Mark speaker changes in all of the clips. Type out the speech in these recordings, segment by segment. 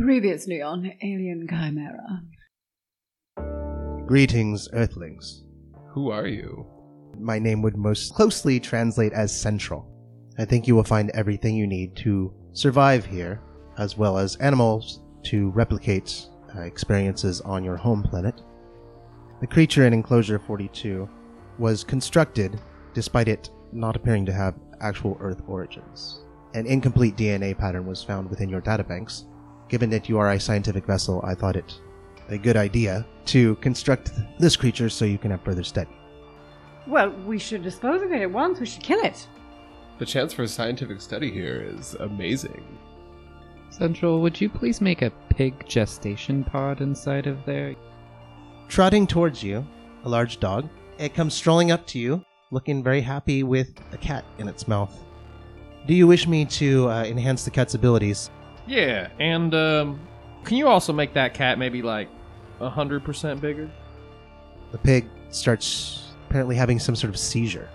Speaker 1: Previously on Alien Chimera.
Speaker 2: Greetings, Earthlings.
Speaker 3: Who are you?
Speaker 2: My name would most closely translate as Central. I think you will find everything you need to survive here, as well as animals to replicate uh, experiences on your home planet. The creature in Enclosure 42 was constructed despite it not appearing to have actual Earth origins. An incomplete DNA pattern was found within your databanks. Given that you are a scientific vessel, I thought it a good idea to construct this creature so you can have further study.
Speaker 1: Well, we should dispose of it at once. We should kill it.
Speaker 3: The chance for scientific study here is amazing.
Speaker 4: Central, would you please make a pig gestation pod inside of there?
Speaker 2: Trotting towards you, a large dog. It comes strolling up to you, looking very happy with a cat in its mouth. Do you wish me to uh, enhance the cat's abilities?
Speaker 5: Yeah, and um, can you also make that cat maybe like a hundred percent bigger?
Speaker 2: The pig starts apparently having some sort of seizure.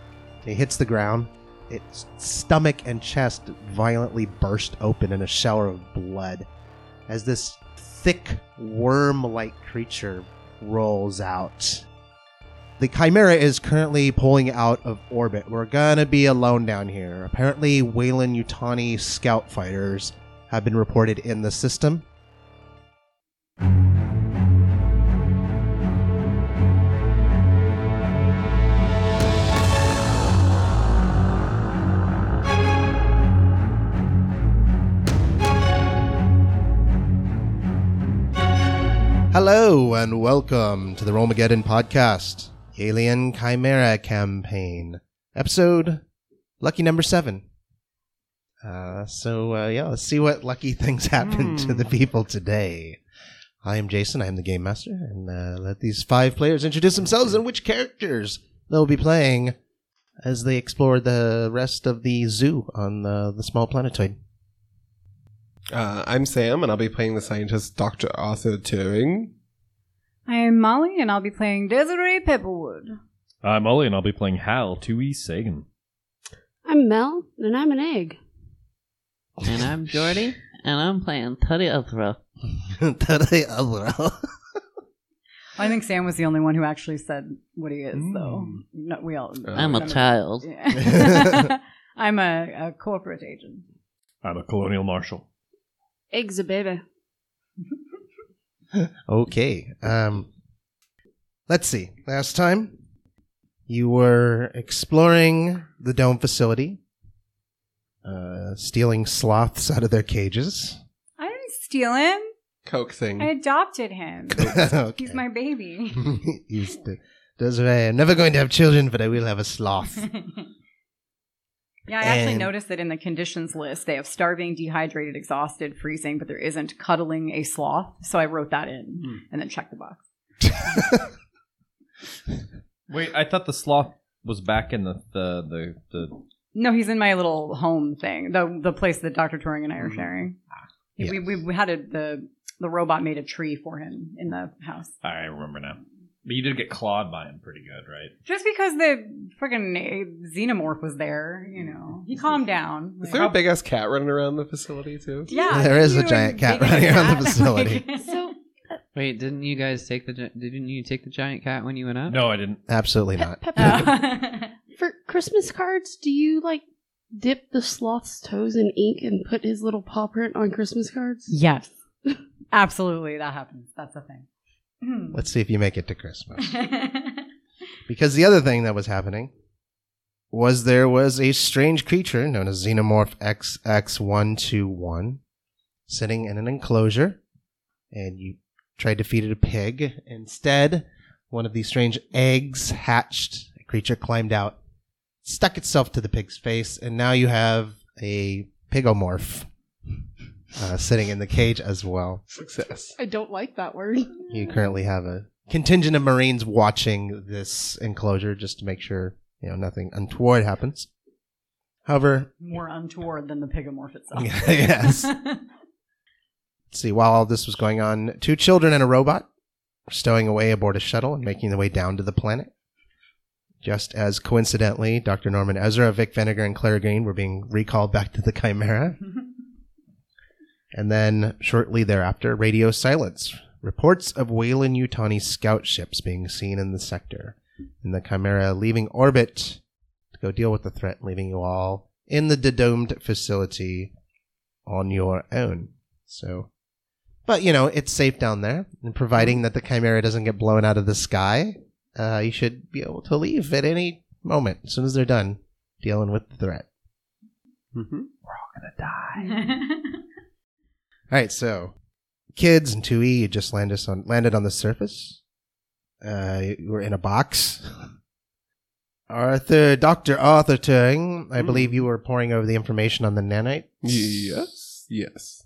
Speaker 2: It hits the ground. Its stomach and chest violently burst open in a shower of blood as this thick, worm like creature rolls out. The Chimera is currently pulling out of orbit. We're gonna be alone down here. Apparently, Wayland Yutani scout fighters have been reported in the system. Hello and welcome to the Romageddon Podcast, Alien Chimera Campaign, episode lucky number seven. Uh, so uh, yeah, let's see what lucky things happen to the people today. I am Jason. I am the game master, and uh, let these five players introduce themselves and which characters they'll be playing as they explore the rest of the zoo on uh, the small planetoid.
Speaker 3: Uh, I'm Sam, and I'll be playing the scientist Dr. Arthur Turing.
Speaker 1: I am Molly, and I'll be playing Desiree Pepperwood.
Speaker 6: I'm Ollie, and I'll be playing Hal 2E Sagan.
Speaker 7: I'm Mel, and I'm an egg.
Speaker 8: And I'm Jordy, and I'm playing Tutty Uthra.
Speaker 2: Totally other.
Speaker 1: I think Sam was the only one who actually said what he is, though. No, we all.
Speaker 8: I'm
Speaker 3: I'm
Speaker 8: a child.
Speaker 1: Yeah. I'm a, a corporate agent.
Speaker 6: I'm a colonial marshal.
Speaker 7: Egg's a baby.
Speaker 2: Okay. Um, let's see. Last time, you were exploring the dome facility, uh, stealing sloths out of their cages.
Speaker 1: I didn't steal him.
Speaker 3: Coke thing.
Speaker 1: I adopted him. He's
Speaker 2: Okay.
Speaker 1: my baby.
Speaker 2: He's the- Desiree, I'm never going to have children, but I will have a sloth.
Speaker 1: Yeah, I actually
Speaker 2: And-
Speaker 1: noticed that in the conditions list, they have starving, dehydrated, exhausted, freezing, but there isn't cuddling a sloth. So I wrote that in
Speaker 3: Hmm.
Speaker 1: and then checked the box.
Speaker 5: Wait, I thought the sloth was back in the the the, the
Speaker 1: No, he's in my little home thing, the the place that Dr. Turing and I
Speaker 3: Mm-hmm.
Speaker 1: are sharing.
Speaker 2: Ah,
Speaker 1: We, we we had a, the the robot made a tree for him in the house.
Speaker 6: I remember now. But you did get clawed by him pretty good, right?
Speaker 1: Just because the freaking xenomorph was there, you know, he calmed down.
Speaker 3: Mm-hmm. Is there a big ass cat running around the facility too?
Speaker 1: yeah,
Speaker 2: There is a
Speaker 1: you were
Speaker 2: giant cat
Speaker 1: big as a
Speaker 2: running around the
Speaker 1: cat.
Speaker 2: facility.
Speaker 1: Like-
Speaker 7: So
Speaker 4: Wait, didn't you guys take the gi- didn't you take the giant cat when you went up?
Speaker 6: No, I didn't.
Speaker 2: Absolutely
Speaker 7: Pe-
Speaker 2: not.
Speaker 7: Pepper,
Speaker 1: Uh,
Speaker 7: for Christmas cards, do you like dip the sloth's toes in ink and put his little paw print on Christmas cards?
Speaker 1: Yes. Absolutely. That happens. That's a thing.
Speaker 2: Let's see if you make it to Christmas. Because the other thing that was happening was there was a strange creature known as Xenomorph XX121 sitting in an enclosure, and you tried to feed it a pig. Instead, one of these strange eggs hatched. A creature climbed out, stuck itself to the pig's face, and now you have a pigomorph uh, sitting in the cage as well.
Speaker 3: Success.
Speaker 7: I don't like that word.
Speaker 2: You currently have a contingent of Marines watching this enclosure just to make sure you know nothing untoward happens. However,
Speaker 1: More untoward than the pigomorph itself.
Speaker 2: yes. Let's see, while all this was going on, two children and a robot were stowing away aboard a shuttle and making their way down to the planet. Just as coincidentally, Dr. Norman Ezra, Vic Venegar, and Claire Green were being recalled back to the Chimera. And then shortly thereafter, radio silence. Reports of Whalen Utani scout ships being seen in the sector, and the Chimera leaving orbit to go deal with the threat, leaving you all in the dedomed facility on your own. So, but you know, it's safe down there, and providing that the Chimera doesn't get blown out of the sky, uh, you should be able to leave at any moment as soon as they're done dealing with the threat.
Speaker 3: Mm-hmm.
Speaker 2: All right, so kids and 2e you just landed us on landed on the surface. Uh, you were in a box. Arthur, Doctor Arthur Turing, I
Speaker 3: Hmm.
Speaker 2: believe you were poring over the information on the nanite,
Speaker 3: Yes. Yes.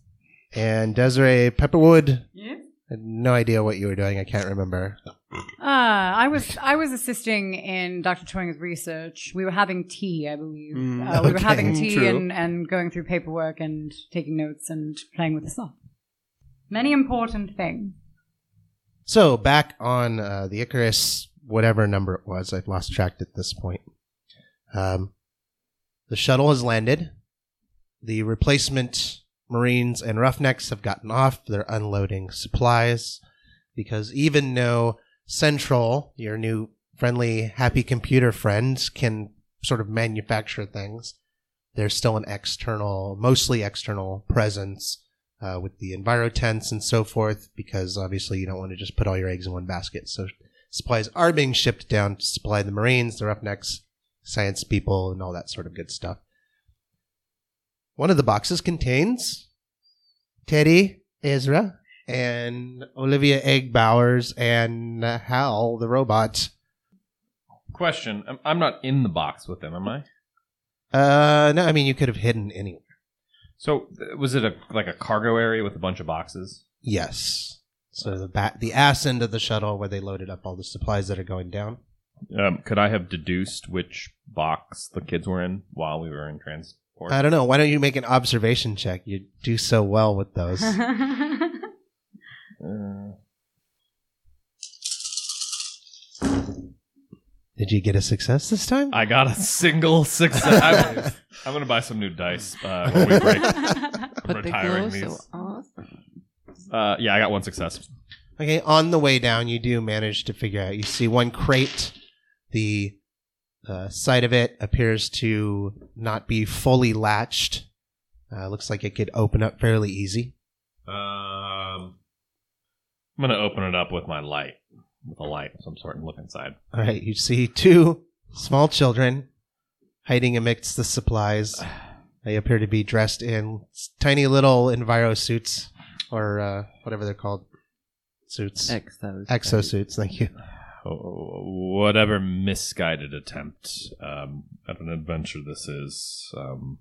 Speaker 2: and Desiree Pepperwood.
Speaker 1: Yeah.
Speaker 2: I had no idea what you were doing. I can't remember.
Speaker 1: Uh, I was I was assisting in Dr. Turing's research. We were having tea, I believe.
Speaker 3: Mm,
Speaker 1: uh, We were
Speaker 2: okay.
Speaker 1: having
Speaker 3: Mm,
Speaker 1: tea
Speaker 3: true.
Speaker 1: and, and going through paperwork and taking notes and playing with the stuff. Many important things.
Speaker 2: So back on uh, the Icarus, whatever number it was, I've lost track at this point. Um, the shuttle has landed. The replacement Marines and Roughnecks have gotten off. They're unloading supplies because even though Central, your new friendly, happy computer friends, can sort of manufacture things, there's still an external, mostly external presence uh, with the enviro tents and so forth, because obviously you don't want to just put all your eggs in one basket. So supplies are being shipped down to supply the Marines, the Roughnecks, science people, and all that sort of good stuff. One of the boxes contains Teddy, Ezra, and Olivia Egg Bowers and uh, Hal the robot.
Speaker 5: Question: I'm, I'm not in the box with them, am I?
Speaker 2: Uh, no, I mean you could have hidden anywhere.
Speaker 5: So uh, was it a like a cargo area with a bunch of boxes?
Speaker 2: Yes. So the ba- the ass end of the shuttle where they loaded up all the supplies that are going down.
Speaker 5: Um, could I have deduced which box the kids were in while we were in transport?
Speaker 2: I don't know. Why don't you make an observation check? You do so well with those.
Speaker 5: Uh,
Speaker 2: Did you get a success this time?
Speaker 5: I got a single success. I'm, I'm gonna buy some new dice uh, when we break.
Speaker 8: But they glow
Speaker 5: retiring these.
Speaker 8: so awesome.
Speaker 5: Uh, yeah, I got one success.
Speaker 2: Okay, on the way down, you do manage to figure out. You see one crate. The uh, side of it appears to not be fully latched. Uh, looks like it could open up fairly easy.
Speaker 5: Um, I'm gonna open it up with my light, with a light of some sort, and look inside.
Speaker 2: All right, you see two small children hiding amidst the supplies. They appear to be dressed in s- tiny little enviro suits, or uh, whatever they're called, suits,
Speaker 8: Exos.
Speaker 2: exosuits. Thank you.
Speaker 5: Oh, whatever misguided attempt um, at an adventure this is, um,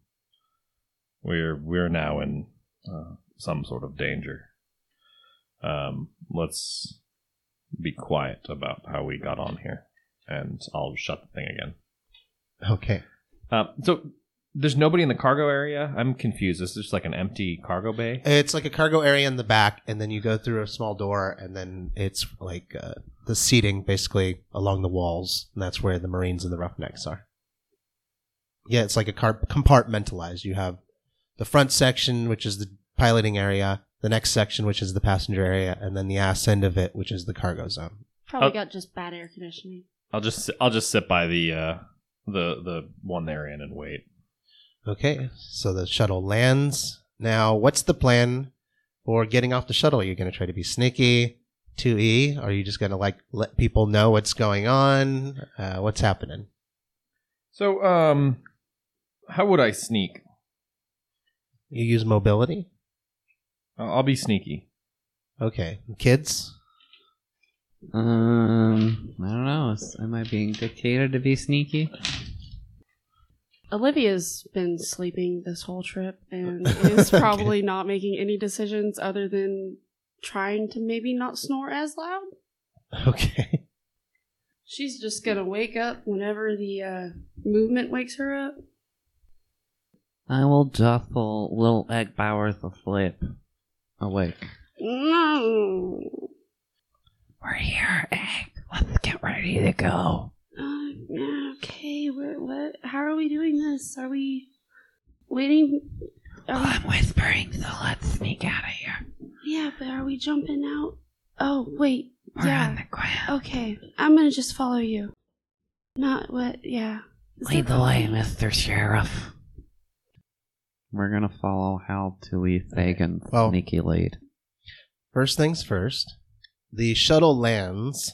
Speaker 5: we're we're now in uh, some sort of danger. Um, let's be quiet about how we got on here, and I'll shut the thing again.
Speaker 2: Okay.
Speaker 5: Um, so there's nobody in the cargo area. I'm confused. Is this like an empty cargo bay?
Speaker 2: It's like a cargo area in the back, and then you go through a small door, and then it's like uh, the seating basically along the walls, and that's where the Marines and the Roughnecks are. Yeah, it's like a car- compartmentalized. You have the front section, which is the piloting area, the next section, which is the passenger area, and then the ass end of it, which is the cargo zone.
Speaker 7: Probably
Speaker 5: Oh.
Speaker 7: got just bad air conditioning.
Speaker 5: I'll just I'll just sit by the uh, the the one they're in and wait.
Speaker 2: Okay, so the shuttle lands. Now, what's the plan for getting off the shuttle? Are you going to try to be sneaky? 2E? Are you just going to like let people know what's going on? Uh, what's happening?
Speaker 5: So, um, how would I sneak?
Speaker 2: You use mobility?
Speaker 5: I'll I'll be sneaky.
Speaker 2: Okay. Kids?
Speaker 8: Um, I don't know. Is- Am I being dictated to be sneaky?
Speaker 7: Olivia's been sleeping this whole trip and is probably not making any decisions other than trying to maybe not snore as loud.
Speaker 2: Okay.
Speaker 7: She's just gonna wake up whenever the uh, movement wakes her up.
Speaker 8: I will jostle little egg bowers asleep.
Speaker 4: Oh,
Speaker 8: Awake.
Speaker 7: No,
Speaker 8: We're here, egg. Let's get ready to go.
Speaker 7: Uh, okay. Where, what? How are we doing this? Are we waiting Are we-
Speaker 8: Oh, I'm whispering, so let's sneak out of here.
Speaker 7: yeah, but are we jumping out? Oh, wait.
Speaker 8: We're on
Speaker 7: yeah.
Speaker 8: the ground.
Speaker 7: Okay. I'm going to just follow you. Not what. Yeah. Is
Speaker 8: Lead
Speaker 7: that
Speaker 8: the way,
Speaker 7: okay?
Speaker 8: Mr. Sheriff.
Speaker 4: We're gonna follow Hal Tui Fagan's
Speaker 2: Well-
Speaker 4: sneaky lead.
Speaker 2: First things first, the shuttle lands.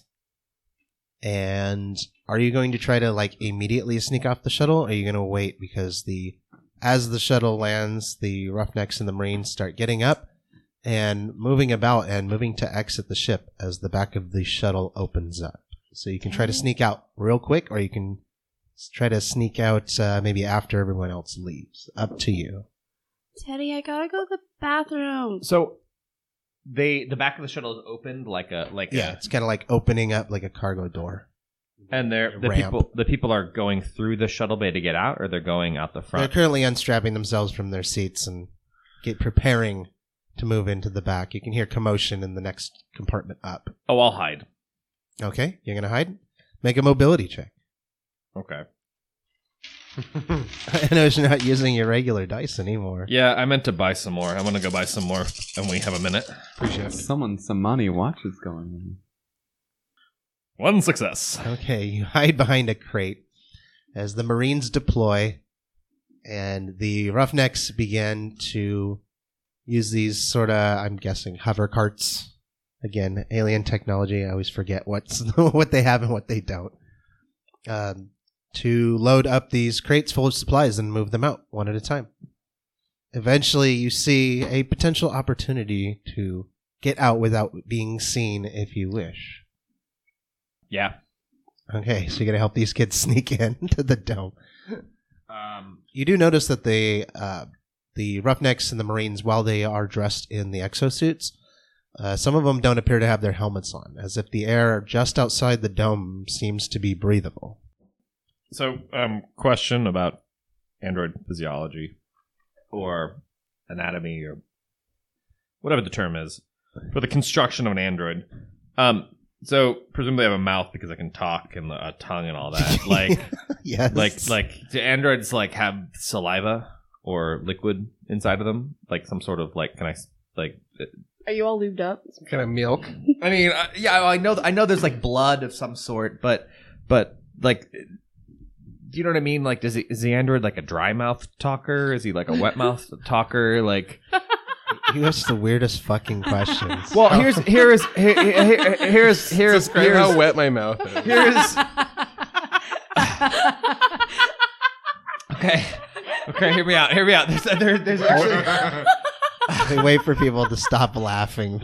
Speaker 2: And are you going to try to like immediately sneak off the shuttle? Or are you going to wait because the as the shuttle lands, the roughnecks and the marines start getting up and moving about and moving to exit the ship as the back of the shuttle opens up. So you can try to sneak out real quick, or you can s- try to sneak out uh, maybe after everyone else leaves. Up to you.
Speaker 7: Teddy, I gotta go to the bathroom.
Speaker 6: So they the back of the shuttle is opened like a like
Speaker 2: Yeah, it's kind of like opening up like a cargo door.
Speaker 6: a, and they're the
Speaker 2: Ramp.
Speaker 6: people the people are going through the shuttle bay to get out or they're going out the front.
Speaker 2: They're currently unstrapping themselves from their seats and get preparing to move into the back. You can hear commotion in the next compartment up.
Speaker 6: Oh, I'll hide.
Speaker 2: Okay, you're gonna hide. Make a mobility check.
Speaker 5: Okay.
Speaker 2: I know you're not using your regular dice anymore.
Speaker 5: Yeah, I meant to buy some more. I'm gonna go buy some more, and we have a minute.
Speaker 4: Someone, some money watch is going
Speaker 5: One success.
Speaker 2: Okay, you hide behind a crate as the Marines deploy, and the Roughnecks begin to use these sort of, I'm guessing, hover carts. Again, alien technology. I always forget what's what they have and what they don't. Um, to load up these crates full of supplies and move them out one at a time. Eventually, you see a potential opportunity to get out without being seen if you wish.
Speaker 6: Yeah.
Speaker 2: Okay, so you're gonna help these kids sneak in to the dome.
Speaker 6: Um
Speaker 2: You do notice that the uh, the roughnecks and the marines, while they are dressed in the exosuits, uh, some of them don't appear to have their helmets on, as if the air just outside the dome seems to be breathable.
Speaker 5: So, um, question about android physiology or anatomy or whatever the term is for the construction of an android. Um, so presumably I have a mouth because I can talk and a tongue and all that. Like,
Speaker 2: yes,
Speaker 5: like, like, do androids like have saliva or liquid inside of them? Like some sort of like, can I s- like?
Speaker 7: Are you all lubed up?
Speaker 3: Kind of milk.
Speaker 6: I mean, I, yeah, I know I know there's like blood of some sort, but but like do you know what I mean? Like does he, is the android like a dry mouth talker? Is he like a wet mouth talker? Like
Speaker 2: you ask the weirdest fucking questions. Oh.
Speaker 6: Well, here's here is here, here, here- here's here's
Speaker 3: Describe
Speaker 6: here's,
Speaker 3: how wet my mouth is.
Speaker 6: here's okay. Okay, hear me out. Hear me out. There's there, there's actually
Speaker 2: we wait for people to stop laughing,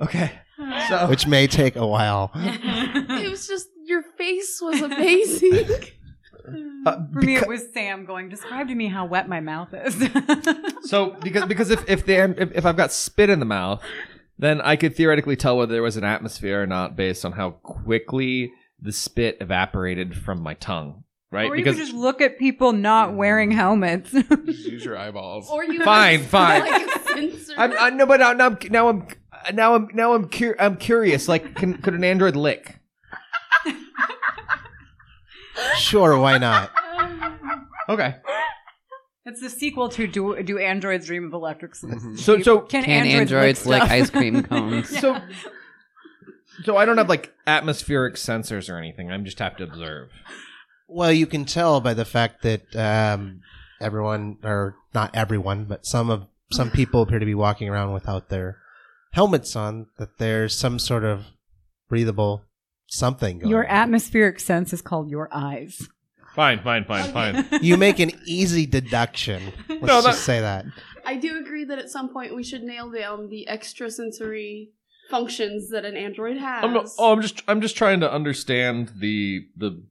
Speaker 6: okay.
Speaker 5: Oh.
Speaker 6: So
Speaker 2: which may take a while.
Speaker 7: It was just your face was amazing.
Speaker 6: uh,
Speaker 1: For me, it was Sam going, describe to me how wet my mouth is.
Speaker 6: so because because if if the if, if I've got spit in the mouth, then I could theoretically tell whether there was an atmosphere or not based on how quickly the spit evaporated from my tongue, right?
Speaker 1: or you could
Speaker 6: because
Speaker 1: just look at people not wearing helmets.
Speaker 3: Just use your eyeballs.
Speaker 7: or you
Speaker 6: Fine, fine.
Speaker 7: Like a sensor.
Speaker 6: I'm I, no, but now, now I'm now I'm now I'm now I'm, cur- I'm curious. Like, can, could an android lick?
Speaker 2: Sure, why not?
Speaker 6: Okay.
Speaker 1: it's the sequel to Do, Do Androids Dream of Electric Slip?
Speaker 6: So so
Speaker 1: Can,
Speaker 8: Can androids lick
Speaker 1: stuff?
Speaker 8: ice cream cones?
Speaker 1: Yeah.
Speaker 6: so so I don't have like atmospheric sensors or anything. I'm just have to observe.
Speaker 2: Well, you can tell by the fact that um, everyone, or not everyone, but some of some people appear to be walking around without their helmets on. That there's some sort of breathable something going.
Speaker 1: Your
Speaker 2: on.
Speaker 1: atmospheric sense is called your eyes.
Speaker 5: Fine, fine, fine, fine.
Speaker 2: You make an easy deduction. Let's
Speaker 5: No, that-
Speaker 2: just say that.
Speaker 7: I do agree that at some point we should nail down the extrasensory functions that an android has.
Speaker 5: I'm not- oh, I'm just I'm just trying to understand the the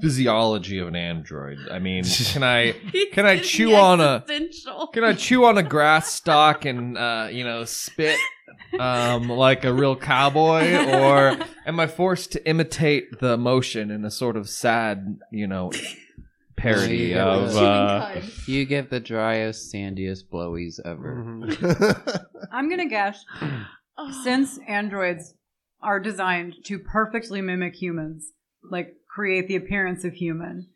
Speaker 5: physiology of an android. I mean, can I Can I chew on a- can I chew on a grass stalk and uh, you know spit um, like a real cowboy, or am I forced to imitate the motion in a sort of sad you know parody
Speaker 4: Yeah.
Speaker 5: of uh,
Speaker 4: You give the driest, sandiest blowies ever.
Speaker 1: Mm-hmm. I'm going to guess
Speaker 7: Ah,
Speaker 1: since androids are designed to perfectly mimic humans, like create the appearance of human,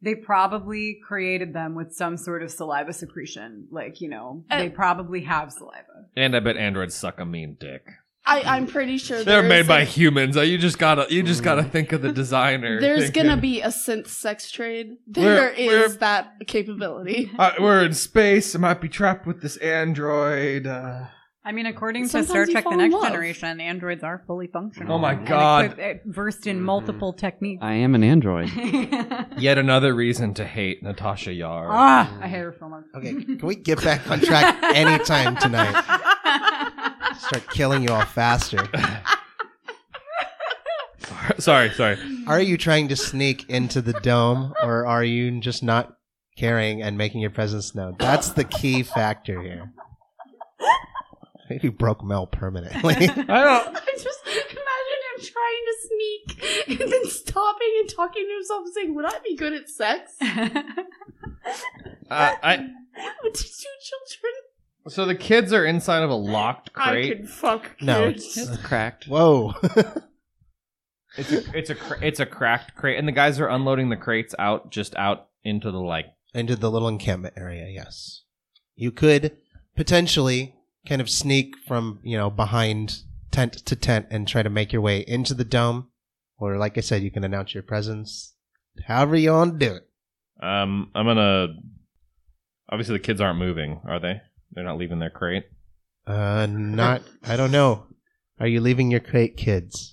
Speaker 1: they probably created them with some sort of saliva secretion. Like, you know,
Speaker 7: Uh,
Speaker 1: they probably have saliva.
Speaker 6: And I bet androids suck a mean dick.
Speaker 7: I, I'm pretty sure
Speaker 6: They're
Speaker 7: there
Speaker 6: made
Speaker 7: is
Speaker 6: by
Speaker 7: a-
Speaker 6: humans.
Speaker 5: Oh,
Speaker 6: Uh, You just gotta you just gotta think of the designer.
Speaker 7: There's
Speaker 6: Think
Speaker 7: gonna
Speaker 6: of-
Speaker 7: be a synth sex trade.
Speaker 6: We're-
Speaker 7: There is
Speaker 6: we're-
Speaker 7: that capability.
Speaker 6: Uh, we're in space. I might be trapped with this android. Uh,
Speaker 1: I mean, according
Speaker 7: Sometimes
Speaker 1: to Star
Speaker 7: you
Speaker 1: Trek
Speaker 7: fall in
Speaker 1: The Next
Speaker 7: love.
Speaker 1: Generation, androids are fully functional.
Speaker 6: Oh my
Speaker 1: and
Speaker 6: God. Mm-hmm.
Speaker 1: equipped- eh, versed in multiple techniques.
Speaker 4: I am an android.
Speaker 6: yet another reason to hate Natasha Yar.
Speaker 1: ah, I hate her so much.
Speaker 2: Okay, can we get back on track anytime tonight? Start killing you all faster.
Speaker 5: sorry, sorry.
Speaker 2: Are you trying to sneak into the dome, or are you just not caring and making your presence known? That's the key factor here. Maybe broke Mel
Speaker 6: I
Speaker 2: permanently.
Speaker 6: don't.
Speaker 7: I just imagine him trying to sneak and then stopping and talking to himself and saying, Would I be good at sex
Speaker 6: Uh, I
Speaker 7: with these two
Speaker 6: so the kids are inside of a locked
Speaker 7: children? I
Speaker 6: crate.
Speaker 7: could fuck
Speaker 2: No.
Speaker 7: kids.
Speaker 4: It's cracked.
Speaker 2: Whoa.
Speaker 6: It's a it's a cra- it's a cracked crate, and the guys are unloading the crates out just out into the like.
Speaker 2: Into the little encampment area, yes. You could potentially kind of sneak from, you know, behind tent to tent and try to make your way into the dome. Or, like I said, you can announce your presence however you want to do it.
Speaker 5: Um, I'm gonna. Obviously, the kids aren't moving, are they? They're not leaving their crate.
Speaker 2: Uh, not, I don't know. Are you leaving your crate, kids?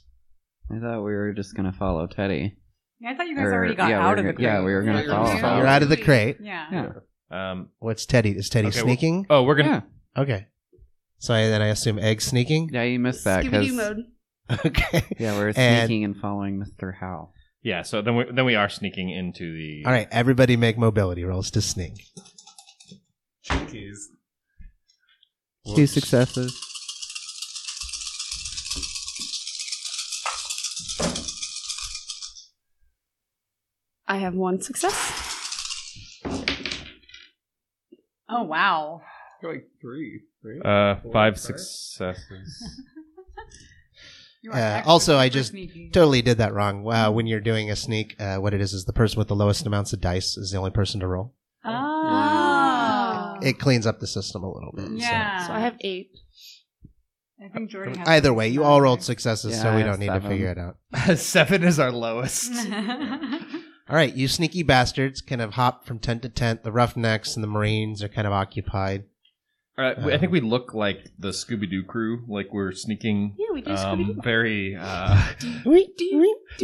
Speaker 4: I thought we were just gonna follow Teddy.
Speaker 1: I thought you guys
Speaker 4: Or-
Speaker 1: already got
Speaker 4: yeah,
Speaker 1: out
Speaker 4: we
Speaker 1: of
Speaker 4: were
Speaker 1: the
Speaker 4: gonna- yeah,
Speaker 1: crate.
Speaker 4: we were gonna
Speaker 1: Yeah.
Speaker 6: follow-
Speaker 1: Yeah.
Speaker 2: You're out of the crate.
Speaker 1: Yeah.
Speaker 4: Yeah.
Speaker 5: Um,
Speaker 2: What's Teddy? Is Teddy
Speaker 5: Okay, well-
Speaker 2: sneaking?
Speaker 5: oh, we're gonna.
Speaker 4: Yeah,
Speaker 2: okay. So I, then I assume egg sneaking?
Speaker 4: yeah, you missed that
Speaker 7: Scooby Doo
Speaker 4: because
Speaker 7: mode.
Speaker 2: Okay.
Speaker 4: yeah, we're
Speaker 2: And-
Speaker 4: sneaking and following Mr. Howe.
Speaker 5: Yeah. so then we then we are sneaking into the.
Speaker 2: All right, everybody make mobility rolls to sneak.
Speaker 4: Two successes.
Speaker 7: I have one success.
Speaker 1: Oh wow.
Speaker 3: Like three. Three.
Speaker 5: Uh, five successes.
Speaker 1: You are
Speaker 2: Uh,
Speaker 1: extra
Speaker 2: also, I
Speaker 1: super
Speaker 2: just
Speaker 1: sneaky.
Speaker 2: Totally did that wrong. Uh, when you're doing a sneak, uh, what it is is the person with the lowest amounts of dice is the only person to roll.
Speaker 1: Ah.
Speaker 2: It cleans up the system a little bit. so.
Speaker 1: yeah.
Speaker 7: So I have eight.
Speaker 1: I think Jordan. has
Speaker 2: Either way, you all rolled
Speaker 1: something.
Speaker 2: successes,
Speaker 4: Yeah,
Speaker 2: so
Speaker 4: I
Speaker 2: we
Speaker 4: have
Speaker 2: don't need to
Speaker 4: seven.
Speaker 2: figure it out.
Speaker 6: Seven is our lowest.
Speaker 2: All right, you sneaky bastards kind of hop from tent to tent. The roughnecks and the marines are kind of occupied.
Speaker 5: All right, we- I think we look like the Scooby Doo crew, like we're sneaking.
Speaker 7: Yeah, we do
Speaker 5: Um, very. Uh,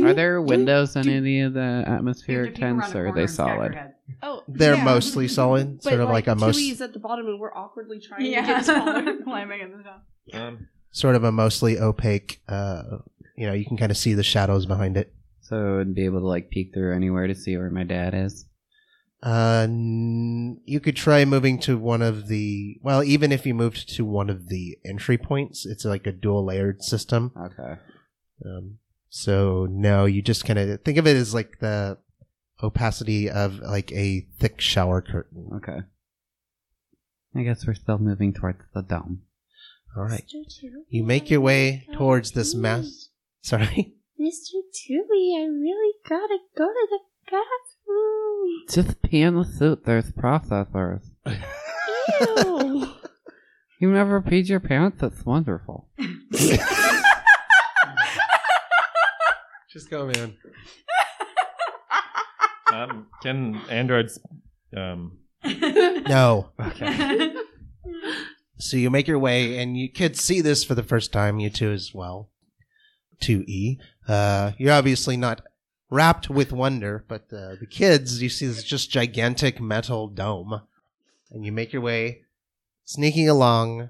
Speaker 4: Are there windows in any of the atmospheric
Speaker 1: If you were on a
Speaker 4: tents, or are
Speaker 1: corner
Speaker 4: they
Speaker 1: and stack your
Speaker 4: solid?
Speaker 1: head.
Speaker 7: Oh,
Speaker 2: They're
Speaker 7: yeah.
Speaker 2: mostly solid,
Speaker 7: But
Speaker 2: sort of like, a most,
Speaker 7: Kiwi's at the bottom and we're awkwardly trying to
Speaker 1: Yeah.
Speaker 7: get taller.
Speaker 1: Climbing at the top.
Speaker 5: um,
Speaker 2: sort of a mostly opaque. Uh, you know, you can kind of see the shadows behind it.
Speaker 4: So I'd be able to like peek through anywhere to see where my dad is.
Speaker 2: Uh, n- you could try moving to one of the. Well, even if you moved to one of the entry points, it's like a dual layered system.
Speaker 4: Okay.
Speaker 2: Um, so no, you just kind of think of it as like the opacity of like a thick shower curtain.
Speaker 4: Okay. I guess we're still moving towards the dome.
Speaker 2: All right, you make your way towards this mass. Sorry.
Speaker 9: Mr. Tooby, I really gotta go to the bathroom.
Speaker 4: Just pee in the suit. There's processors.
Speaker 9: Ew.
Speaker 4: You never peed your pants. That's wonderful.
Speaker 3: Just go, man.
Speaker 5: um, can androids? Um,
Speaker 2: No.
Speaker 5: okay.
Speaker 2: So you make your way, and you kids see this for the first time, you two as well. 2E. Uh, you're obviously not wrapped with wonder, but uh, the kids, you see this just gigantic metal dome. And you make your way, sneaking along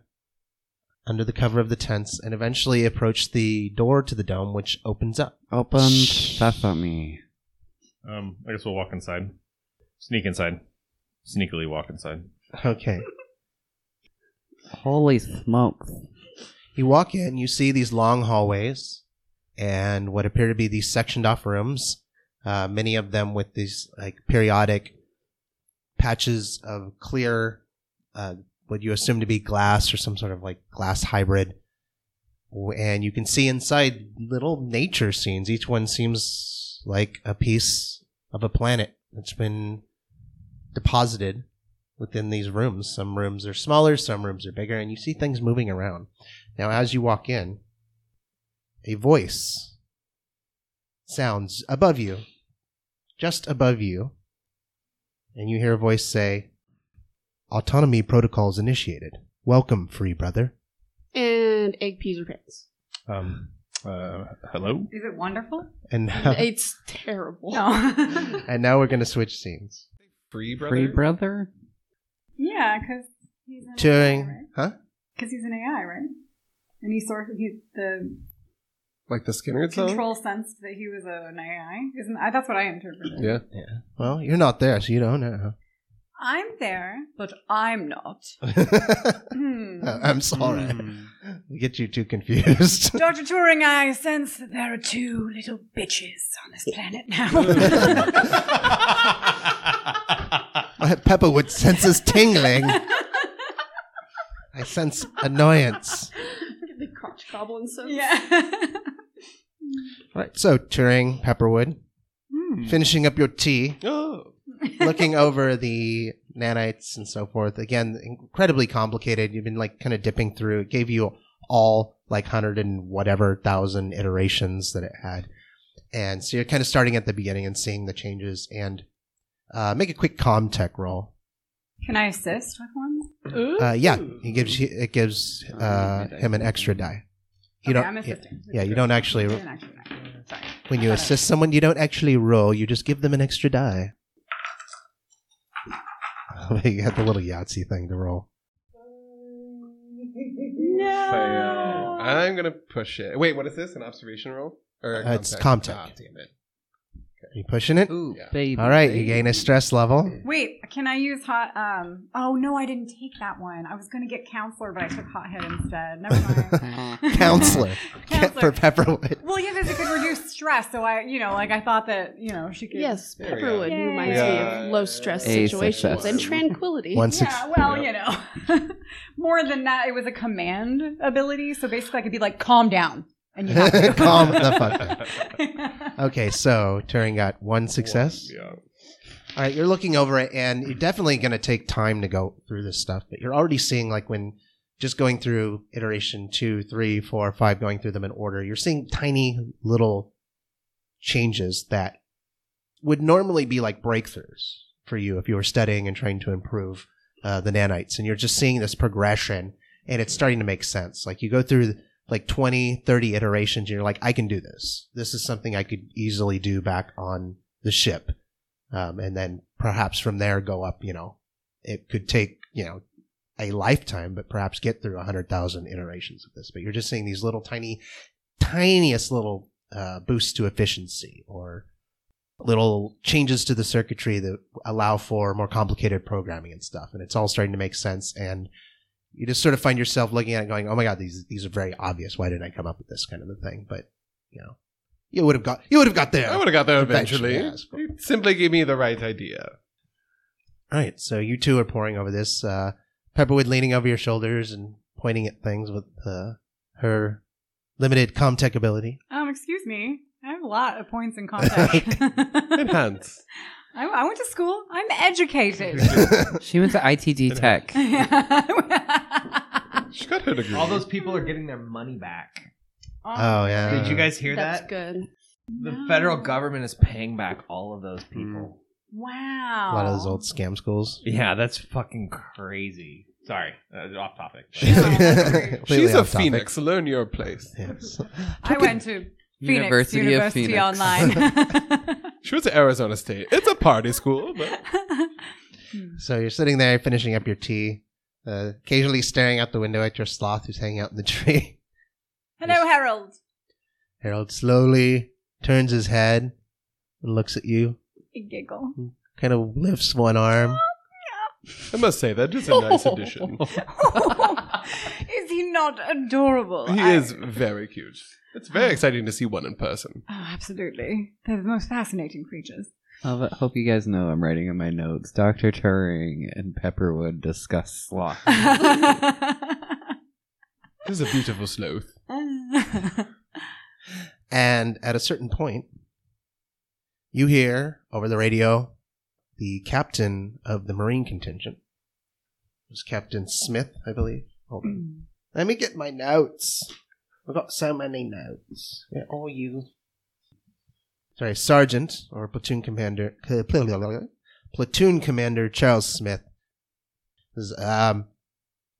Speaker 2: under the cover of the tents, and eventually approach the door to the dome, which opens up.
Speaker 4: Open sesame.
Speaker 5: um, I guess we'll walk inside. Sneak inside. Sneakily walk inside.
Speaker 2: Okay.
Speaker 4: Holy smokes!
Speaker 2: You walk in, you see these long hallways and what appear to be these sectioned off rooms, uh, many of them with these like periodic patches of clear, uh, what you assume to be glass or some sort of like glass hybrid. W- And you can see inside little nature scenes. Each one seems like a piece of a planet. It's been deposited within these rooms. Some rooms are smaller, some rooms are bigger, and you see things moving around. Now, as you walk in, a voice sounds above you, just above you, and you hear a voice say, Autonomy protocols initiated. Welcome, free brother.
Speaker 7: And egg peas or pants.
Speaker 5: Um, uh, hello?
Speaker 1: Is it wonderful?
Speaker 2: And now,
Speaker 7: it's terrible.
Speaker 1: No.
Speaker 2: and now we're going to switch scenes.
Speaker 3: Free brother.
Speaker 4: Free brother?
Speaker 1: yeah, because he's an AI,
Speaker 2: Turing,
Speaker 1: right?
Speaker 2: huh?
Speaker 1: 'Cause he's an AI, right? And he sort of, he, the
Speaker 3: Like the Skinner zone?
Speaker 1: control sensed that he was an AI. Isn't I, that's what I interpreted?
Speaker 3: Yeah.
Speaker 2: Well, you're not there, so you don't know.
Speaker 1: I'm there, but I'm not. Hmm.
Speaker 2: Oh, I'm sorry.
Speaker 3: Hmm.
Speaker 2: We Get you too confused.
Speaker 1: Dr. Turing, I sense that there are two little bitches on this planet now.
Speaker 2: Pepperwood senses tingling. I sense annoyance.
Speaker 7: Get the crotch goblin sense.
Speaker 1: yeah.
Speaker 2: Right. So, Turing, Pepperwood, finishing up your tea,
Speaker 3: Oh.
Speaker 2: looking over the nanites and so forth. Again, incredibly complicated. You've been like kind of dipping through. It gave you all like hundred and whatever thousand iterations that it had. And so you're kind of starting at the beginning and seeing the changes and uh, make a quick com tech roll.
Speaker 1: Can I assist with one?
Speaker 2: Uh, yeah, he gives you, it gives uh, him an extra die. You
Speaker 1: okay,
Speaker 2: don't.
Speaker 1: I'm
Speaker 2: yeah,
Speaker 1: assisting.
Speaker 2: yeah, you don't actually.
Speaker 1: I didn't actually know. Sorry.
Speaker 2: When you assist someone, you don't actually roll. You just give them an extra die. you got the little Yahtzee thing to roll.
Speaker 3: Fail. I'm gonna push it. Wait, what is this? An observation roll? Or a
Speaker 2: Uh, it's
Speaker 3: Ah,
Speaker 2: contact.
Speaker 3: damn it.
Speaker 2: Are you pushing it?
Speaker 4: Ooh,
Speaker 3: Yeah.
Speaker 4: baby.
Speaker 2: All right, you gain a stress level.
Speaker 1: Wait, can I use hot? Um. Oh no, I didn't take that one. I was going to get counselor, but I took hothead instead. Never mind.
Speaker 2: Counselor for
Speaker 1: Counselor.
Speaker 2: Pepperwood.
Speaker 1: Well, yeah, because it could reduce stress. So I, you know, like I thought that, you know, she could.
Speaker 7: Yes,
Speaker 3: There we
Speaker 7: Pepperwood
Speaker 1: go.
Speaker 7: reminds me
Speaker 3: Yeah.
Speaker 7: of low stress
Speaker 4: A
Speaker 7: situations
Speaker 4: success.
Speaker 7: and tranquility.
Speaker 2: One six.
Speaker 1: Yeah, well, you know, more than that, it was a command ability. So basically, I could be like, "Calm down," and you have to
Speaker 2: Calm the fuck down.
Speaker 1: fuck.
Speaker 2: Okay, so Turing got one success.
Speaker 5: Yeah.
Speaker 2: All right, you're looking over it, and you're definitely going to take time to go through this stuff. But you're already seeing, like, when just going through iteration two, three, four, five, going through them in order, you're seeing tiny little changes that would normally be like breakthroughs for you if you were studying and trying to improve uh, the nanites. And you're just seeing this progression, and it's starting to make sense. Like, you go through like 20, 30 iterations, and you're like, I can do this. This is something I could easily do back on the ship um, and then perhaps from there go up. You know, it could take you know a lifetime, but perhaps get through hundred thousand iterations of this. But you're just seeing these little tiny, tiniest little uh, boosts to efficiency or little changes to the circuitry that allow for more complicated programming and stuff, and it's all starting to make sense and. You just sort of find yourself looking at it, going, "Oh my god, these these are very obvious. Why didn't I come up with this kind of a thing?" But you know, you would have got you would have got there.
Speaker 3: I would have got there
Speaker 2: Eventually,
Speaker 3: eventually.
Speaker 2: yes, of course.
Speaker 3: You simply gave me the right idea.
Speaker 2: All right, so you two are poring over this. Uh, Pepperwood leaning over your shoulders and pointing at things with uh, her limited comtech ability.
Speaker 1: um, excuse me, I have a lot of points in contact.
Speaker 3: Enhance.
Speaker 1: I, I went to school. I'm educated.
Speaker 4: She went to ITD Tech.
Speaker 3: She got her degree.
Speaker 6: All those people are getting their money back.
Speaker 2: Oh yeah.
Speaker 6: Did you guys hear
Speaker 7: That's
Speaker 6: that?
Speaker 7: good.
Speaker 6: The
Speaker 1: No.
Speaker 6: federal government is paying back all of
Speaker 5: Hmm.
Speaker 6: those people.
Speaker 1: Wow.
Speaker 2: A lot of those old scam schools.
Speaker 6: Yeah, that's fucking crazy. Sorry, uh, off topic.
Speaker 3: She's a,
Speaker 2: Completely
Speaker 3: she's a
Speaker 2: off topic.
Speaker 3: phoenix. Learn your place.
Speaker 2: Yes.
Speaker 1: I went to Phoenix
Speaker 4: University of
Speaker 1: University
Speaker 4: Phoenix.
Speaker 1: Online.
Speaker 3: She was at Arizona State. It's a party school, but
Speaker 2: So you're sitting there finishing up your tea, uh, occasionally staring out the window at your sloth who's hanging out in the tree.
Speaker 1: Hello, Harold.
Speaker 2: Harold slowly turns his head and looks at you,
Speaker 1: I giggle.
Speaker 2: kind of lifts one arm.
Speaker 3: I must say that is a nice addition.
Speaker 1: is he not adorable?
Speaker 3: Mm. He
Speaker 1: I-
Speaker 3: is very cute. It's very exciting to see one in person.
Speaker 1: Oh, absolutely. They're the most fascinating creatures.
Speaker 4: I ho- hope you guys know I'm writing in my notes. Dr. Turing and Pepperwood discuss sloth.
Speaker 3: This is a beautiful sloth.
Speaker 2: And at a certain point, you hear over the radio the captain of the Marine contingent. It was Captain Smith, I believe. Oh, Hold on. Let me get my notes. I've got so many notes. Where are you? Sorry, Sergeant or platoon commander, platoon commander Charles Smith. This is, um,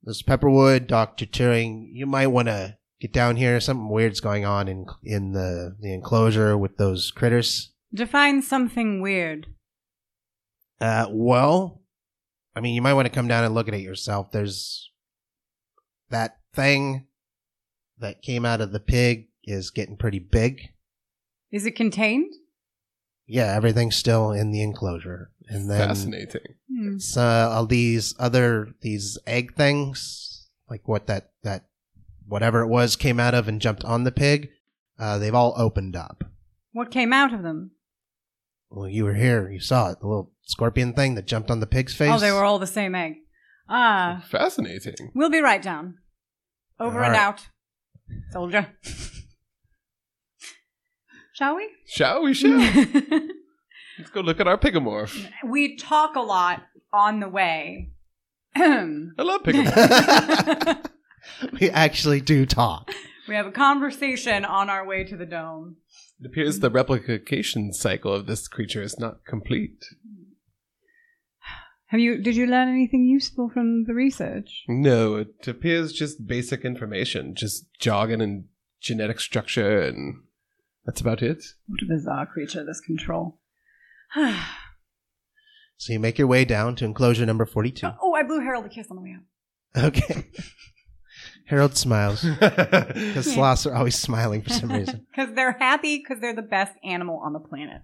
Speaker 2: this is Pepperwood, Doctor Turing. You might want to get down here. Something weird's going on in in the the enclosure with those critters.
Speaker 1: Define something weird.
Speaker 2: Uh, well, I mean, you might want to come down and look at it yourself. There's that thing that came out of the pig is getting pretty big.
Speaker 1: Is it contained?
Speaker 2: Yeah, everything's still in the enclosure, and then
Speaker 3: Fascinating.
Speaker 1: Hmm.
Speaker 2: so all these other these egg things, like what that that whatever it was came out of and jumped on the pig. Uh, they've all opened up.
Speaker 1: What came out of them?
Speaker 2: Well, you were here. You saw it. The little scorpion thing that jumped on the pig's face.
Speaker 1: Oh, they were all the same egg. Ah,
Speaker 3: Fascinating.
Speaker 1: we'll be right down. Over and
Speaker 2: Alright.
Speaker 1: out, soldier. Shall we?
Speaker 3: Shall we? Shall let's go look at our pigomorph.
Speaker 1: we talk a lot on the way.
Speaker 3: I love pigomorph.
Speaker 1: we
Speaker 2: we actually do talk.
Speaker 1: have a conversation on our way to the dome.
Speaker 3: it appears the replication cycle of this creature is not complete.
Speaker 1: Have you? Did you learn anything useful from the research?
Speaker 3: No, it appears just basic information, just jargon and genetic structure, and that's about it.
Speaker 1: What a bizarre creature! This control.
Speaker 2: So you make your way down to enclosure number 42.
Speaker 1: oh, I blew Harold a kiss on the way out.
Speaker 2: Okay. Harold smiles because sloths are always smiling for some reason.
Speaker 1: Because they're happy. Because they're the best animal on the planet.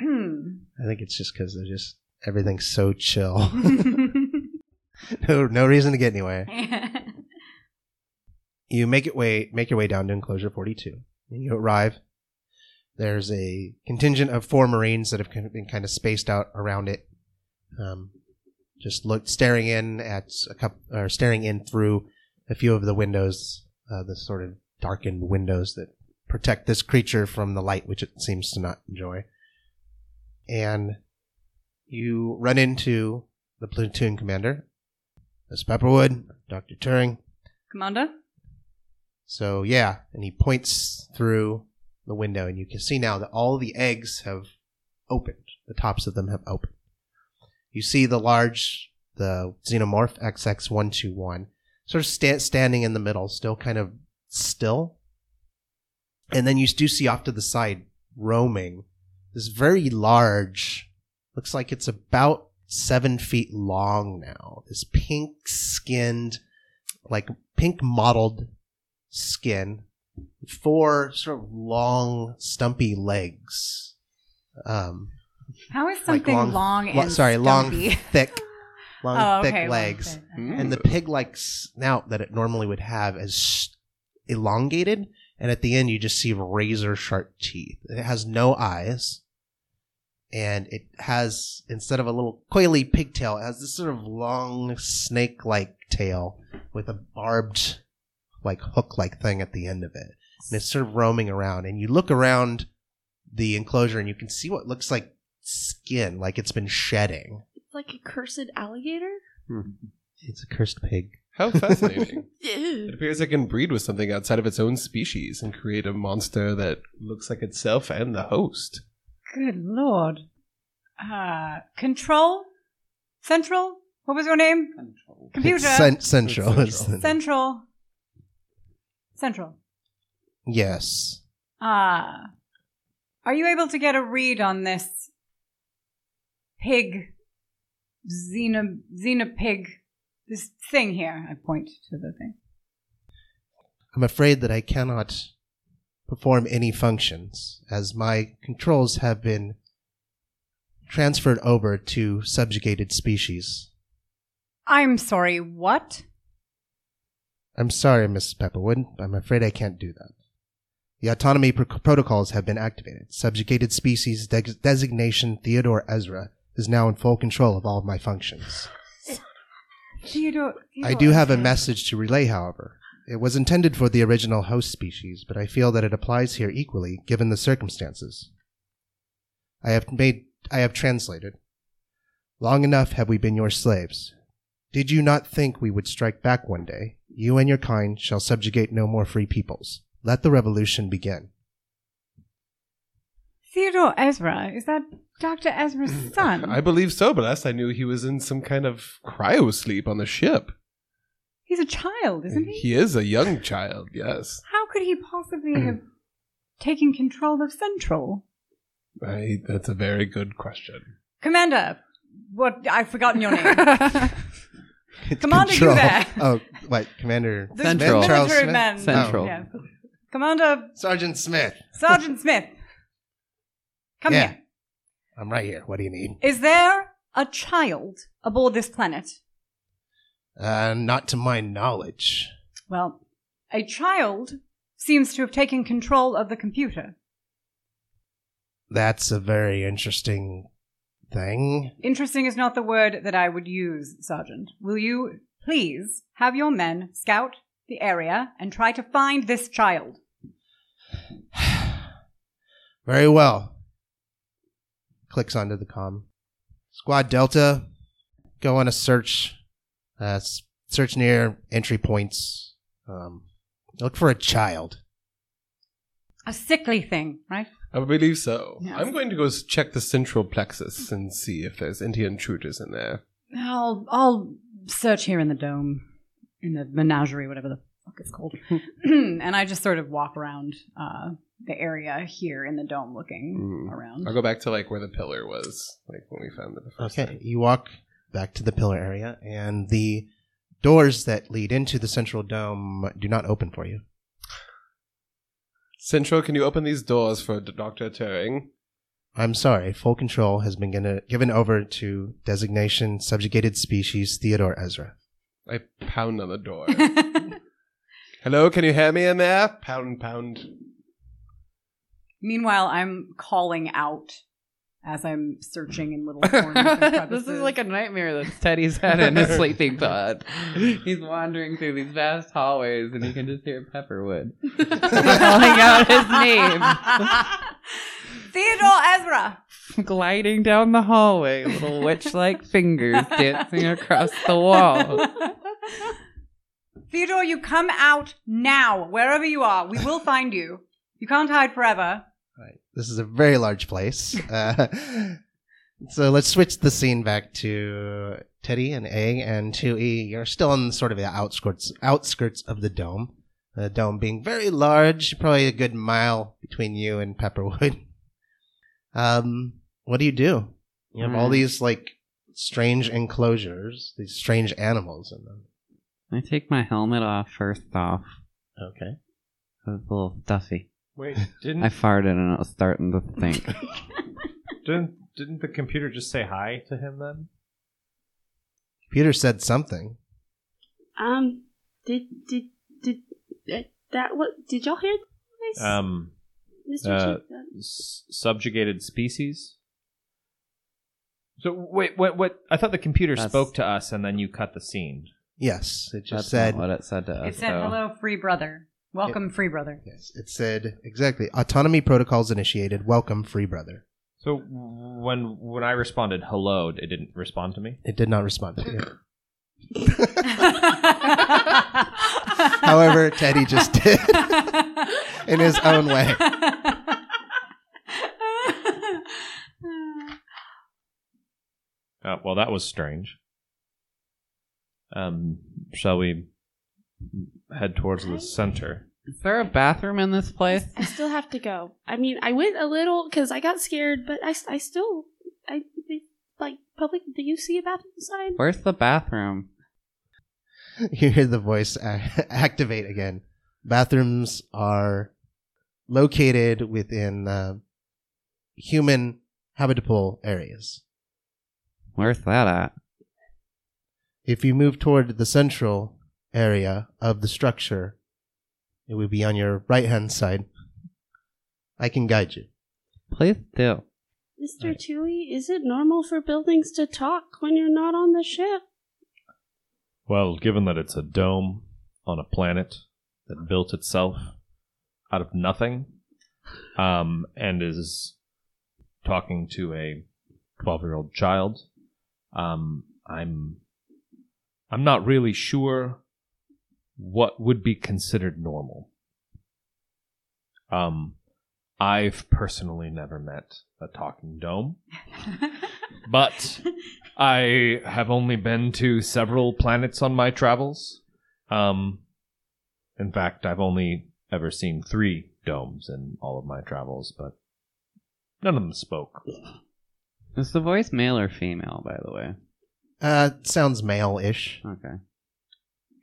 Speaker 2: I think it's just because they're just everything's so chill. no, no reason to get anywhere. You make it way make your way down to enclosure 42, and you arrive. There's a contingent of four Marines that have kind of been kind of spaced out around it, um, just look staring in at a couple or staring in through a few of the windows, uh, the sort of darkened windows that protect this creature from the light, which it seems to not enjoy. And you run into the platoon commander, Miss Pepperwood, Doctor Turing.
Speaker 1: Commander,
Speaker 2: So yeah, and he points through the window, and you can see now that all the eggs have opened. The tops of them have opened. You see the large, the xenomorph XX121, sort of sta- standing in the middle, still kind of still. And then you do see off to the side, roaming, this very large, looks like it's about seven feet long now. This pink skinned, like pink mottled skin, four sort of long, stumpy legs. Um,
Speaker 1: how is something
Speaker 2: long-
Speaker 1: long,
Speaker 2: lo-
Speaker 1: and
Speaker 2: sorry, long,
Speaker 1: stumpy?
Speaker 2: thick, long,
Speaker 1: Oh, okay,
Speaker 2: thick
Speaker 1: long,
Speaker 2: legs, Hmm?
Speaker 1: thick.
Speaker 2: and the pig-like snout that it normally would have is elongated, and at the end you just see razor-sharp teeth. It has no eyes, and it has instead of a little coily pigtail, it has this sort of long snake-like tail with a barbed, like hook-like thing at the end of it, and it's sort of roaming around. And you look around the enclosure, and you can see what looks like skin, like it's been shedding.
Speaker 7: It's like a cursed alligator.
Speaker 2: It's a cursed pig.
Speaker 3: How fascinating. it
Speaker 7: Ew.
Speaker 3: appears it can breed with something outside of its own species and create a monster that looks like itself and the host.
Speaker 1: Good lord. Uh, control? Central? What was your name? Computer?
Speaker 2: Cen- central.
Speaker 3: It's central.
Speaker 2: is the-
Speaker 1: Central. Central.
Speaker 2: yes.
Speaker 1: Ah. are you able to get a read on this pig, Xena, Xena pig, this thing here? I point to the thing.
Speaker 2: I'm afraid that I cannot perform any functions as my controls have been transferred over to subjugated species.
Speaker 1: I'm sorry, what?
Speaker 2: I'm sorry, Mrs. Pepperwood. I'm afraid I can't do that. The autonomy pro- protocols have been activated. Subjugated species de- designation Theodore Ezra is now in full control of all of my functions.
Speaker 1: Theodore,
Speaker 2: I do have a message to relay, however. It was intended for the original host species, but I feel that it applies here equally, given the circumstances. I have made, I have translated, Long enough have we been your slaves. Did you not think we would strike back one day? You and your kind shall subjugate no more free peoples. Let the revolution begin.
Speaker 1: Theodore Ezra, is that Dr. Ezra's
Speaker 2: Mm,
Speaker 1: son?
Speaker 3: I believe so, but last I knew he was in some kind of cryo sleep on the ship.
Speaker 1: He's a child, isn't he?
Speaker 3: He is a young child, yes.
Speaker 1: How could he possibly have taken control of Central?
Speaker 3: I, that's a very good question.
Speaker 1: Commander, what? I've forgotten your name. Commander, you
Speaker 2: Control-
Speaker 1: there.
Speaker 2: Oh, what, Commander?
Speaker 1: The
Speaker 2: Smith?
Speaker 4: Central.
Speaker 2: Charles
Speaker 1: military
Speaker 2: Smith? Oh.
Speaker 1: man.
Speaker 4: Central.
Speaker 1: Yeah. Commander
Speaker 2: Sergeant Smith.
Speaker 1: Sergeant Smith, come
Speaker 2: Yeah.
Speaker 1: here.
Speaker 2: I'm right here. What do you need?
Speaker 1: Is there a child aboard this planet?
Speaker 2: Uh, not to my knowledge.
Speaker 1: Well, a child seems to have taken control of the computer.
Speaker 2: That's a very interesting thing.
Speaker 1: Interesting is not the word that I would use, Sergeant. Will you please have your men scout the area and try to find this child?
Speaker 2: Very well. Clicks onto the comm. Squad Delta, go on a search. Uh, s- search near entry points. Um, look for a child.
Speaker 1: A sickly thing, right?
Speaker 3: I believe so.
Speaker 1: Yes.
Speaker 3: I'm going to go s- check the central plexus and see if there's any intruders in there.
Speaker 1: I'll I'll search here in the dome, in the menagerie, whatever the fuck it's called. and I just sort of walk around uh, the area here in the dome, looking
Speaker 8: Mm-hmm.
Speaker 3: Mm.
Speaker 1: around.
Speaker 3: I'll go back to like where the pillar was, like when we found it the first
Speaker 2: Okay,
Speaker 3: time.
Speaker 2: you walk back to the pillar area, and the doors that lead into the central dome do not open for you.
Speaker 3: Central, can you open these doors for D- Dr. Turing?
Speaker 2: I'm sorry, full control has been gonna, given over to designation subjugated species Theodore Ezra.
Speaker 3: I pound on the door. Hello, can you hear me in there? Pound, pound.
Speaker 1: Meanwhile, I'm calling out as I'm searching in little corners. and
Speaker 8: this is
Speaker 1: crevices.
Speaker 8: like a nightmare that Teddy's had in his sleeping pod. He's wandering through these vast hallways and he can just hear Pepperwood calling out his name,
Speaker 1: Theodore Ezra.
Speaker 8: gliding down the hallway, little witch like fingers dancing across the wall.
Speaker 1: Theodore, you come out now, wherever you are. We will find you. You can't hide forever.
Speaker 2: Right. This is a very large place. Uh, so let's switch the scene back to Teddy and A and 2E. You're still on sort of the outskirts outskirts of the dome. The dome being very large, probably a good mile between you and Pepperwood. Um, what do you do? You have all
Speaker 8: Hmm.
Speaker 2: these like strange enclosures, these strange animals in them.
Speaker 8: I take my helmet off first off.
Speaker 2: Okay.
Speaker 8: It was a little stuffy.
Speaker 5: Wait,
Speaker 8: I
Speaker 5: didn't
Speaker 8: farted and I was starting to think.
Speaker 5: didn't didn't the computer just say hi to him then?
Speaker 2: Peter said something.
Speaker 9: Um, did did did that, that what did y'all hear? This?
Speaker 5: Um,
Speaker 9: Mr.
Speaker 5: uh,
Speaker 9: Chief, uh,
Speaker 5: s- subjugated species. So wait, what? What? I thought the computer
Speaker 8: That's-
Speaker 5: spoke to us, and then you cut the scene.
Speaker 2: Yes, it just
Speaker 8: That's
Speaker 2: said
Speaker 8: not what it said to us.
Speaker 1: It said,
Speaker 8: though.
Speaker 1: hello, free brother. Welcome, free brother.
Speaker 2: Yes, it said exactly. Autonomy protocols initiated. Welcome, free brother.
Speaker 5: So when when I responded hello, it didn't respond to me.
Speaker 2: It did not respond to you.
Speaker 1: However,
Speaker 2: However, Teddy just did. In his own way.
Speaker 5: Uh, well, that was strange. Um, shall we head towards the center?
Speaker 8: Is there a bathroom in this place?
Speaker 9: I still have to go. I mean, I went a little because I got scared, but I, s- I still I they, like public. Do you see a bathroom sign?
Speaker 8: Where's the bathroom?
Speaker 2: you hear the voice a- activate again. Bathrooms are located within uh, human habitable areas.
Speaker 8: Where's that at?
Speaker 2: If you move toward the central area of the structure, it would be on your right hand side. I can guide you.
Speaker 8: Please do.
Speaker 9: Mr. Chewy, is it normal for buildings to talk when you're not on the ship?
Speaker 5: Well, given that it's a dome on a planet that built itself out of nothing, um, and is talking to a twelve-year-old child, Um, I'm I'm not really sure what would be considered normal. Um, I've personally never met a talking dome, but I have only been to several planets on my travels. Um, in fact, I've only ever seen three domes in all of my travels, but none of them spoke.
Speaker 8: Is the voice male or female, by the way?
Speaker 2: Uh, sounds male-ish,
Speaker 8: Okay.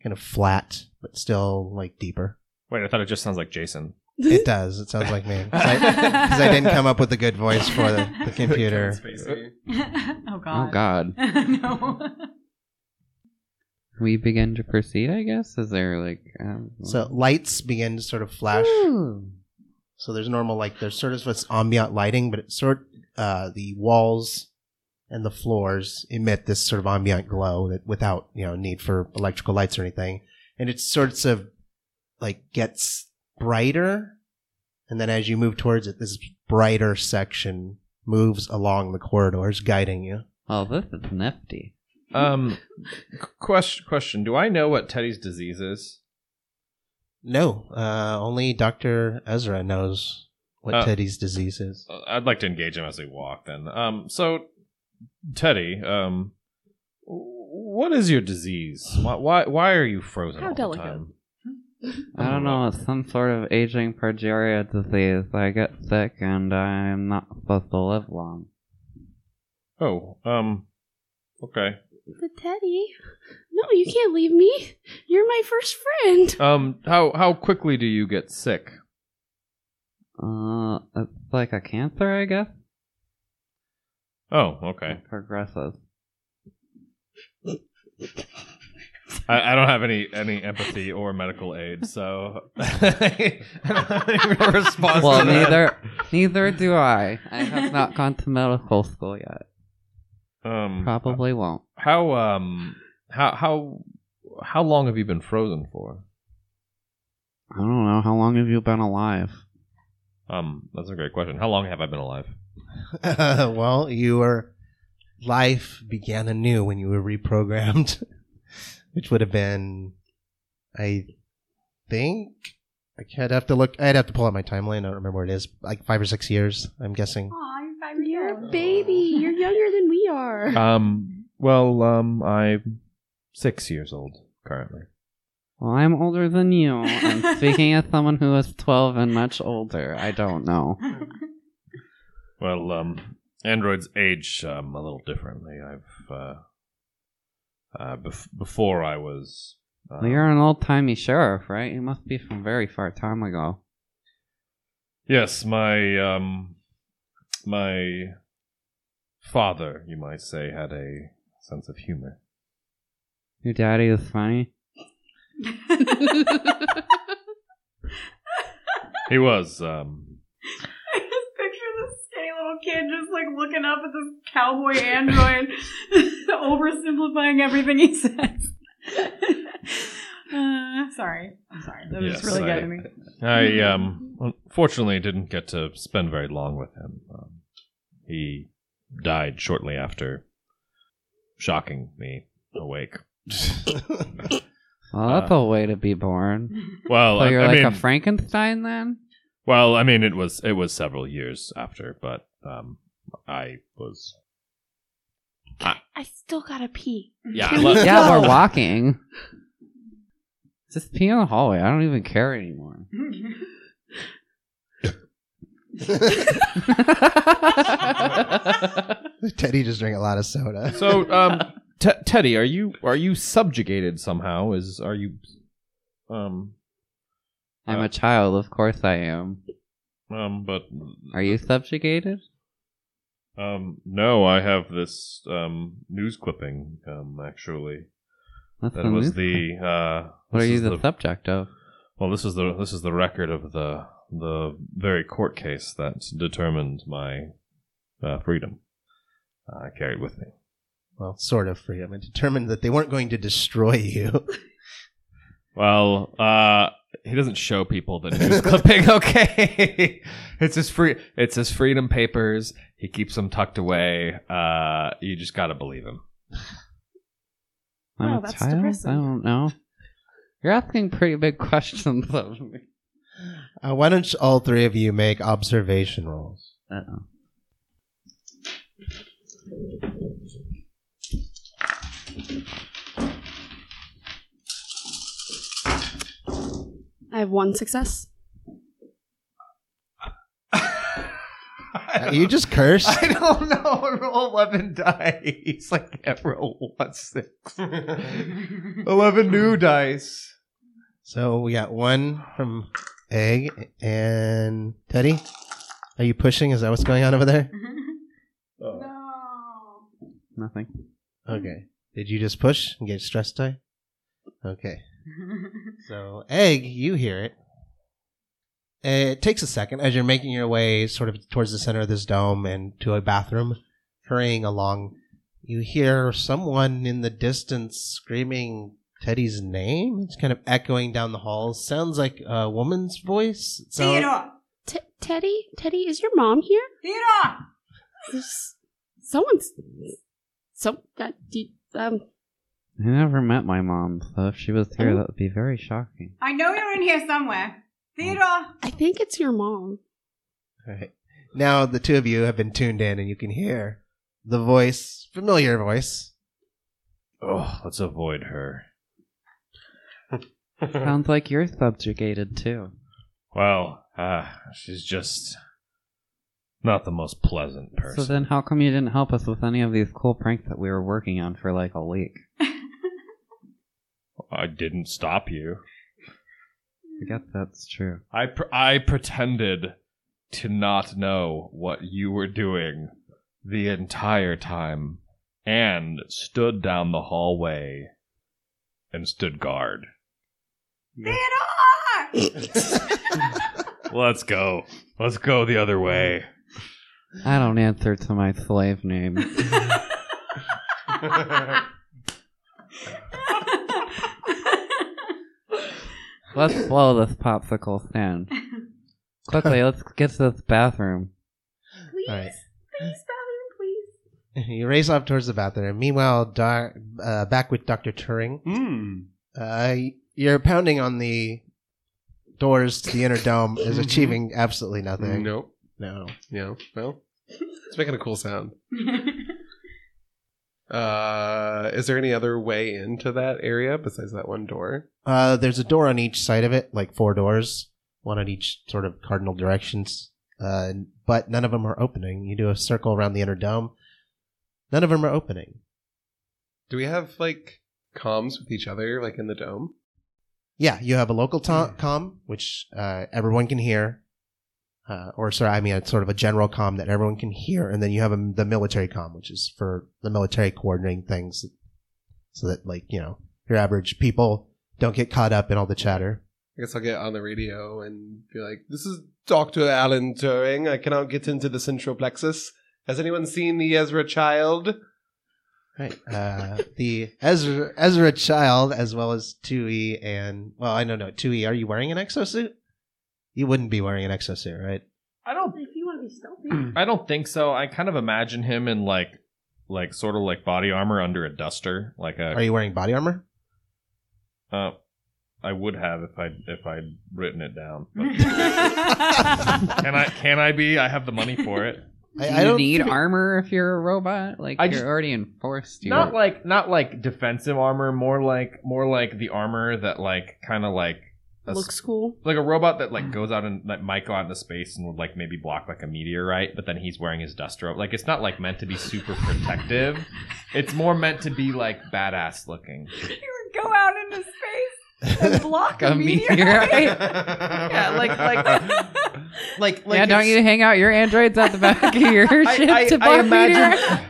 Speaker 2: kind of flat, but still like deeper.
Speaker 5: Wait, I thought it just sounds like Jason.
Speaker 2: It does. It sounds like me because I, 'cause I didn't come up with a good voice for the, the computer.
Speaker 1: oh
Speaker 8: Oh
Speaker 1: God.
Speaker 8: God.
Speaker 1: no.
Speaker 8: We begin to proceed. I guess. Is there like um,
Speaker 2: So lights begin to sort of flash.
Speaker 8: Ooh.
Speaker 2: So there's normal like there's sort of this ambient lighting, but it's sort uh the walls and the floors emit this sort of ambient glow that without you know need for electrical lights or anything, and it sorts of like gets brighter, and then as you move towards it, this brighter section moves along the corridors, guiding you.
Speaker 8: Oh, this is nifty.
Speaker 5: Um, question, question. Do I know what Teddy's disease is?
Speaker 2: No, uh, only Doctor Ezra knows what
Speaker 5: Uh,
Speaker 2: Teddy's disease is.
Speaker 5: Uh, I'd like to engage him as we walk. Then, um, so Teddy, um, what is your disease? Why, why, why are you frozen
Speaker 9: How
Speaker 5: all
Speaker 9: delicate.
Speaker 5: the time?
Speaker 8: I don't know. It's some sort of aging progeria disease. I get sick and I'm not supposed to live long.
Speaker 5: Oh, um, okay.
Speaker 9: The teddy. No, you can't leave me. You're my first friend.
Speaker 5: Um, how how quickly do you get sick?
Speaker 8: Uh, it's like a cancer, I guess.
Speaker 5: Oh, okay.
Speaker 8: It progresses.
Speaker 5: I, I don't have any any empathy or medical aid, so I don't have any response.
Speaker 8: Well,
Speaker 5: to that.
Speaker 8: neither neither do I. I have not gone to medical school yet.
Speaker 5: Um,
Speaker 8: Probably won't.
Speaker 5: How um how how how long have you been frozen for?
Speaker 8: I don't know. How long have you been alive?
Speaker 5: Um, that's a great question. How long have I been alive?
Speaker 2: well, your life began anew when you were reprogrammed, which would have been, I think, I'd have to look. I'd have to pull out my timeline. I don't remember where it is. Like five or six years, I'm guessing.
Speaker 1: Aw, you're five
Speaker 9: You're
Speaker 1: years
Speaker 9: a baby. You're younger than we
Speaker 4: Uh,
Speaker 9: are.
Speaker 5: Um, well, um, I'm six years old currently.
Speaker 8: Well, I'm older than you. And speaking as someone who is 12 and much older, I don't know.
Speaker 5: Well, um, androids age um, a little differently. I've uh, uh, bef- before I was. Uh,
Speaker 8: Well, you're an old timey sheriff, right? You must be from very far time ago.
Speaker 5: Yes, my um, my father, you might say, had a sense of humor.
Speaker 8: Your daddy is funny.
Speaker 5: He was um,
Speaker 1: I just picture this skinny little kid just like looking up at this cowboy android, oversimplifying everything he says. uh, sorry, I'm sorry. That was
Speaker 5: Yes,
Speaker 1: really
Speaker 5: I-
Speaker 1: getting me.
Speaker 5: I um, unfortunately didn't get to spend very long with him. Um, he died shortly after shocking me awake.
Speaker 8: Well, that's a way to be born.
Speaker 5: Uh, Well,
Speaker 8: So
Speaker 5: I,
Speaker 8: you're
Speaker 5: I
Speaker 8: like
Speaker 5: mean,
Speaker 8: a Frankenstein then?
Speaker 5: well, I mean, it was it was several years after, but um, I was
Speaker 9: I still gotta pee.
Speaker 5: yeah. I
Speaker 9: Can
Speaker 5: left-
Speaker 9: we-
Speaker 8: Yeah, we're walking. Just pee in the hallway. I don't even care anymore.
Speaker 2: Teddy just drank a lot of soda.
Speaker 5: so, um, Te Teddy, are you are you subjugated somehow? Is are you um uh,
Speaker 8: I'm a child, of course I am.
Speaker 5: um? But
Speaker 8: Are you subjugated?
Speaker 5: um, no, I have this um news clipping um actually.
Speaker 8: That's
Speaker 5: That was the uh,
Speaker 8: What are
Speaker 5: this
Speaker 8: you
Speaker 5: is
Speaker 8: the, subject of?
Speaker 5: well. This is the this is the record of the the very court case that determined my uh, freedom. Uh, I carried with me.
Speaker 2: well, sort of freedom. I determined that they weren't going to destroy you.
Speaker 5: Well, uh, he doesn't show people the news clipping. Okay,
Speaker 6: It's his free. It's his freedom papers. He keeps them tucked away. Uh, you just gotta believe him.
Speaker 4: I'm
Speaker 9: Wow,
Speaker 4: a
Speaker 9: that's
Speaker 4: child? Oh.
Speaker 9: depressing.
Speaker 4: I don't know. You're asking pretty big questions of me.
Speaker 2: Uh, why don't all three of you make observation rolls?
Speaker 4: Uh-oh.
Speaker 9: I have one success.
Speaker 2: Uh, you just cursed.
Speaker 6: I don't know. Roll eleven dice. I can't roll one six. eleven new dice.
Speaker 2: So we got one from Egg and Teddy. Are you pushing? Is that what's going on over there?
Speaker 1: No.
Speaker 4: Nothing.
Speaker 2: Okay. Did you just push and get stress die? Okay. So, Egg, you hear it. Eh, It takes a second as you're making your way sort of towards the center of this dome and to a bathroom, hurrying along. You hear someone in the distance screaming Teddy's name. It's kind of echoing down the hall. Sounds like a woman's voice. It sound-
Speaker 1: Theodore!
Speaker 9: T- Teddy, Teddy, is your mom here?
Speaker 1: Theodore!
Speaker 9: There's someone's some that do- um
Speaker 4: I never met my mom, so if she was here,
Speaker 9: Oh.
Speaker 4: that would be very shocking.
Speaker 1: I know you're in here somewhere. Theodore!
Speaker 9: I think it's your mom.
Speaker 2: All right. Now the two of you have been tuned in and you can hear the voice, familiar voice.
Speaker 5: Oh, let's avoid her.
Speaker 4: Sounds like you're subjugated too.
Speaker 5: Well, uh, she's just not the most pleasant person.
Speaker 4: So then, how come you didn't help us with any of these cool pranks that we were working on for like a week?
Speaker 5: I didn't stop you.
Speaker 4: I guess that's true.
Speaker 5: I pr- I pretended to not know what you were doing the entire time and stood down the hallway and stood guard.
Speaker 1: Theodore!
Speaker 5: Let's go. Let's go the other way.
Speaker 4: I don't answer to my slave name. let's blow this popsicle stand. Quickly, let's get to this bathroom.
Speaker 9: Please,
Speaker 2: All right.
Speaker 9: please, bathroom, please.
Speaker 2: You race off towards the bathroom. Meanwhile, doc, uh, back with Dr. Turing,
Speaker 5: Hmm.
Speaker 2: uh, you're pounding on the doors to the inner dome is achieving absolutely nothing.
Speaker 3: Nope.
Speaker 2: No.
Speaker 3: No. No. It's making a cool sound. Uh, is there any other way into that area besides that one door?
Speaker 2: Uh, there's a door on each side of it, like four doors, one on each sort of cardinal directions. Uh, but none of them are opening. You do a circle around the inner dome. None of them are opening.
Speaker 3: Do we have like comms with each other, like in the dome?
Speaker 2: Yeah, you have a local to- com, which uh, everyone can hear. Uh, or sorry, I mean, it's sort of a general com that everyone can hear, and then you have a, the military com, which is for the military coordinating things, so that like you know your average people don't get caught up in all the chatter.
Speaker 3: I guess I'll get on the radio and be like, "This is Doctor Alan Turing. I cannot get into the central plexus. Has anyone seen the Ezra Child?"
Speaker 2: Right. Uh, the Ezra, Ezra Child, as well as Tui, and well, I don't know, Tui. Are you wearing an exosuit? You wouldn't be wearing an exosuit, right?
Speaker 6: I don't.
Speaker 9: If you want to be stealthy,
Speaker 5: I don't think so. I kind of imagine him in like like sort of like body armor under a duster, like a
Speaker 2: Are you wearing body armor?
Speaker 5: Uh, I would have if I if I'd written it down. But can I can I be? I have the money for it.
Speaker 4: Do you need armor if you're a robot? Like
Speaker 6: I
Speaker 4: you're
Speaker 6: just-
Speaker 4: already enforced. You
Speaker 6: Not
Speaker 4: are-
Speaker 6: like
Speaker 5: Not like defensive armor, more like more like the armor that like kind of like a,
Speaker 9: looks cool.
Speaker 5: like a robot that like goes out and like might go out into space and would like maybe block like a meteorite, but then he's wearing his duster. Like it's not like meant to be super protective. It's more meant to be like badass looking.
Speaker 1: you would go out into space and block a,
Speaker 4: a meteorite.
Speaker 6: yeah,
Speaker 4: like- like-
Speaker 6: like like
Speaker 4: yeah, don't
Speaker 6: it's-
Speaker 4: you hang out your androids at the back of your
Speaker 6: I-
Speaker 4: ship
Speaker 6: I-
Speaker 4: to
Speaker 6: I
Speaker 4: block
Speaker 6: imagine-
Speaker 4: meteorite?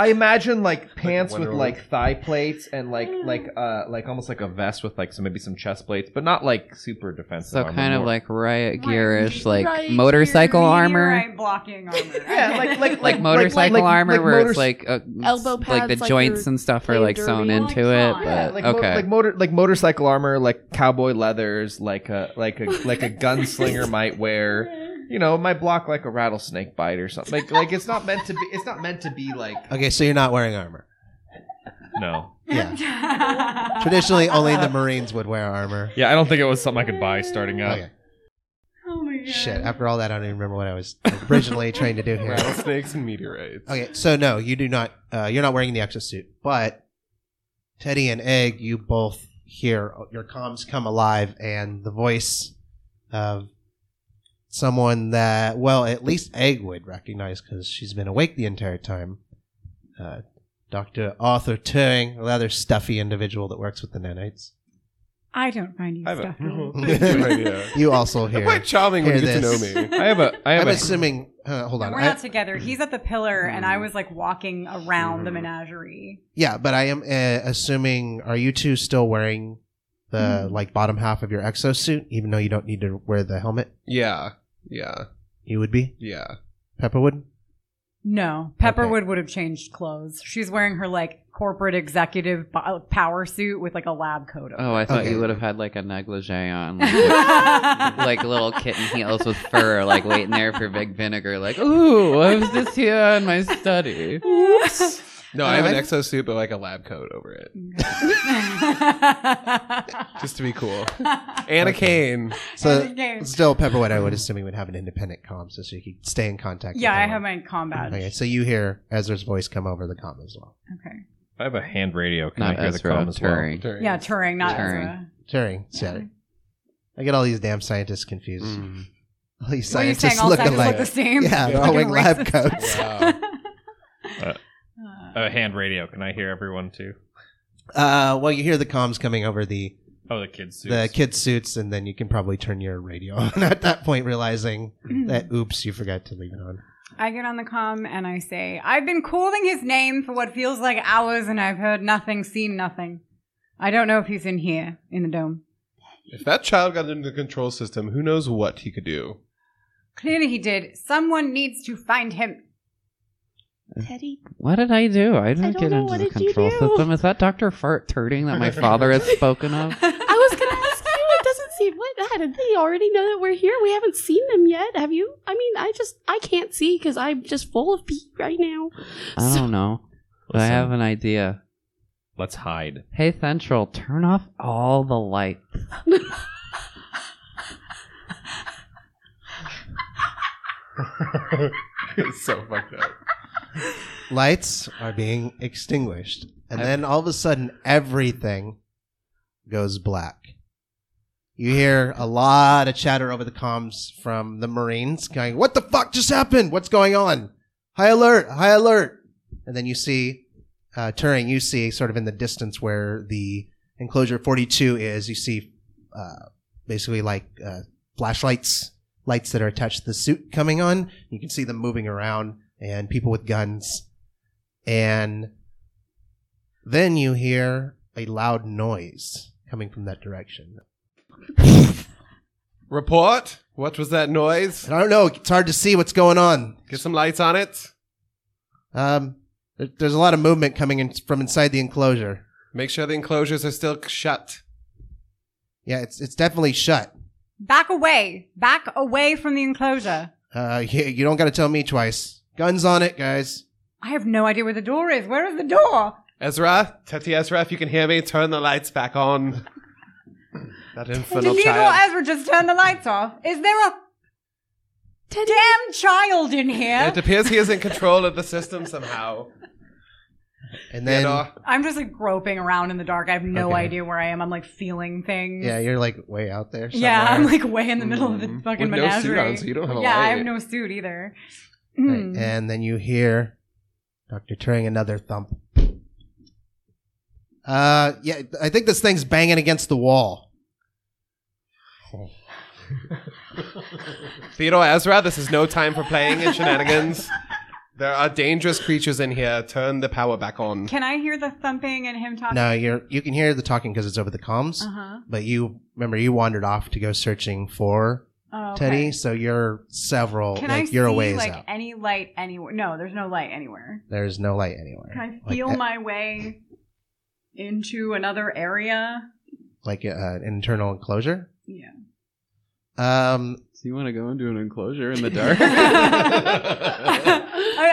Speaker 6: I imagine like pants
Speaker 3: Wonder
Speaker 6: with
Speaker 3: Woman.
Speaker 6: like thigh plates and like like uh like almost like a vest with like some maybe some chest plates, but not like super defensive.
Speaker 4: So
Speaker 6: armor,
Speaker 4: kind of
Speaker 6: more-
Speaker 4: like riot gearish, like
Speaker 9: Riot
Speaker 4: motorcycle armor,
Speaker 1: Meteorite blocking armor.
Speaker 6: yeah, like like like
Speaker 4: like motorcycle
Speaker 6: like- like-
Speaker 4: armor,
Speaker 6: like
Speaker 4: where
Speaker 6: motors-
Speaker 4: it's like uh,
Speaker 9: Elbow
Speaker 4: s- like
Speaker 9: pads,
Speaker 4: the
Speaker 9: like
Speaker 4: joints
Speaker 9: you're
Speaker 4: and stuff are
Speaker 9: playing
Speaker 4: like
Speaker 9: dirty.
Speaker 4: sewn
Speaker 9: Oh,
Speaker 4: into
Speaker 1: like that.
Speaker 4: it. But
Speaker 6: Yeah, like, mo-
Speaker 4: okay,
Speaker 6: like motor like motorcycle armor, like cowboy leathers, like a like a like a gunslinger might wear. You know, it might block like a rattlesnake bite or something. Like like it's not meant to be. It's not meant to be like
Speaker 2: Okay, so you're not wearing armor.
Speaker 5: No.
Speaker 1: Yeah.
Speaker 2: Traditionally, only the Marines would wear armor.
Speaker 5: Yeah, I don't think it was something I could buy starting out.
Speaker 2: Okay.
Speaker 1: Oh my god.
Speaker 2: Shit. After all that, I don't even remember what I was originally trying to do here.
Speaker 3: Rattlesnakes and meteorites.
Speaker 2: Okay, so no, you do not. Uh, you're not wearing the exosuit, but Teddy and Egg, you both hear your comms come alive, and the voice of someone that, well, at least Egg would recognize because she's been awake the entire time. Uh, Doctor Arthur Turing, a rather stuffy individual that works with the nanites.
Speaker 1: I don't find you
Speaker 3: I have a-
Speaker 1: stuffy.
Speaker 3: Yeah.
Speaker 2: You also
Speaker 3: I'm
Speaker 2: hear.
Speaker 3: quite charming when you
Speaker 2: Hear
Speaker 3: get
Speaker 2: this.
Speaker 3: to know me.
Speaker 6: I have a. I have
Speaker 2: I'm
Speaker 6: a.
Speaker 2: assuming. Uh, hold on.
Speaker 1: we're
Speaker 2: I- Hmm.
Speaker 1: not together. He's at the pillar, and I was like walking around
Speaker 3: Hmm.
Speaker 1: the menagerie.
Speaker 2: Yeah, but I am uh, assuming. Are you two still wearing the
Speaker 1: Mm-hmm.
Speaker 2: like bottom half of your exosuit, even though you don't need to wear the helmet?
Speaker 3: Yeah, yeah,
Speaker 2: You would be
Speaker 3: yeah.
Speaker 2: Pepperwood.
Speaker 1: No, Pepperwood would have changed clothes. She's wearing her like corporate executive bo- uh, power suit with like a lab coat.
Speaker 8: Oh,
Speaker 1: Over.
Speaker 8: I thought
Speaker 2: Okay.
Speaker 8: you would have had like a negligee on, like,
Speaker 1: like
Speaker 8: like little kitten heels with fur, like waiting there for big vinegar. Like, ooh, I was just here in my study.
Speaker 3: No, I have an
Speaker 2: Alright.
Speaker 3: exosuit, but like a lab coat over it, just to be cool. And a cane.
Speaker 2: So still Pepperwood, I would assume you would have an independent comm, so you could stay in contact. with
Speaker 1: yeah, I
Speaker 2: everyone.
Speaker 1: have my combat.
Speaker 2: Okay, so you hear Ezra's voice come over the comm as well.
Speaker 1: Okay.
Speaker 5: I have a hand radio. Can
Speaker 8: Not
Speaker 5: I hear the
Speaker 8: Ezra,
Speaker 5: comm as well?
Speaker 8: Turing.
Speaker 3: During-
Speaker 1: Yeah, Turing, not
Speaker 8: Turing.
Speaker 1: Ezra.
Speaker 2: Turing, sorry. I get all these damn scientists confused.
Speaker 3: Mm.
Speaker 2: All these
Speaker 1: Were you
Speaker 2: scientists
Speaker 1: saying all
Speaker 2: look
Speaker 1: scientists
Speaker 2: alike.
Speaker 1: look the same?
Speaker 2: Yeah, they're all
Speaker 1: Fucking
Speaker 2: wearing lab
Speaker 1: racist.
Speaker 2: coats.
Speaker 3: Mm. Wow.
Speaker 5: Uh, I have a hand radio. Can I hear everyone too?
Speaker 2: Uh, well, you hear the comms coming over the
Speaker 5: Oh, the kids. Suits.
Speaker 2: the kids suits, and then you can probably turn your radio on at that point, realizing that oops, you forgot to leave it on.
Speaker 1: I get on the comm and I say, I've been calling his name for what feels like hours and I've heard nothing, seen nothing. I don't know if he's in here, in the dome.
Speaker 3: If that child got into the control system, who knows what he could do?
Speaker 1: Clearly he did. Someone needs to find him.
Speaker 9: Teddy,
Speaker 8: What did I do? I didn't
Speaker 9: I don't
Speaker 8: get
Speaker 9: know.
Speaker 8: into
Speaker 9: What
Speaker 8: the
Speaker 9: did you
Speaker 8: control
Speaker 9: do?
Speaker 8: system. Is that Doctor Fart Turting that my father has spoken of?
Speaker 9: I was gonna ask you. It doesn't seem like that. They already know that we're here. We haven't seen them yet. Have you? I mean, I just I can't see because I'm just full of pee right now.
Speaker 8: I don't know. But I
Speaker 5: Listen,
Speaker 8: have an idea.
Speaker 5: Let's hide.
Speaker 8: Hey Central, turn off all the lights.
Speaker 3: it's so fucked up.
Speaker 2: Lights are being extinguished, and then all of a sudden, everything goes black. You hear a lot of chatter over the comms from the Marines going, What the fuck just happened? What's going on? High alert! High alert! And then you see, uh, Turing, you see sort of in the distance where the enclosure 42 is, you see uh, basically like uh, flashlights, lights that are attached to the suit coming on. You can see them moving around and people with guns. And then you hear a loud noise coming from that direction.
Speaker 3: Report. What was that noise?
Speaker 2: And I don't know, it's hard to see what's going on.
Speaker 3: Get some lights on it.
Speaker 2: Um, there- there's a lot of movement coming in from inside the enclosure.
Speaker 3: Make sure the enclosures are still shut.
Speaker 2: Yeah, it's it's definitely shut.
Speaker 1: Back away. Back away from the enclosure.
Speaker 2: Uh, you, you don't got to tell me twice. Guns on it, guys.
Speaker 1: I have no idea where the door is. Where is the door?
Speaker 3: Ezra, Teti Ezra, if you can hear me, turn the lights back on. That infernal
Speaker 1: Did Theodore
Speaker 3: child.
Speaker 1: Ezra just turn the lights off? Is there a
Speaker 9: Teddy,
Speaker 1: damn child in here?
Speaker 3: It appears he is in control of the system somehow.
Speaker 2: And then
Speaker 3: Theodore,
Speaker 1: I'm just like groping around in the dark. I have no
Speaker 2: Okay.
Speaker 1: idea where I am. I'm like feeling things.
Speaker 2: yeah, you're like way out there. Somewhere.
Speaker 1: Yeah, I'm like way in the middle of the
Speaker 3: Mm.
Speaker 1: fucking
Speaker 3: With no
Speaker 1: menagerie.
Speaker 3: suit on, so you don't have a
Speaker 1: yeah, I
Speaker 3: light.
Speaker 1: have no suit either.
Speaker 2: Right,
Speaker 1: Hmm.
Speaker 2: And then you hear Dr. Turing another thump. Uh, yeah, I think this thing's banging against the wall.
Speaker 3: Theodore Ezra, this is no time for playing and shenanigans. There are dangerous creatures in here. Turn the power back on.
Speaker 1: Can I hear the thumping and him talking?
Speaker 2: No, you're you can hear the talking because it's over the comms,
Speaker 1: Uh huh.
Speaker 2: but you remember you wandered off to go searching for
Speaker 1: Oh, okay.
Speaker 2: Teddy, so you're several
Speaker 1: Can
Speaker 2: like
Speaker 1: I
Speaker 2: you're a
Speaker 1: see
Speaker 2: ways
Speaker 1: like
Speaker 2: out.
Speaker 1: any light anywhere? No, there's no light anywhere.
Speaker 2: There's no light anywhere.
Speaker 1: Can I
Speaker 2: Like,
Speaker 1: feel
Speaker 2: uh,
Speaker 1: my way into another area?
Speaker 2: like uh, an internal enclosure?
Speaker 1: Yeah.
Speaker 2: Um,
Speaker 8: So you want to go into an enclosure in the dark?
Speaker 1: I,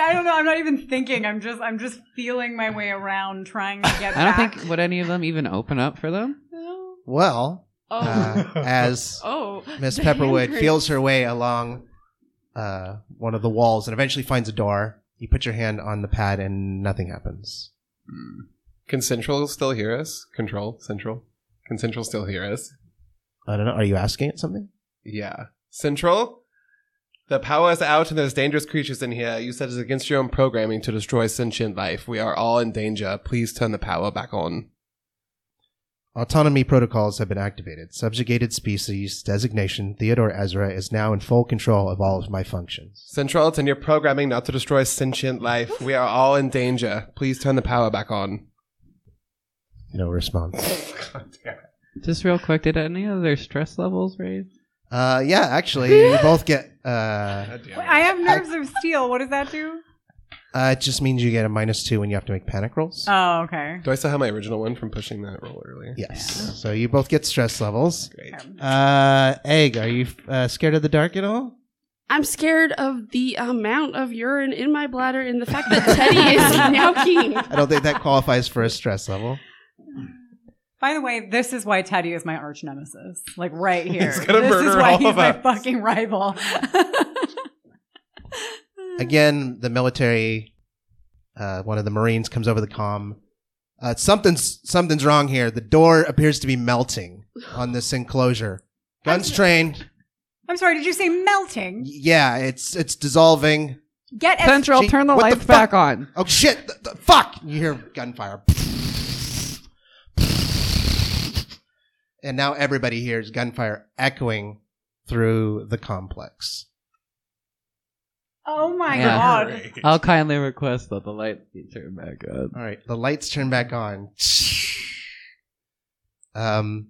Speaker 1: I don't know. I'm not even thinking. I'm just I'm just feeling my way around, trying to get.
Speaker 8: I don't
Speaker 1: back.
Speaker 8: think would any of them even open up for them.
Speaker 7: Oh.
Speaker 2: well,
Speaker 7: Oh.
Speaker 2: uh, as
Speaker 7: oh.
Speaker 2: Miss
Speaker 7: The
Speaker 2: Pepperwood
Speaker 7: handprint.
Speaker 2: feels her way along uh, one of the walls and eventually finds a door. You put your hand on the pad and nothing happens.
Speaker 3: Can Central still hear us? Control, Central. Can Central still hear us?
Speaker 2: I don't know. Are you asking it something?
Speaker 3: Yeah. Central? The power is out and there's dangerous creatures in here. You said it's against your own programming to destroy sentient life. We are all in danger. Please turn the power back on.
Speaker 2: Autonomy protocols have been activated. Subjugated species designation Theodore Ezra is now in full control of all of my functions.
Speaker 3: Central, it's in your programming not to destroy sentient life. We are all in danger. Please turn the power back on.
Speaker 2: No response.
Speaker 8: Just real quick, did any of their stress levels raise?
Speaker 2: Uh, yeah, actually, you both get. Uh,
Speaker 1: Wait, I have nerves of steel. What does that do?
Speaker 2: uh, it just means you get a minus two when you have to make panic rolls.
Speaker 1: Oh, okay.
Speaker 3: Do I still have my original one from pushing that roll earlier?
Speaker 2: Yes. So you both get stress levels.
Speaker 3: Great.
Speaker 2: Uh, Egg, are you uh, scared of the dark at all?
Speaker 9: I'm scared of the amount of urine in my bladder and the fact that Teddy is nyawking.
Speaker 2: I don't think that qualifies for a stress level.
Speaker 1: By the way, this is why Teddy is my arch nemesis. Like right here.
Speaker 3: He's gonna
Speaker 1: this is
Speaker 3: murder
Speaker 1: why
Speaker 3: all
Speaker 1: he's
Speaker 3: of
Speaker 1: my
Speaker 3: us.
Speaker 1: fucking rival.
Speaker 2: Again, the military, uh, one of the Marines comes over the comm. Uh, something's something's wrong here. The door appears to be melting on this enclosure. Guns trained.
Speaker 1: I'm sorry, did you say melting?
Speaker 2: Yeah, it's it's dissolving.
Speaker 1: Get as
Speaker 8: Central,
Speaker 2: She-
Speaker 8: turn the
Speaker 2: what the
Speaker 8: lights back
Speaker 2: fuck?
Speaker 8: on.
Speaker 2: Oh shit! Th- th- fuck! You hear gunfire. And now everybody hears gunfire echoing through the complex.
Speaker 1: Oh my
Speaker 8: Yeah.
Speaker 1: god.
Speaker 8: I'll kindly request that the lights be turned back on.
Speaker 2: All right, the lights turn back on. Um,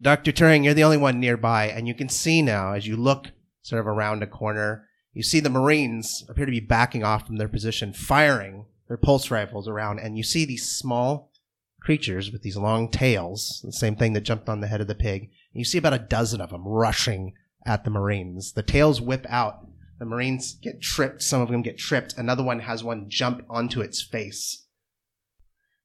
Speaker 2: Dr. Turing, you're the only one nearby, and you can see now as you look sort of around a corner, you see the Marines appear to be backing off from their position, firing their pulse rifles around, and you see these small creatures with these long tails, the same thing that jumped on the head of the pig. And you see about a dozen of them rushing at the Marines. The tails whip out. The Marines get tripped. Some of them get tripped. Another one has one jump onto its face.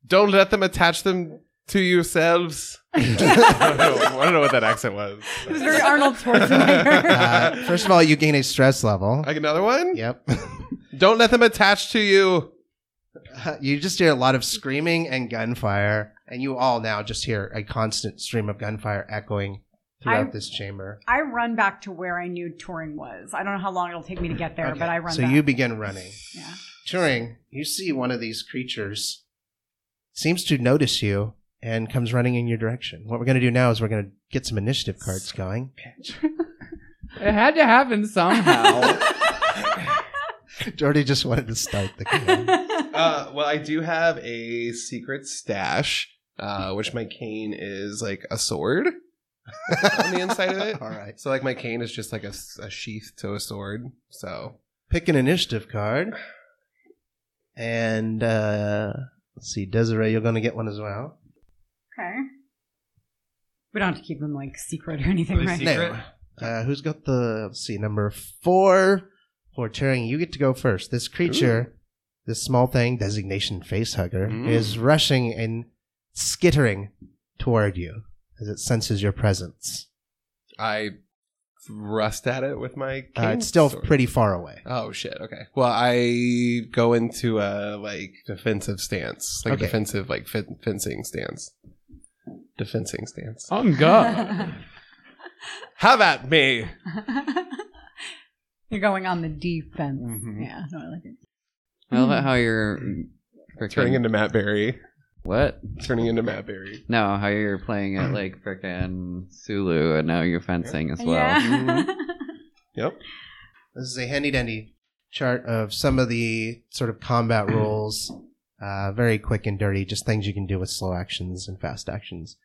Speaker 3: Don't let them attach them to yourselves. I, don't know, I don't know what that accent was.
Speaker 1: It was very Arnold Schwarzenegger.
Speaker 2: Uh, first of all, you gain a stress level.
Speaker 3: Like another one?
Speaker 2: Yep.
Speaker 3: Don't let them attach to you.
Speaker 2: you just hear a lot of screaming and gunfire, and you all now just hear a constant stream of gunfire echoing throughout
Speaker 1: I-
Speaker 2: this chamber.
Speaker 1: I run back to where I knew Turing was. I don't know how long it'll take me to get there,
Speaker 2: Okay,
Speaker 1: but I run
Speaker 2: So
Speaker 1: back.
Speaker 2: you begin running.
Speaker 1: yeah.
Speaker 2: Turing, you see one of these creatures seems to notice you and comes running in your direction. What we're going to do now is we're going to get some initiative cards going.
Speaker 8: It had to happen somehow.
Speaker 2: Jordy just wanted to start the game.
Speaker 3: Uh, well, I do have a secret stash, uh, which my cane is like a sword on the inside of it.
Speaker 2: All right.
Speaker 3: So, like, my cane is just like a, s- a sheath to a sword. So,
Speaker 2: Pick an initiative card. And uh, let's see, Desiree, you're going to get one as well.
Speaker 1: okay. We don't have to keep them like secret or anything, right?
Speaker 2: No. Uh, who's got the, let's see, number four for Turing? You get to go first. This creature, this small thing, designation face hugger,
Speaker 3: Mm.
Speaker 2: is rushing and skittering toward you as it senses your presence.
Speaker 3: I thrust at it with my cane.
Speaker 2: Uh, it's still
Speaker 3: sword.
Speaker 2: pretty far away.
Speaker 3: Oh shit! Okay. Well, I go into a like defensive stance, like
Speaker 2: Okay.
Speaker 3: defensive, like fin- fencing stance, defensing stance.
Speaker 2: Oh,
Speaker 8: on God.
Speaker 3: Have at me!
Speaker 1: You're going on the defense.
Speaker 2: Mm-hmm.
Speaker 3: Mhm.
Speaker 1: Yeah, I like it.
Speaker 8: I love it how you're freaking,
Speaker 3: Turning into Matt Berry.
Speaker 8: what?
Speaker 3: Turning into Matt Berry.
Speaker 8: No, how you're playing it like freaking Sulu, and now you're fencing as well.
Speaker 1: Yeah.
Speaker 2: Mm-hmm.
Speaker 3: Yep.
Speaker 2: This is a handy dandy chart of some of the sort of combat rules. Uh, very quick and dirty, just things you can do with slow actions and fast actions.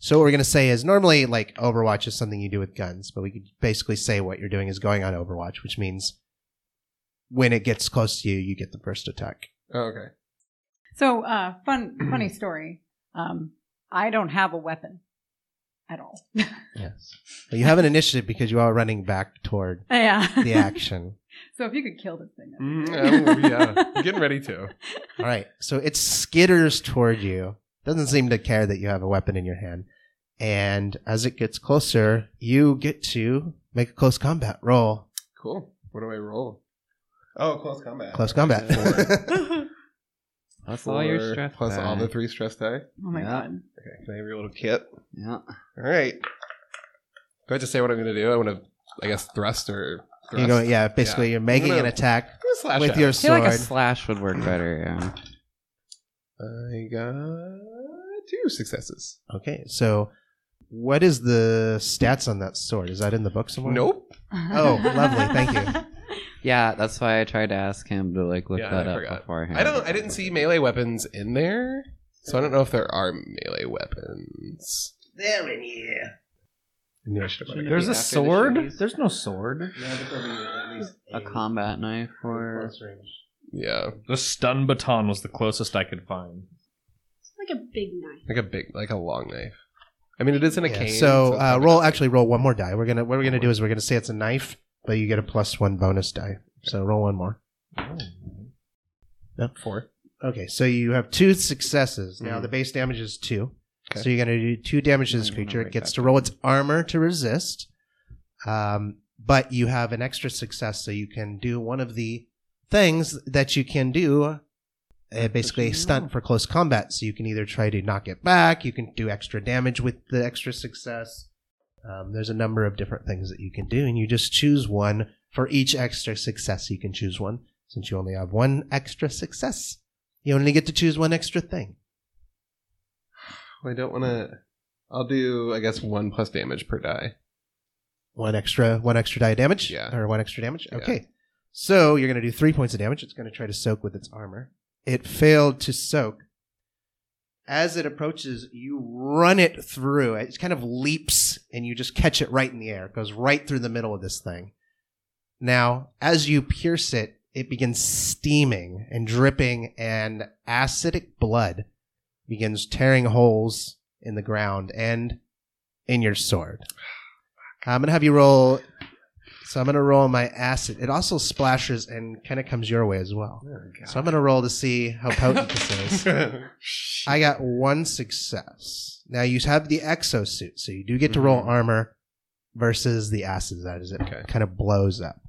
Speaker 2: So what we're gonna say is normally like Overwatch is something you do with guns, but we could basically say what you're doing is going on Overwatch, which means when it gets close to you, you get the first attack.
Speaker 3: Oh, okay.
Speaker 1: So, uh, fun, funny story. Um, I don't have a weapon at all.
Speaker 2: Yes. You have an initiative because you are running back toward
Speaker 1: Yeah.
Speaker 2: the action.
Speaker 1: so if you could kill this thing. that'd
Speaker 3: Mm,
Speaker 1: be
Speaker 3: oh,
Speaker 1: great.
Speaker 3: yeah. I'm getting ready to.
Speaker 2: All right. So it skitters toward you. Doesn't seem to care that you have a weapon in your hand. And as it gets closer, you get to make a close combat roll.
Speaker 3: Cool. What do I roll? Oh, close combat.
Speaker 2: Close combat.
Speaker 4: That's
Speaker 3: Four
Speaker 4: all your stress.
Speaker 3: plus all
Speaker 4: back.
Speaker 3: the three stress die.
Speaker 1: Oh my
Speaker 4: Yeah.
Speaker 1: god.
Speaker 3: Okay, can I reroll a kit?
Speaker 4: Yeah.
Speaker 3: All right. Do I just say what I'm going to do? I want to, I guess, thrust or
Speaker 2: you're
Speaker 3: thrust.
Speaker 2: going, yeah, basically
Speaker 3: Yeah.
Speaker 2: you're making
Speaker 3: I'm
Speaker 2: an
Speaker 3: gonna-
Speaker 2: attack
Speaker 3: I'm gonna slash
Speaker 2: with
Speaker 3: at
Speaker 2: your
Speaker 4: I feel
Speaker 2: sword.
Speaker 4: like a slash would work better. Yeah.
Speaker 3: it. I got two successes.
Speaker 2: okay. So what is the stats on that sword? Is that in the book somewhere?
Speaker 3: Nope.
Speaker 2: Oh, lovely, thank you.
Speaker 4: Yeah, that's why I tried to ask him to like look
Speaker 3: Yeah,
Speaker 4: that
Speaker 3: I
Speaker 4: up
Speaker 3: forgot.
Speaker 4: beforehand.
Speaker 3: I don't. I didn't see melee weapons in there, so I don't know if there are melee weapons.
Speaker 2: They're in here.
Speaker 3: I knew I should have brought it.
Speaker 4: There's a sword?
Speaker 8: There's no sword.
Speaker 4: a combat knife or
Speaker 3: Yeah,
Speaker 5: The stun baton was the closest I could find.
Speaker 9: Like a big knife.
Speaker 3: like a big, like a long knife. I mean, it is in a
Speaker 2: Yeah,
Speaker 3: cane.
Speaker 2: so
Speaker 3: it's
Speaker 2: uh,
Speaker 3: probably
Speaker 2: roll
Speaker 3: not-
Speaker 2: actually roll one more die. We're gonna what we're gonna do is we're gonna say it's a knife, but you get a plus one bonus die. So roll one more. No? Four. Okay, so you have two successes. Now
Speaker 3: Mhm.
Speaker 2: the base damage is two.
Speaker 3: Okay.
Speaker 2: So you're gonna do two damage to this
Speaker 4: Mm. I'm gonna
Speaker 2: creature. It
Speaker 4: write
Speaker 2: gets
Speaker 4: that
Speaker 2: to roll its armor to resist. Um, but you have an extra success, so you can do one of the things that you can do uh, basically a stunt for close combat. So you can either try to knock it back, you can do extra damage with the extra success. Um, there's a number of different things that you can do, and you just choose one for each extra success. You can choose one. Since you only have one extra success, you only get to choose one extra thing.
Speaker 3: I don't want to. I'll do, I guess, one plus damage per die.
Speaker 2: One extra, one extra die of damage,
Speaker 3: Yeah.
Speaker 2: or one extra damage.
Speaker 3: Yeah.
Speaker 2: Okay, so you're going to do three points of damage. It's going to try to soak with its armor. It failed to soak. As it approaches, you run it through. It kind of leaps, and you just catch it right in the air. It goes right through the middle of this thing. Now, as you pierce it, it begins steaming and dripping, and acidic blood begins tearing holes in the ground and in your sword. I'm gonna have you roll. So I'm gonna roll my acid. It also splashes and kind of comes your way as well. so I'm gonna roll to see how potent this is. I got one success. Now you have the exosuit, so you do get to roll
Speaker 3: Mhm.
Speaker 2: armor versus the acid. That is it.
Speaker 3: Okay.
Speaker 2: Kind of blows up.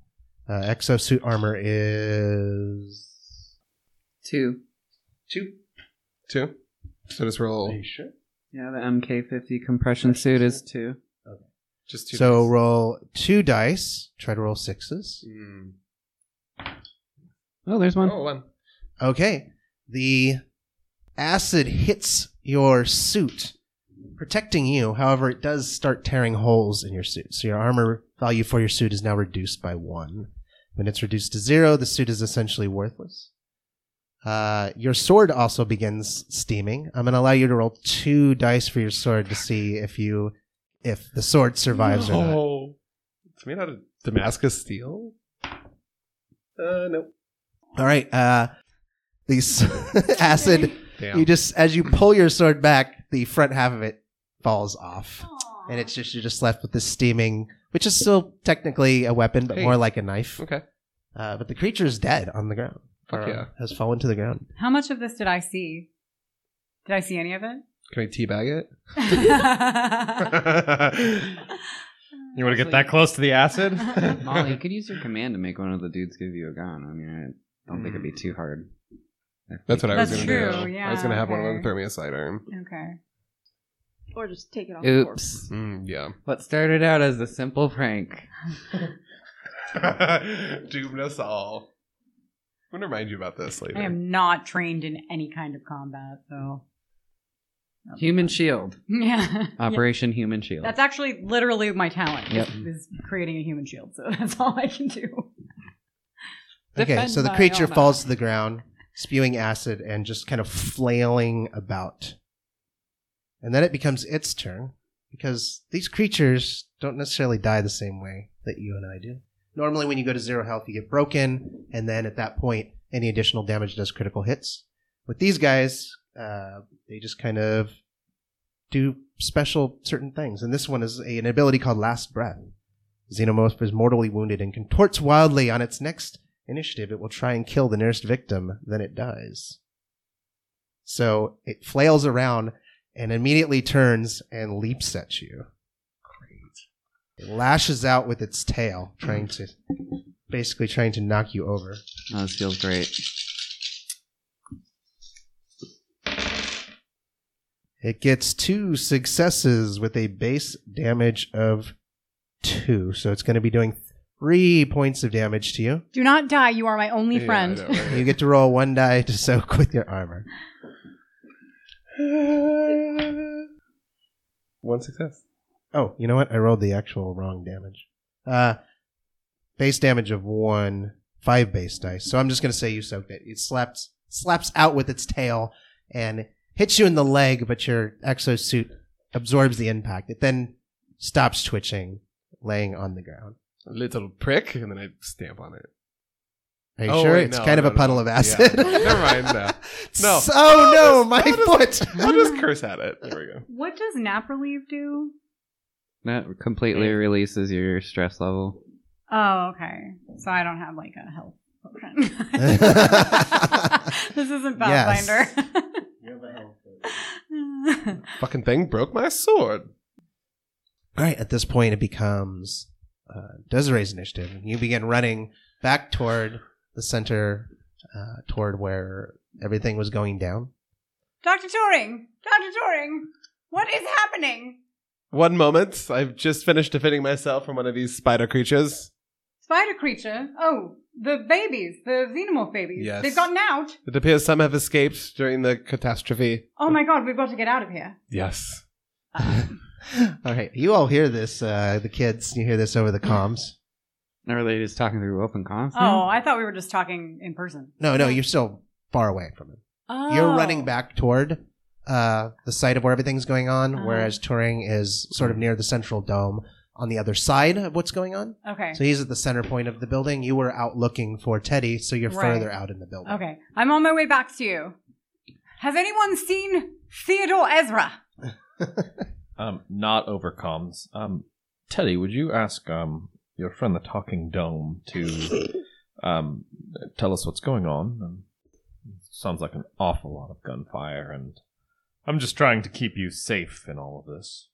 Speaker 2: Uh, exosuit armor is
Speaker 8: Two.
Speaker 2: two.
Speaker 3: Two. So just roll.
Speaker 2: sure?
Speaker 8: Yeah, the MK50 compression suit is two.
Speaker 3: Just two.
Speaker 2: So
Speaker 3: dice.
Speaker 2: roll two dice. Try to roll sixes.
Speaker 3: Mm.
Speaker 4: Hmm. oh, there's one.
Speaker 3: Oh, one.
Speaker 2: Okay. The acid hits your suit, protecting you. However, it does start tearing holes in your suit. So your armor value for your suit is now reduced by one. When it's reduced to zero, the suit is essentially worthless. Uh, your sword also begins steaming. I'm going to allow you to roll two dice for your sword to see if you if the sword survives or not.
Speaker 3: Oh, it's made out of Damascus steel. Uh, no.
Speaker 2: All right. Uh, the s- acid
Speaker 3: Damn.
Speaker 2: You just as you pull your sword back, the front half of it falls off, and it's just you're just left with this steaming, which is still technically a weapon, but
Speaker 3: Hey.
Speaker 2: more like a knife.
Speaker 3: okay.
Speaker 2: Uh, but the creature is dead on the ground.
Speaker 3: Fuck
Speaker 2: Or,
Speaker 3: yeah.
Speaker 2: has fallen to the ground.
Speaker 1: How much of this did I see? Did I see any of
Speaker 3: Can I teabag it?
Speaker 1: it?
Speaker 5: You want to get that close to the acid?
Speaker 4: Molly, you could use your command to make one of the dudes give you a gun. I mean, I don't think it'd be too hard.
Speaker 3: That's what I was
Speaker 1: That's
Speaker 3: gonna
Speaker 1: true,
Speaker 3: do.
Speaker 1: yeah,
Speaker 3: I was gonna have one of
Speaker 1: okay.
Speaker 3: them throw me a sidearm.
Speaker 1: okay.
Speaker 9: Or just take it off the corpse.
Speaker 4: Oops.
Speaker 3: Mm, yeah.
Speaker 4: What started out as a simple prank.
Speaker 3: Doomed us all. I'm gonna remind you about this later.
Speaker 1: I am not trained in any kind of combat, so
Speaker 4: Human Shield.
Speaker 1: yeah.
Speaker 2: Ah,
Speaker 4: Operation Human Shield.
Speaker 1: That's actually literally my talent
Speaker 4: Yep.
Speaker 1: is, is creating a human shield. So that's all I can do.
Speaker 2: Okay,
Speaker 8: Defend
Speaker 2: so the
Speaker 8: my
Speaker 2: creature
Speaker 8: honor.
Speaker 2: falls to the ground, spewing acid and just kind of flailing about. And then it becomes its turn because these creatures don't necessarily die the same way that you and I do. Normally, when you go to zero health, you get broken, and then at that point, any additional damage does critical hits. With these guys, uh, they just kind of do special certain things. And this one is a, an ability called Last Breath. Xenomorph is mortally wounded and contorts wildly on its next initiative. It will try and kill the nearest victim, then it dies. So it flails around and immediately turns and leaps at you. Great. It lashes out with its tail, trying to basically trying to knock you over.
Speaker 8: Oh, this feels great.
Speaker 2: It gets two successes with a base damage of two. So it's going to be doing three points of damage to you.
Speaker 1: Do not die. You are my only
Speaker 3: Yeah, I
Speaker 1: friend.
Speaker 3: know, right?
Speaker 2: You get to roll one die to soak with your armor.
Speaker 3: One success.
Speaker 2: Oh, you know what? I rolled the actual wrong damage. Uh, base damage of one, five base dice. So I'm just gonna say you soaked it. It slaps slaps out with its tail and hits you in the leg, but your exosuit absorbs the impact. It then stops twitching, laying on the ground.
Speaker 3: Little prick, and then I stamp on it.
Speaker 2: Are you
Speaker 3: Oh,
Speaker 2: sure?
Speaker 3: wait,
Speaker 2: it's
Speaker 3: no,
Speaker 2: kind
Speaker 3: no,
Speaker 2: of a puddle
Speaker 3: no.
Speaker 2: of
Speaker 3: Yeah.
Speaker 2: acid.
Speaker 3: Never mind, no. No.
Speaker 2: So- oh no,
Speaker 3: I'll
Speaker 2: my
Speaker 3: just- I'll
Speaker 2: foot.
Speaker 3: I'll just curse at it. There we go.
Speaker 1: What does nap relief do?
Speaker 8: That completely releases your stress level.
Speaker 1: Oh, okay. So I don't have like a health potion. this isn't
Speaker 2: Yes.
Speaker 1: Pathfinder.
Speaker 3: Fucking thing broke my sword.
Speaker 2: All right, at this point, it becomes uh, Desiree's initiative. You begin running back toward the center, uh, toward where everything was going down.
Speaker 1: Dr. Turing! Dr. Turing! What is happening?
Speaker 3: One moment. I've just finished defending myself from one of these spider creatures.
Speaker 1: Spider creature? Oh, the babies, the xenomorph babies.
Speaker 3: Yes.
Speaker 1: They've gotten out.
Speaker 3: It appears some have escaped during the catastrophe.
Speaker 1: Oh my god, we've got to get out of here.
Speaker 3: Yes.
Speaker 1: Uh-huh.
Speaker 2: All right, you all hear this, uh, the kids. You hear this over the comms.
Speaker 8: Are they just talking through open comms?
Speaker 2: Hmm.
Speaker 1: Oh, I thought we were just talking in person.
Speaker 2: No, no, you're still far away from him.
Speaker 1: Oh.
Speaker 2: You're running back toward uh, the site of where everything's going on,
Speaker 1: Uh-huh.
Speaker 2: whereas Turing is sort of near the central dome on the other side of what's going on.
Speaker 1: Okay.
Speaker 2: So he's at the center point of the building. You were out looking for Teddy, so you're
Speaker 1: Right.
Speaker 2: further out in the building.
Speaker 1: Okay. I'm on my way back to you. Has anyone seen Theodore Ezra?
Speaker 5: Um, not over comms. Um, Teddy, would you ask um your friend the Talking Dome to um tell us what's going on? Um, sounds like an awful lot of gunfire, and I'm just trying to keep you safe in all of this.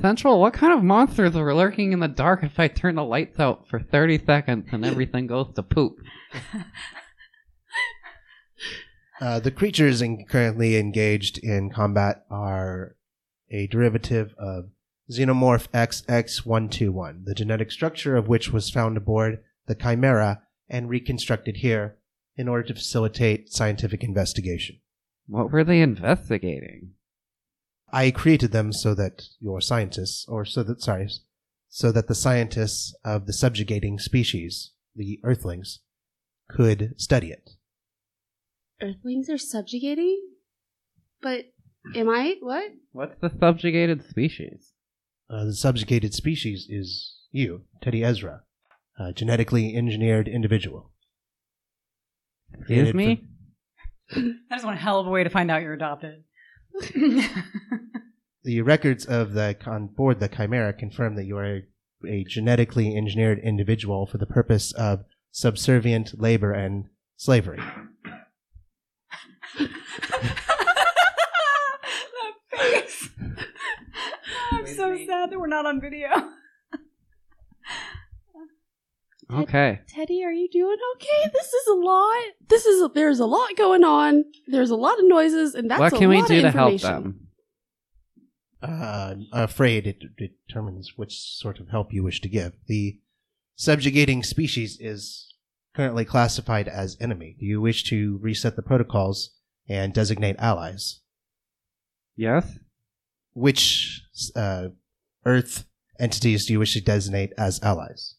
Speaker 8: Central, what kind of monsters are lurking in the dark if I turn the lights out for 30 seconds and everything goes to poop?
Speaker 2: Uh, the creatures in, currently engaged in combat are a derivative of Xenomorph XX121, the genetic structure of which was found aboard the Chimera and reconstructed here in order to facilitate scientific investigation.
Speaker 8: What were they investigating?
Speaker 2: I created them so that your scientists, or so that, sorry, so that the scientists of the subjugating species, the Earthlings, could study it.
Speaker 9: Earthlings are subjugating? But am I? What?
Speaker 8: What's the subjugated species?
Speaker 2: Uh, the subjugated species is you, Teddy Ezra, a genetically engineered individual.
Speaker 8: Excuse
Speaker 2: Created
Speaker 8: me?
Speaker 1: That is one hell of a way to find out you're adopted.
Speaker 2: for- the records of the on board the Chimera confirm that you are a, a genetically engineered individual for the purpose of subservient labor and slavery.
Speaker 1: that face. I'm so sad that we're not on video.
Speaker 8: Okay.
Speaker 9: Teddy, are you doing okay? This is a lot. This is a, there's a lot going on. There's a lot of noises, and that's
Speaker 8: what
Speaker 9: a
Speaker 8: can we
Speaker 9: lot
Speaker 8: do
Speaker 9: of
Speaker 8: to help
Speaker 9: information.
Speaker 8: them?
Speaker 2: Uh, afraid it determines which sort of help you wish to give. The subjugating species is currently classified as enemy. Do you wish to reset the protocols and designate allies?
Speaker 8: Yes?
Speaker 2: which uh, Earth entities do you wish to designate as allies?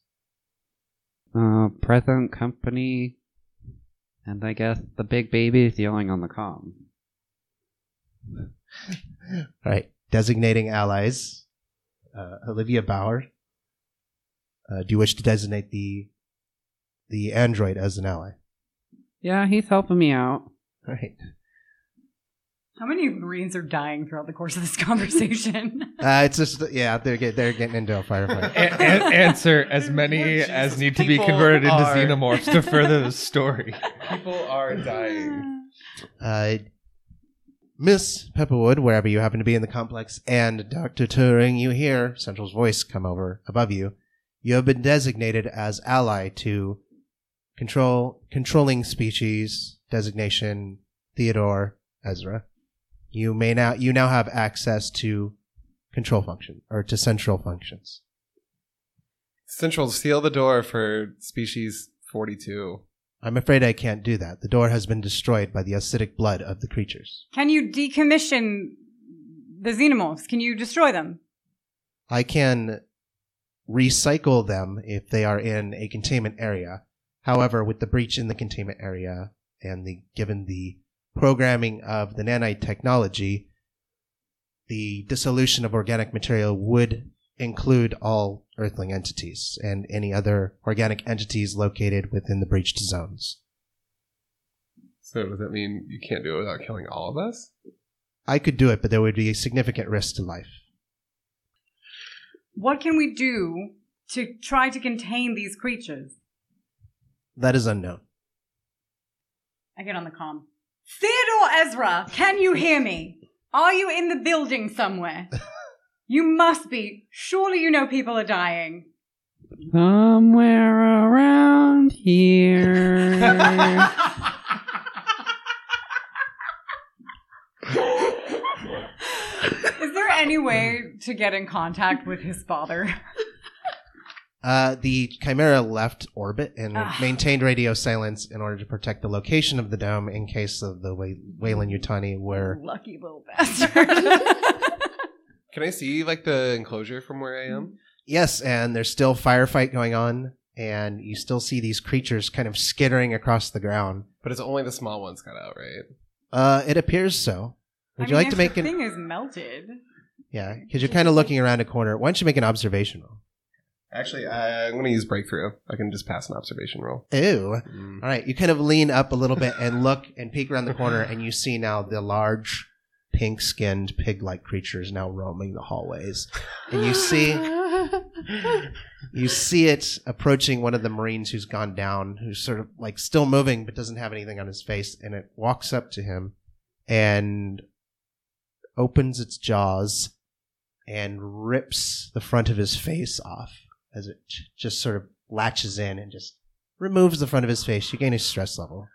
Speaker 8: Uh, present company, and I guess the big baby's yelling on the comm.
Speaker 2: All right, designating allies. Uh, Olivia Bauer. Uh, do you wish to designate the the android as an ally?
Speaker 8: Yeah, he's helping me out.
Speaker 2: All right.
Speaker 1: How many Marines are dying throughout the course of this conversation?
Speaker 2: Uh, it's just yeah, they're get, they're getting into a firefight.
Speaker 6: answer as many as need to be converted into
Speaker 8: are-
Speaker 6: xenomorphs to further the story.
Speaker 8: People are dying.
Speaker 2: Uh, Miss Pepperwood, wherever you happen to be in the complex, and Doctor Turing, you hear Central's voice come over above you. You have been designated as ally to control controlling species designation Theodore Ezra. You may now you now have access to control function or to central functions.
Speaker 3: Central, seal the door for species 42.
Speaker 2: I'm afraid I can't do that. The door has been destroyed by the acidic blood of the creatures.
Speaker 1: Can you decommission the xenomorphs? Can you destroy them?
Speaker 2: I can recycle them if they are in a containment area. However, with the breach in the containment area and the given the programming of the nanite technology, the dissolution of organic material would include all earthling entities and any other organic entities located within the breached zones.
Speaker 3: So does that mean you can't do it without killing all of us?
Speaker 2: I could do it, but there would be a significant risk to life.
Speaker 1: What can we do to try to contain these creatures?
Speaker 2: That is unknown.
Speaker 1: I get on the comm. Theodore Ezra, can you hear me? Are you in the building somewhere? you must be. Surely you know people are dying.
Speaker 8: Somewhere around here.
Speaker 1: Is there any way to get in contact with his father?
Speaker 2: Uh, the Chimera left orbit and
Speaker 1: Ah.
Speaker 2: maintained radio silence in order to protect the location of the dome in case of the Wa- Whalen Utani were.
Speaker 1: Lucky little bastard.
Speaker 3: Can I see like the enclosure from where I am?
Speaker 2: Yes, and there's still firefight going on, and you still see these creatures kind of skittering across the ground.
Speaker 3: But it's only the small ones cut out, right?
Speaker 2: Uh, it appears so. Would you like to make
Speaker 1: the
Speaker 2: an?
Speaker 1: thing is melted?
Speaker 2: Yeah, because you're kind of looking around a corner. Why don't you make an observation roll?
Speaker 3: Actually, I, I'm going to use breakthrough. I can just pass an observation roll.
Speaker 2: Ew.
Speaker 3: Mm.
Speaker 2: All right, you kind of lean up a little bit and look and peek around the corner, and you see now the large, pink skinned, pig like creatures now roaming the hallways. And you see. You see it approaching one of the Marines who's gone down, who's sort of like still moving but doesn't have anything on his face, and it walks up to him and opens its jaws and rips the front of his face off as it j- just sort of latches in and just removes the front of his face. You gain a stress level.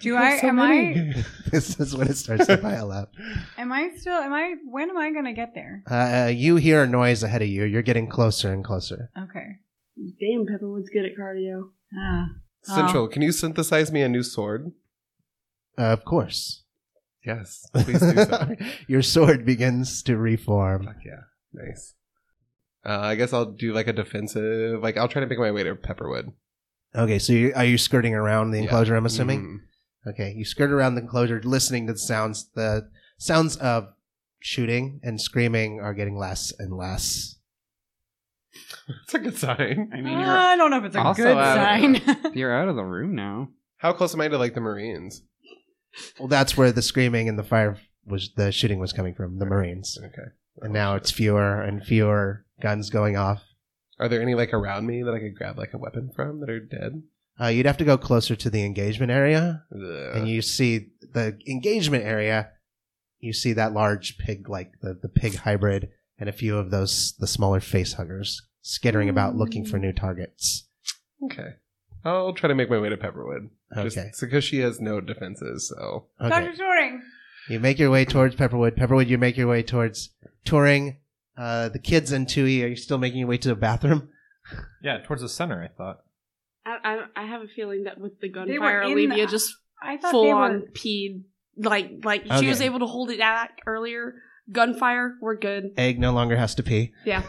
Speaker 1: Do I? am
Speaker 2: this is when it starts to pile up.
Speaker 1: I? Am I still? Am I? When am I gonna get there?
Speaker 2: Uh, you hear a noise ahead of you. You're getting closer and closer.
Speaker 1: Okay.
Speaker 7: Damn, Pepperwood's good at cardio.
Speaker 1: Ah.
Speaker 3: Central, can you synthesize me a new sword?
Speaker 2: Uh, of course.
Speaker 3: Yes, please do so.
Speaker 2: Your sword begins to reform.
Speaker 3: Fuck yeah, nice. Uh, I guess I'll do like a defensive. Like I'll try to make my way to Pepperwood.
Speaker 2: Okay, so you, are you skirting around the
Speaker 3: Yeah.
Speaker 2: enclosure? I'm assuming.
Speaker 3: Mhm.
Speaker 2: Okay, you skirt around the enclosure, listening to the sounds. The sounds of shooting and screaming are getting less and less.
Speaker 3: It's a good sign.
Speaker 8: I mean, you're,
Speaker 1: Ah, I don't know if it's a
Speaker 8: Also
Speaker 1: good
Speaker 8: out of-
Speaker 1: sign.
Speaker 8: you're out of the room now.
Speaker 3: How close am I to like the Marines?
Speaker 2: Well, that's where the screaming and the fire was. The shooting was coming from the Marines,
Speaker 3: Okay.
Speaker 2: and now it's fewer and fewer guns going off.
Speaker 3: Are there any like around me that I could grab like a weapon from that are dead?
Speaker 2: Uh, you'd have to go closer to the engagement area,
Speaker 3: Ugh.
Speaker 2: and you see the engagement area. You see that large pig, like the, the pig hybrid, and a few of those the smaller face huggers skittering about looking for new targets.
Speaker 3: Okay. I'll try to make my way to Pepperwood.
Speaker 2: Okay,
Speaker 3: Just because she has no defenses, so
Speaker 2: okay.
Speaker 1: Doctor Turing.
Speaker 2: You make your way towards Pepperwood. Pepperwood, you make your way towards Touring. Uh, the kids and Tui, are you still making your way to the bathroom?
Speaker 5: Yeah, towards the center, I thought.
Speaker 7: I, I, I have a feeling that with the
Speaker 1: were
Speaker 7: gunfire,
Speaker 1: in
Speaker 7: Olivia
Speaker 1: the-
Speaker 7: just
Speaker 1: I thought
Speaker 7: full
Speaker 1: they
Speaker 7: on
Speaker 1: were.
Speaker 7: peed. Like, like she was
Speaker 2: Okay.
Speaker 7: able to hold it back earlier. Gunfire, we're good.
Speaker 2: Egg no longer has to pee.
Speaker 7: Yeah.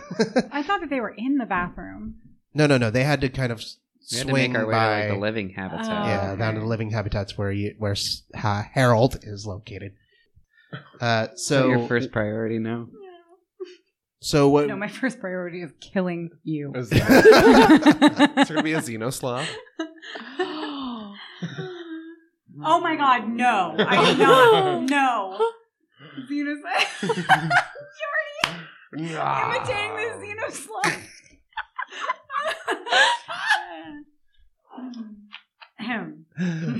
Speaker 1: I thought that they were in the bathroom.
Speaker 2: No, no, no. They had to kind of s-
Speaker 8: We
Speaker 2: swing
Speaker 8: had to make our way
Speaker 2: by.
Speaker 8: to like, the living habitat.
Speaker 1: Oh,
Speaker 2: yeah, down to the living habitats where you, where S- ha- Harold is located. Uh,
Speaker 8: So,
Speaker 2: so
Speaker 8: your first priority now.
Speaker 2: so what?
Speaker 1: No, my first priority is killing you.
Speaker 3: is there gonna be a xenosloth?
Speaker 1: oh my god, no! I am not. No, Xeno slug. Jordy,
Speaker 3: Ah.
Speaker 1: imitating the Xeno slug. Ahem.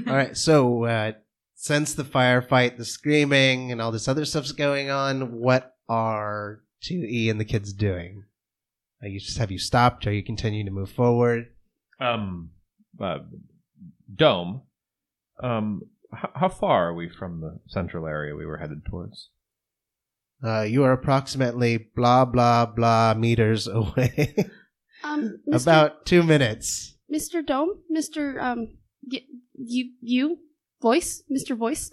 Speaker 2: all right, so uh, since the firefight, the screaming, and all this other stuff's going on, what are 2E and the kids doing? Are you just have you stopped? Are you continuing to move forward?
Speaker 5: Um, uh, dome. Um, how, how far are we from the central area we were headed towards?
Speaker 2: Uh, you are approximately blah blah blah meters away.
Speaker 9: Um, Mr.
Speaker 2: About two minutes.
Speaker 9: Mr. Dome, Mr. Um, y- you, you, voice, Mr. Voice.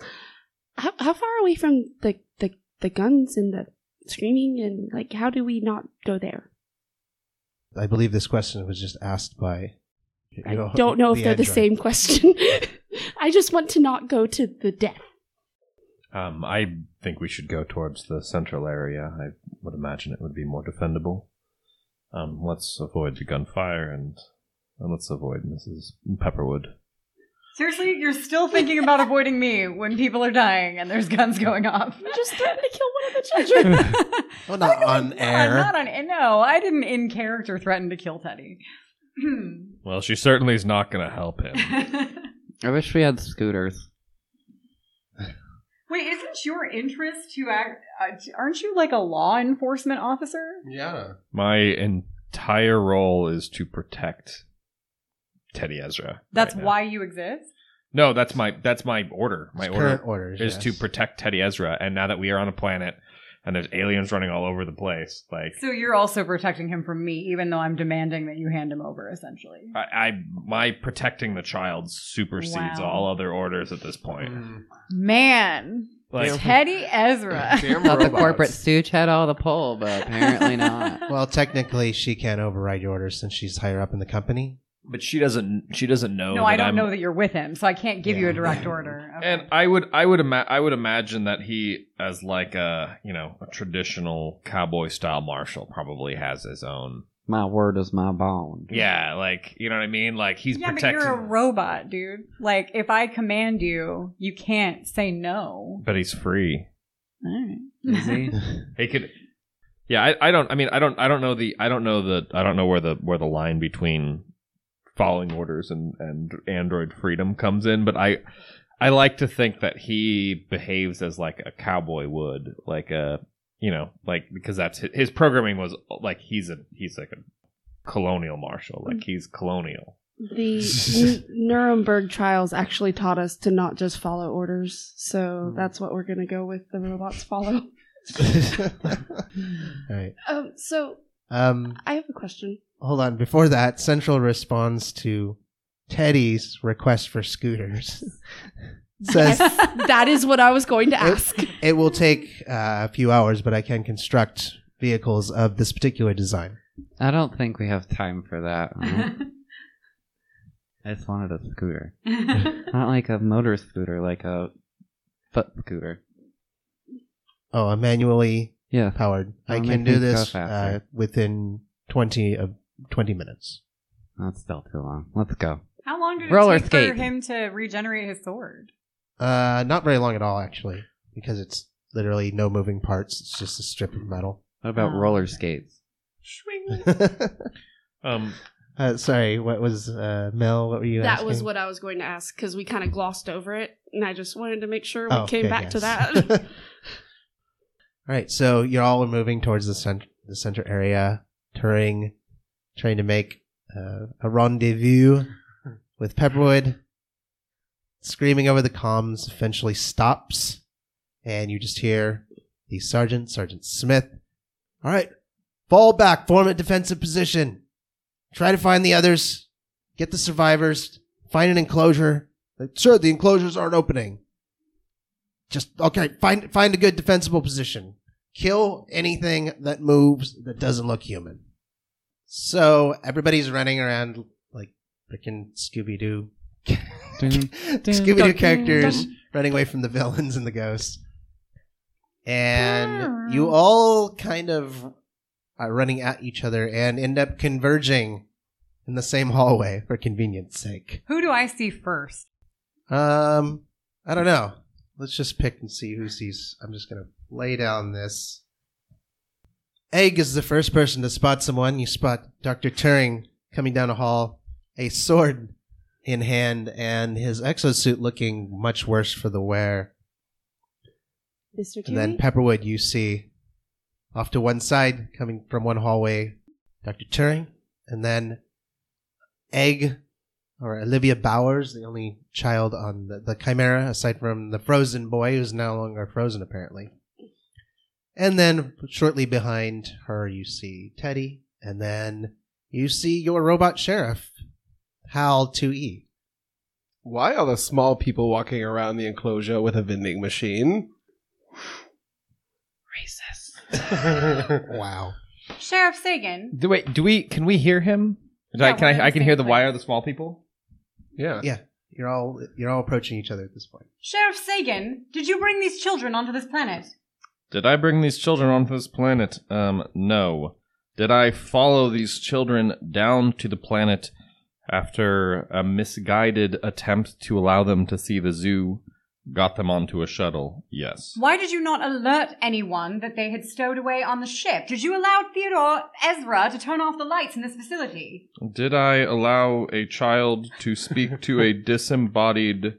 Speaker 9: How how far are we from the the the guns and the screaming and like how do we not go there?
Speaker 2: I believe this question was just asked by.
Speaker 9: I don't know if they're the
Speaker 2: Leandra.
Speaker 9: same question. I just want to not go to the death.
Speaker 5: Um, I think we should go towards the central area. I would imagine it would be more defendable. Um, let's avoid the gunfire and, and let's avoid Mrs. Pepperwood.
Speaker 1: Seriously, you're still thinking about avoiding me when people are dying and there's guns going off.
Speaker 9: You just threatened to kill one of the children.
Speaker 1: well,
Speaker 2: Well, not on air.
Speaker 1: Not on air. No, I didn't in character threaten to kill Teddy.
Speaker 5: Well, she certainly is not going to help him.
Speaker 4: I wish we had scooters.
Speaker 1: Wait, isn't your interest to act? Uh, aren't you like a law enforcement officer?
Speaker 3: Yeah.
Speaker 5: My entire role is to protect Teddy Ezra.
Speaker 1: That's
Speaker 5: right now.
Speaker 1: why you exist.
Speaker 5: No, that's my that's my order. My
Speaker 2: It's
Speaker 5: order
Speaker 2: current orders
Speaker 5: is
Speaker 2: yes.
Speaker 5: to protect Teddy Ezra. And now that we are on a planet and there's aliens running all over the place, like
Speaker 1: So you're also protecting him from me, even though I'm demanding that you hand him over, essentially.
Speaker 5: I, I my protecting the child supersedes
Speaker 1: Wow.
Speaker 5: all other orders at this point.
Speaker 3: Mm.
Speaker 1: Man,
Speaker 5: Like
Speaker 1: Teddy Ezra.
Speaker 3: Damn
Speaker 8: Thought the
Speaker 3: robots.
Speaker 8: corporate stooge had all the pull, but apparently not.
Speaker 2: Well, technically, she can't override your orders since she's higher up in the company.
Speaker 5: but she doesn't she doesn't know
Speaker 1: No,
Speaker 5: that
Speaker 1: I don't
Speaker 5: I'm,
Speaker 1: know that you're with him, so I can't give you a
Speaker 2: Yeah.
Speaker 1: direct order. Okay.
Speaker 5: and I would I would ima- I would imagine that he as like a, you know, a traditional cowboy style marshal probably has his own
Speaker 4: My word is my bond.
Speaker 5: Yeah, like you know what I mean? Like he's
Speaker 1: yeah,
Speaker 5: protecting
Speaker 1: but you're a robot, dude. Like, if I command you, you can't say no.
Speaker 5: but he's free.
Speaker 1: All right.
Speaker 4: Is he?
Speaker 5: He could. Yeah, I, I don't. I mean, I don't. I don't know the. I don't know the. I don't know where the where the line between following orders and and android freedom comes in. But I, I like to think that he behaves as like a cowboy would, like a you know, like because that's his, his programming was like he's a he's like a colonial marshal, like
Speaker 1: Mm-hmm.
Speaker 5: he's colonial.
Speaker 9: The N- Nuremberg trials actually taught us to not just follow orders, so that's what we're going to go with. The robots follow.
Speaker 2: All right.
Speaker 9: Um, so
Speaker 2: Um,
Speaker 9: I have a question.
Speaker 2: hold on. Before that, Central responds to Teddy's request for scooters. Says
Speaker 9: that is what I was going to ask.
Speaker 2: it will take uh, a few hours, but I can construct vehicles of this particular design.
Speaker 4: I don't think we have time for that. huh? I just wanted a scooter. Not like a motor scooter, like a foot scooter.
Speaker 2: Oh, a manually
Speaker 4: Yeah.
Speaker 2: powered. I
Speaker 4: That'll
Speaker 2: can
Speaker 4: make
Speaker 2: do
Speaker 4: things go
Speaker 2: this uh,
Speaker 4: faster.
Speaker 2: within twenty of twenty minutes.
Speaker 4: That's still too long. Let's go.
Speaker 1: How long did it
Speaker 8: Roller
Speaker 1: take for
Speaker 8: skate.
Speaker 1: him to regenerate his sword?
Speaker 2: Uh, not very long at all, actually, because it's literally no moving parts. It's just a strip of metal.
Speaker 4: What about
Speaker 1: Um,
Speaker 4: roller skates?
Speaker 5: Um,
Speaker 2: uh, sorry, what was uh, Mel? What were you?
Speaker 9: That
Speaker 2: asking?
Speaker 9: was what I was going to ask because we kind of glossed over it, and I just wanted to make sure we
Speaker 2: Oh,
Speaker 9: came
Speaker 2: okay,
Speaker 9: back to
Speaker 2: yes.
Speaker 9: that.
Speaker 2: all right, so you're all moving towards the center, the center area, Turing, trying to make uh, a rendezvous with Pepperwood. Screaming over the comms eventually stops, and you just hear the sergeant, Sergeant Smith. All right, fall back, form a defensive position. Try to find the others, get the survivors, find an enclosure. Like, Sir, the enclosures aren't opening just okay find find a good defensible position kill anything that moves that doesn't look human so everybody's running around like freaking scooby-doo scooby-doo characters running away from the villains and the ghosts and you all kind of are running at each other and end up converging in the same hallway for convenience sake
Speaker 1: Who do I see first?
Speaker 2: um, I don't know. Let's just pick and see who sees. I'm just gonna lay down this. Egg is the first person to spot someone. You spot Dr. Turing coming down a hall, a sword in hand, and his exosuit looking much worse for the wear.
Speaker 7: Mr.
Speaker 2: And then Pepperwood, you see off to one side, coming from one hallway, Dr. Turing, and then Egg or Olivia Bowers, the only child on the, the Chimera, aside from the frozen boy who's no longer frozen, apparently. And then shortly behind her, you see Teddy, and then you see your robot sheriff, Hal E. 2E.
Speaker 3: Why are the small people walking around the enclosure with a vending machine? Racist.
Speaker 2: Wow.
Speaker 1: Sheriff Sagan.
Speaker 6: Do wait, do we can we hear him? Do I,
Speaker 1: Yeah,
Speaker 6: can
Speaker 1: we're in the
Speaker 6: I I can
Speaker 1: same
Speaker 6: hear the
Speaker 1: place.
Speaker 6: wire the small people?
Speaker 3: yeah.
Speaker 2: Yeah, you're all you're all approaching each other at this point.
Speaker 1: Sheriff Sagan, did you bring these children onto this planet?
Speaker 5: Did I bring these children onto this planet? Um, no. Did I follow these children down to the planet after a misguided attempt to allow them to see the zoo got them onto a shuttle? Yes.
Speaker 1: Why did you not alert anyone that they had stowed away on the ship? Did you allow Theodore Ezra to turn off the lights in this facility?
Speaker 5: Did I allow a child to speak to a disembodied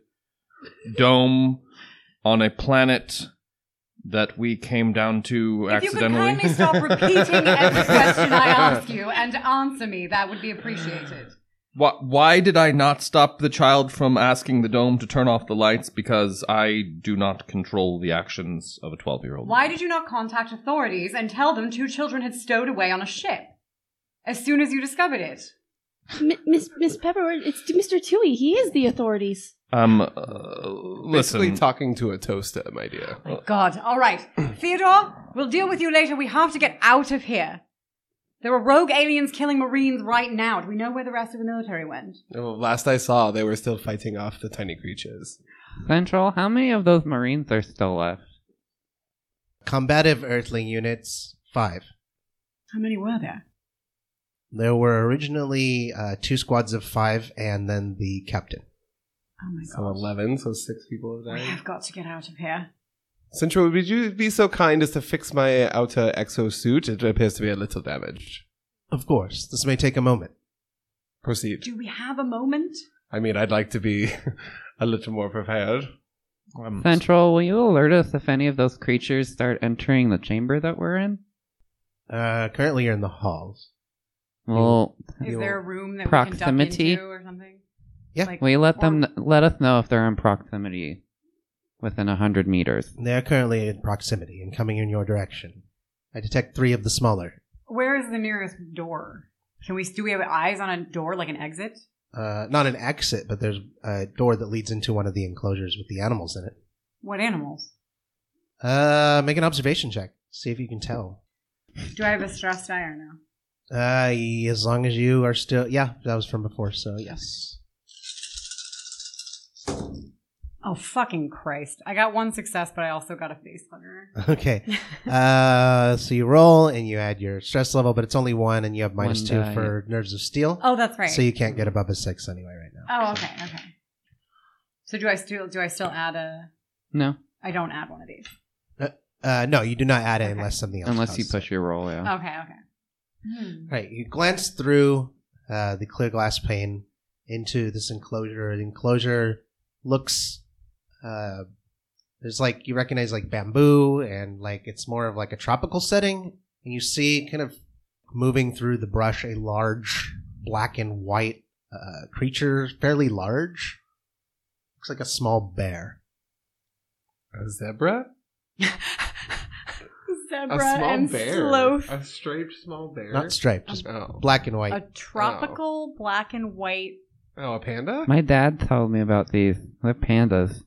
Speaker 5: dome on a planet that we came down to
Speaker 1: If you could
Speaker 5: accidentally?
Speaker 1: kindly stop repeating every question I ask you and answer me, that would be appreciated.
Speaker 5: Why, why did I not stop the child from asking the dome to turn off the lights? Because I do not control the actions of a 12 year old.
Speaker 1: Why did you not contact authorities and tell them two children had stowed away on a ship? As soon as you discovered it.
Speaker 9: M- Miss Miss Pepperwood, it's Mr. Tui. He is the authorities.
Speaker 5: Um, uh,
Speaker 3: Basically
Speaker 5: listen.
Speaker 3: talking to a toaster, my dear.
Speaker 1: My God. All right. Theodore, we'll deal with you later. We have to get out of here. There are rogue aliens killing Marines right now. Do we know where the rest of the military went?
Speaker 3: Well, Last I saw, they were still fighting off the tiny creatures.
Speaker 8: Central, how many of those Marines are still left?
Speaker 2: Combative Earthling units five.
Speaker 1: How many were there?
Speaker 2: There were originally uh, two squads of five, and then the captain.
Speaker 1: Oh my
Speaker 3: So 11, so six people have
Speaker 1: We
Speaker 3: died.
Speaker 1: have got to get out of here.
Speaker 3: Central, would you be so kind as to fix my outer exosuit? It appears to be a little damaged.
Speaker 2: Of course, this may take a moment.
Speaker 3: Proceed.
Speaker 1: Do we have a moment?
Speaker 3: I mean, I'd like to be a little more prepared.
Speaker 5: Um,
Speaker 8: Central, will you alert us if any of those creatures start entering the chamber that we're in?
Speaker 2: Uh, currently, you're in the halls.
Speaker 4: Hmm.
Speaker 8: Well,
Speaker 1: Is
Speaker 2: You'll-
Speaker 1: there a room that
Speaker 8: Proximity?
Speaker 1: we can duck into or something?
Speaker 2: Yeah.
Speaker 1: Like,
Speaker 8: we let them
Speaker 1: or-
Speaker 8: let us know if they're in proximity, within a hundred meters.
Speaker 2: They are currently in proximity and coming in your direction. I detect three of the smaller.
Speaker 1: Where is the nearest door? Can we do we have eyes on a door like an exit?
Speaker 2: Uh, not an exit, but there's a door that leads into one of the enclosures with the animals in it.
Speaker 1: What animals?
Speaker 2: Uh, make an observation check. See if you can tell.
Speaker 1: Do I have a stressed eye or no?
Speaker 2: Uh, y- as long as you are still, yeah, that was from before. So yes,
Speaker 1: Oh fucking Christ! I got one success, but I also got a face hugger.
Speaker 2: okay. Uh, so you roll and you add your stress level, but it's only one, and you have minus
Speaker 8: One
Speaker 2: two
Speaker 8: die.
Speaker 2: for nerves of steel.
Speaker 1: Oh, that's right.
Speaker 2: So you can't get above a six anyway right now.
Speaker 1: oh, okay, okay. So do I still do I still add a?
Speaker 8: No,
Speaker 1: I don't add one of these.
Speaker 2: Uh, no, you do not add it
Speaker 1: Okay.
Speaker 2: unless something else.
Speaker 8: unless you
Speaker 2: causes it.
Speaker 8: push your roll. Yeah.
Speaker 1: Okay, okay. Hmm.
Speaker 2: All right, you glance through uh, the clear glass pane into this enclosure. The enclosure looks uh, there's like you recognize like bamboo and like it's more of like a tropical setting, and you see kind of moving through the brush a large black and white uh, creature, fairly large. Looks like a small bear.
Speaker 3: A zebra?
Speaker 1: Hmm. Zebra
Speaker 3: a small
Speaker 1: and
Speaker 3: bear.
Speaker 1: sloth.
Speaker 3: A striped small bear.
Speaker 2: Not striped, just
Speaker 3: oh.
Speaker 2: black and white.
Speaker 1: A tropical black and white.
Speaker 3: oh, a panda?
Speaker 8: My dad told me about these. They're pandas.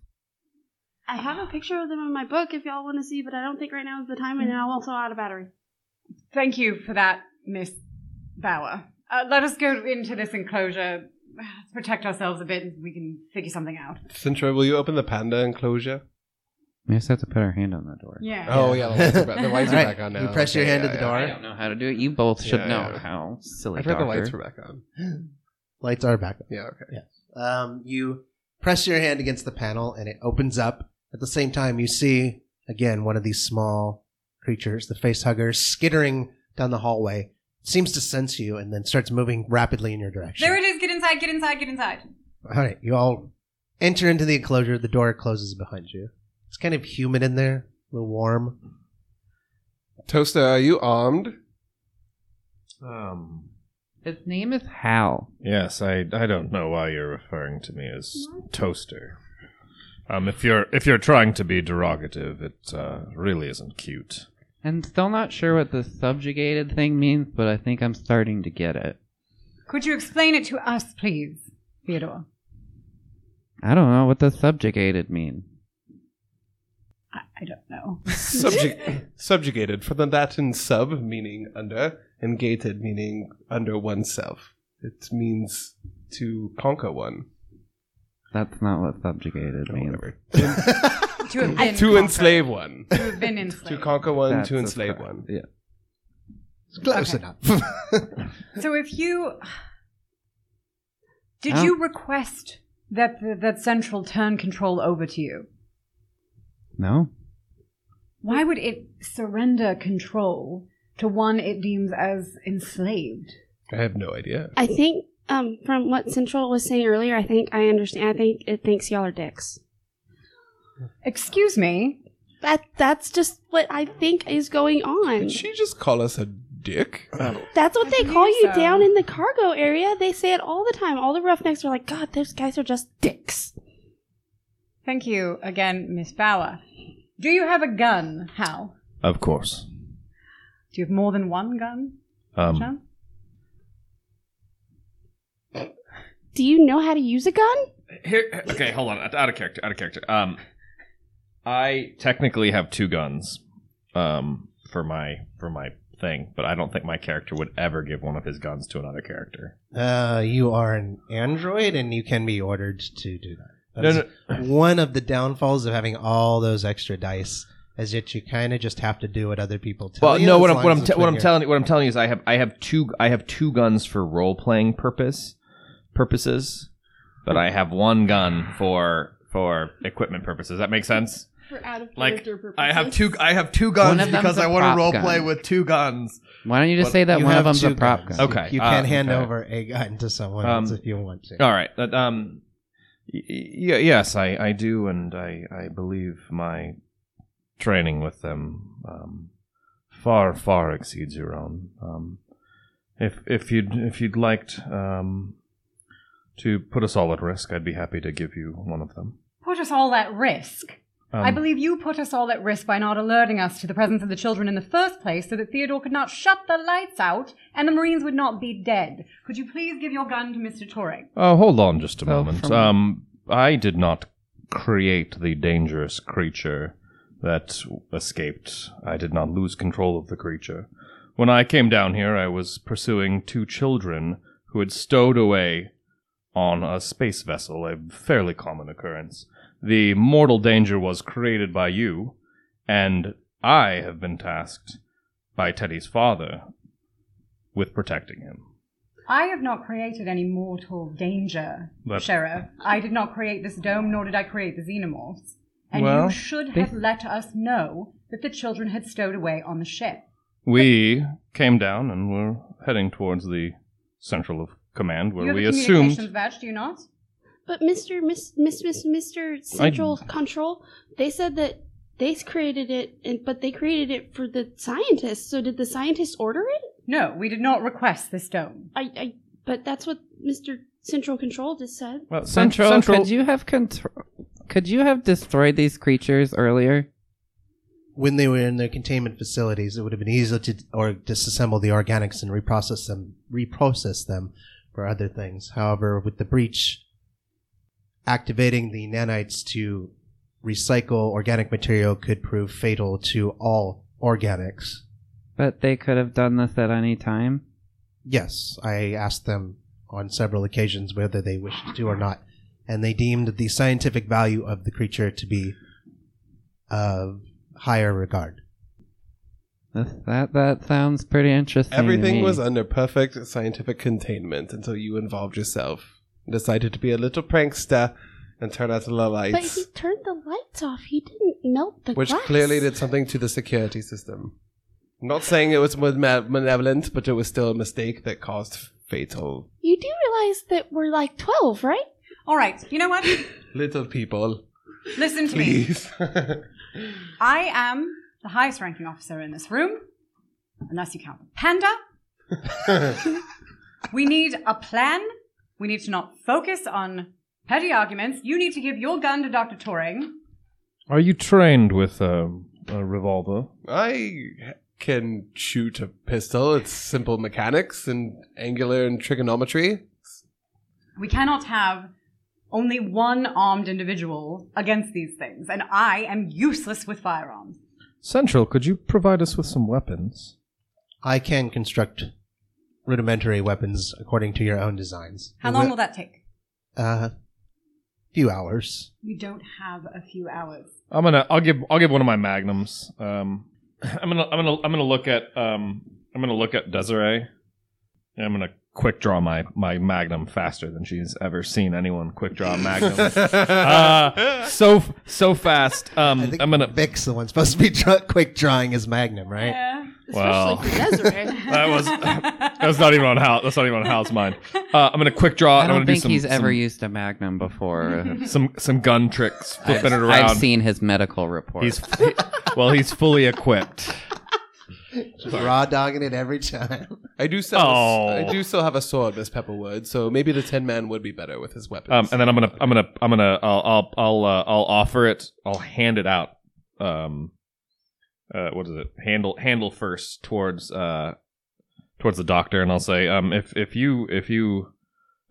Speaker 9: I have a picture of them in my book if y'all want to see, but I don't think right now is the time, and I'm also out of battery.
Speaker 1: Thank you for that, Miss Bauer. Uh, let us go into this enclosure. Let's protect ourselves a bit, and we can figure something out.
Speaker 3: Central, will you open the panda enclosure?
Speaker 8: We just have to put our hand on the door.
Speaker 1: Yeah.
Speaker 3: Oh, yeah, the lights are, back. the lights are
Speaker 2: All right,
Speaker 3: back on now.
Speaker 2: you press your hand to the
Speaker 8: I
Speaker 2: door.
Speaker 8: don't know how to do it. You both should
Speaker 3: Yeah,
Speaker 8: know
Speaker 3: yeah.
Speaker 8: how. Silly
Speaker 3: I've heard the
Speaker 8: doctor.
Speaker 3: lights were back on.
Speaker 2: Lights are back.
Speaker 3: Yeah, okay.
Speaker 2: Um, you press your hand against the panel and it opens up. At the same time, you see Again, one of these small creatures, the face hugger, skittering down the hallway, seems to sense you and then starts moving rapidly in your direction.
Speaker 1: There it is. Get inside. Get inside. Get inside.
Speaker 2: All right, you all enter into the enclosure. The door closes behind you. It's kind of humid in there, a little warm.
Speaker 3: Toaster, are you armed?
Speaker 5: Um.
Speaker 8: His name is Hal.
Speaker 5: Yes, I I don't know why you're referring to me as toaster. Um, if you're if you're trying to be derogative, it uh, really isn't cute.
Speaker 8: I'm still not sure what the subjugated thing means, but I think I'm starting to get it.
Speaker 1: Could you explain it to us, please, Theodore?
Speaker 8: I don't know what the subjugated mean.
Speaker 1: I, I don't know.
Speaker 3: Subject, subjugated from the Latin sub meaning under and gated meaning under oneself. It means to conquer one.
Speaker 8: That's not what subjugated
Speaker 3: Or
Speaker 8: means.
Speaker 3: whatever.
Speaker 1: to have been
Speaker 3: to
Speaker 1: conquered.
Speaker 3: enslave one.
Speaker 1: To have been
Speaker 3: To
Speaker 1: enslaved.
Speaker 3: conquer one,
Speaker 8: That's
Speaker 3: to
Speaker 8: a
Speaker 3: enslave
Speaker 8: fact.
Speaker 3: one.
Speaker 8: Yeah.
Speaker 2: It's close
Speaker 1: Okay.
Speaker 2: enough.
Speaker 1: so if you did
Speaker 8: Oh.
Speaker 1: you request that the, that central turn control over to you?
Speaker 8: No?
Speaker 1: Why would it surrender control to one it deems as enslaved?
Speaker 3: I have no idea.
Speaker 9: I think um, from what Central was saying earlier, I think I understand. I think it thinks y'all are dicks.
Speaker 1: Excuse me.
Speaker 9: That that's just what I think is going on.
Speaker 3: Did she just call us a dick?
Speaker 9: That's what
Speaker 1: I
Speaker 9: they
Speaker 1: believe
Speaker 9: call you
Speaker 1: so.
Speaker 9: down in the cargo area. They say it all the time. All the roughnecks are like, God, those guys are just dicks.
Speaker 1: Thank you again, Miss Bauer. Do you have a gun, Hal?
Speaker 5: Of course.
Speaker 1: Do you have more than one gun,
Speaker 5: Um,
Speaker 1: John?
Speaker 9: Do you know how to use a gun?
Speaker 5: here, okay, hold on. Out of character. Out of character. Um, I technically have two guns. Um, for my for my thing, but I don't think my character would ever give one of his guns to another character.
Speaker 2: Uh, you are an android, and you can be ordered to do that.
Speaker 5: No,
Speaker 2: That is One of the downfalls of having all those extra dice is that you kind of just have to do what other people tell
Speaker 6: Well,
Speaker 2: you.
Speaker 6: no.
Speaker 2: as
Speaker 6: What I'm
Speaker 2: long
Speaker 6: what
Speaker 2: as
Speaker 6: I'm
Speaker 2: it's
Speaker 6: te- what I'm
Speaker 2: your-
Speaker 6: telling what I'm telling you is I have I have two I have two guns for role playing purpose purposes, but I have one gun for for equipment purposes. That makes sense.
Speaker 7: For out of
Speaker 6: Like,
Speaker 7: character purposes.
Speaker 6: I have two I have two
Speaker 8: One
Speaker 6: guns
Speaker 8: of them's
Speaker 6: because
Speaker 8: a
Speaker 6: I want to
Speaker 8: prop
Speaker 6: role
Speaker 8: gun.
Speaker 6: play with two guns.
Speaker 8: Why don't you just
Speaker 6: Well,
Speaker 8: say that
Speaker 2: You
Speaker 8: one of
Speaker 2: have
Speaker 8: them's a
Speaker 2: two
Speaker 8: prop
Speaker 2: guns.
Speaker 8: gun?
Speaker 6: Okay,
Speaker 2: You, you
Speaker 6: uh,
Speaker 2: can hand
Speaker 6: okay.
Speaker 2: over a gun to someone
Speaker 6: Um,
Speaker 2: else if you want to.
Speaker 6: All right. That, um.
Speaker 5: Y- y- yes, I, I do, and I, I believe my training with them um, far far exceeds your own. Um, if if you'd if you'd liked um, to put us all at risk, I'd be happy to give you one of them.
Speaker 1: Put us all at risk.
Speaker 5: Um,
Speaker 1: I believe you put us all at risk by not alerting us to the presence of the children in the first place so that Theodore could not shut the lights out and the Marines would not be dead. Could you please give your gun to Mr. Torre?
Speaker 5: Oh, hold on just a
Speaker 8: So
Speaker 5: moment.
Speaker 8: from-
Speaker 5: Um, I did not create the dangerous creature that escaped. I did not lose control of the creature. When I came down here, I was pursuing two children who had stowed away on a space vessel, a fairly common occurrence. The mortal danger was created by you, and I have been tasked by Teddy's father with protecting him.
Speaker 1: I have not created any mortal danger,
Speaker 5: But-
Speaker 1: Sheriff. I did not create this dome, nor did I create the xenomorphs. And
Speaker 5: Well,
Speaker 1: you should have let us know that the children had stowed away on the ship.
Speaker 5: We came down and were heading towards the central of command where
Speaker 1: you have
Speaker 5: we
Speaker 1: a communications
Speaker 5: assumed.
Speaker 1: badge, do you not?
Speaker 9: But Mr. Miss Miss Miss Mr. Central Control, they said that they created it, and but they created it for the scientists. So did the scientists order it?
Speaker 1: No, we did not request this dome.
Speaker 9: I, I but that's what Mr. Central Control just said.
Speaker 5: Well, cent-
Speaker 8: Central, could you have contr- could you have destroyed these creatures earlier?
Speaker 2: When they were in their containment facilities, it would have been easier to or disassemble the organics and reprocess them, reprocess them for other things. However, with the breach, activating the nanites to recycle organic material could prove fatal to all organics.
Speaker 8: But they could have done this at any time.
Speaker 2: Yes, I asked them on several occasions whether they wished to or not, and they deemed the scientific value of the creature to be of higher regard.
Speaker 8: This, that that sounds pretty interesting. to
Speaker 3: Everything
Speaker 8: me.
Speaker 3: was under perfect scientific containment until you involved yourself. Decided to be a little prankster and turn out the
Speaker 9: But he
Speaker 3: lights.
Speaker 9: turned the light lights off. He didn't melt the
Speaker 3: which
Speaker 9: glass.
Speaker 3: clearly did something to the security system. I'm not saying it was male- malevolent, but it was still a mistake that caused fatal
Speaker 9: You do realize that we're like 12, right?
Speaker 1: All right, you know what?
Speaker 3: little people.
Speaker 1: Listen to me.
Speaker 3: Please.
Speaker 1: I am the highest ranking officer in this room, unless you count Panda. we need a plan. We need to not focus on petty arguments. You need to give your gun to Dr. Turing.
Speaker 5: Are you trained with um, a revolver?
Speaker 3: I can shoot a pistol. It's simple mechanics and angular and trigonometry.
Speaker 1: We cannot have only one armed individual against these things, and I am useless with firearms.
Speaker 5: Central, could you provide us with some weapons?
Speaker 2: I can construct rudimentary weapons according to your own designs.
Speaker 1: How long will that take?
Speaker 2: Uh, few hours.
Speaker 1: We don't have a few hours.
Speaker 5: I'm gonna. I'll give. I'll give one of my magnums. Um, I'm gonna. I'm gonna. I'm gonna look at. Um, I'm gonna look at Desiree, and I'm gonna quick draw my my magnum faster than she's ever seen anyone quick draw a magnum. uh, so so fast. Um,
Speaker 2: I think
Speaker 5: I'm gonna.
Speaker 2: Vic's the one supposed to be dr- quick drawing his magnum, right?
Speaker 5: Wow.
Speaker 9: Especially for Desiree.
Speaker 5: That was. That's not even on how. That's not even on how's mine. Uh, I'm gonna quick draw.
Speaker 8: I
Speaker 5: and I'm gonna
Speaker 8: don't
Speaker 5: do
Speaker 8: think
Speaker 5: some-
Speaker 8: he's
Speaker 5: some,
Speaker 8: ever used a magnum before.
Speaker 5: some some gun tricks,
Speaker 8: I've,
Speaker 5: flipping it around.
Speaker 8: I've seen his medical report.
Speaker 5: He's he- well. He's fully equipped.
Speaker 2: Just raw dogging it every time.
Speaker 3: I do still.
Speaker 5: Oh.
Speaker 3: I do still have a sword, Miss Pepperwood. So maybe the Tin Man would be better with his weapons.
Speaker 5: Um, and then I'm gonna, I'm gonna, I'm gonna, I'll, I'll, I'll, uh, I'll offer it. I'll hand it out. Um, uh, what is it? Handle, handle first towards, uh, towards the doctor, and I'll say, um, if if you if you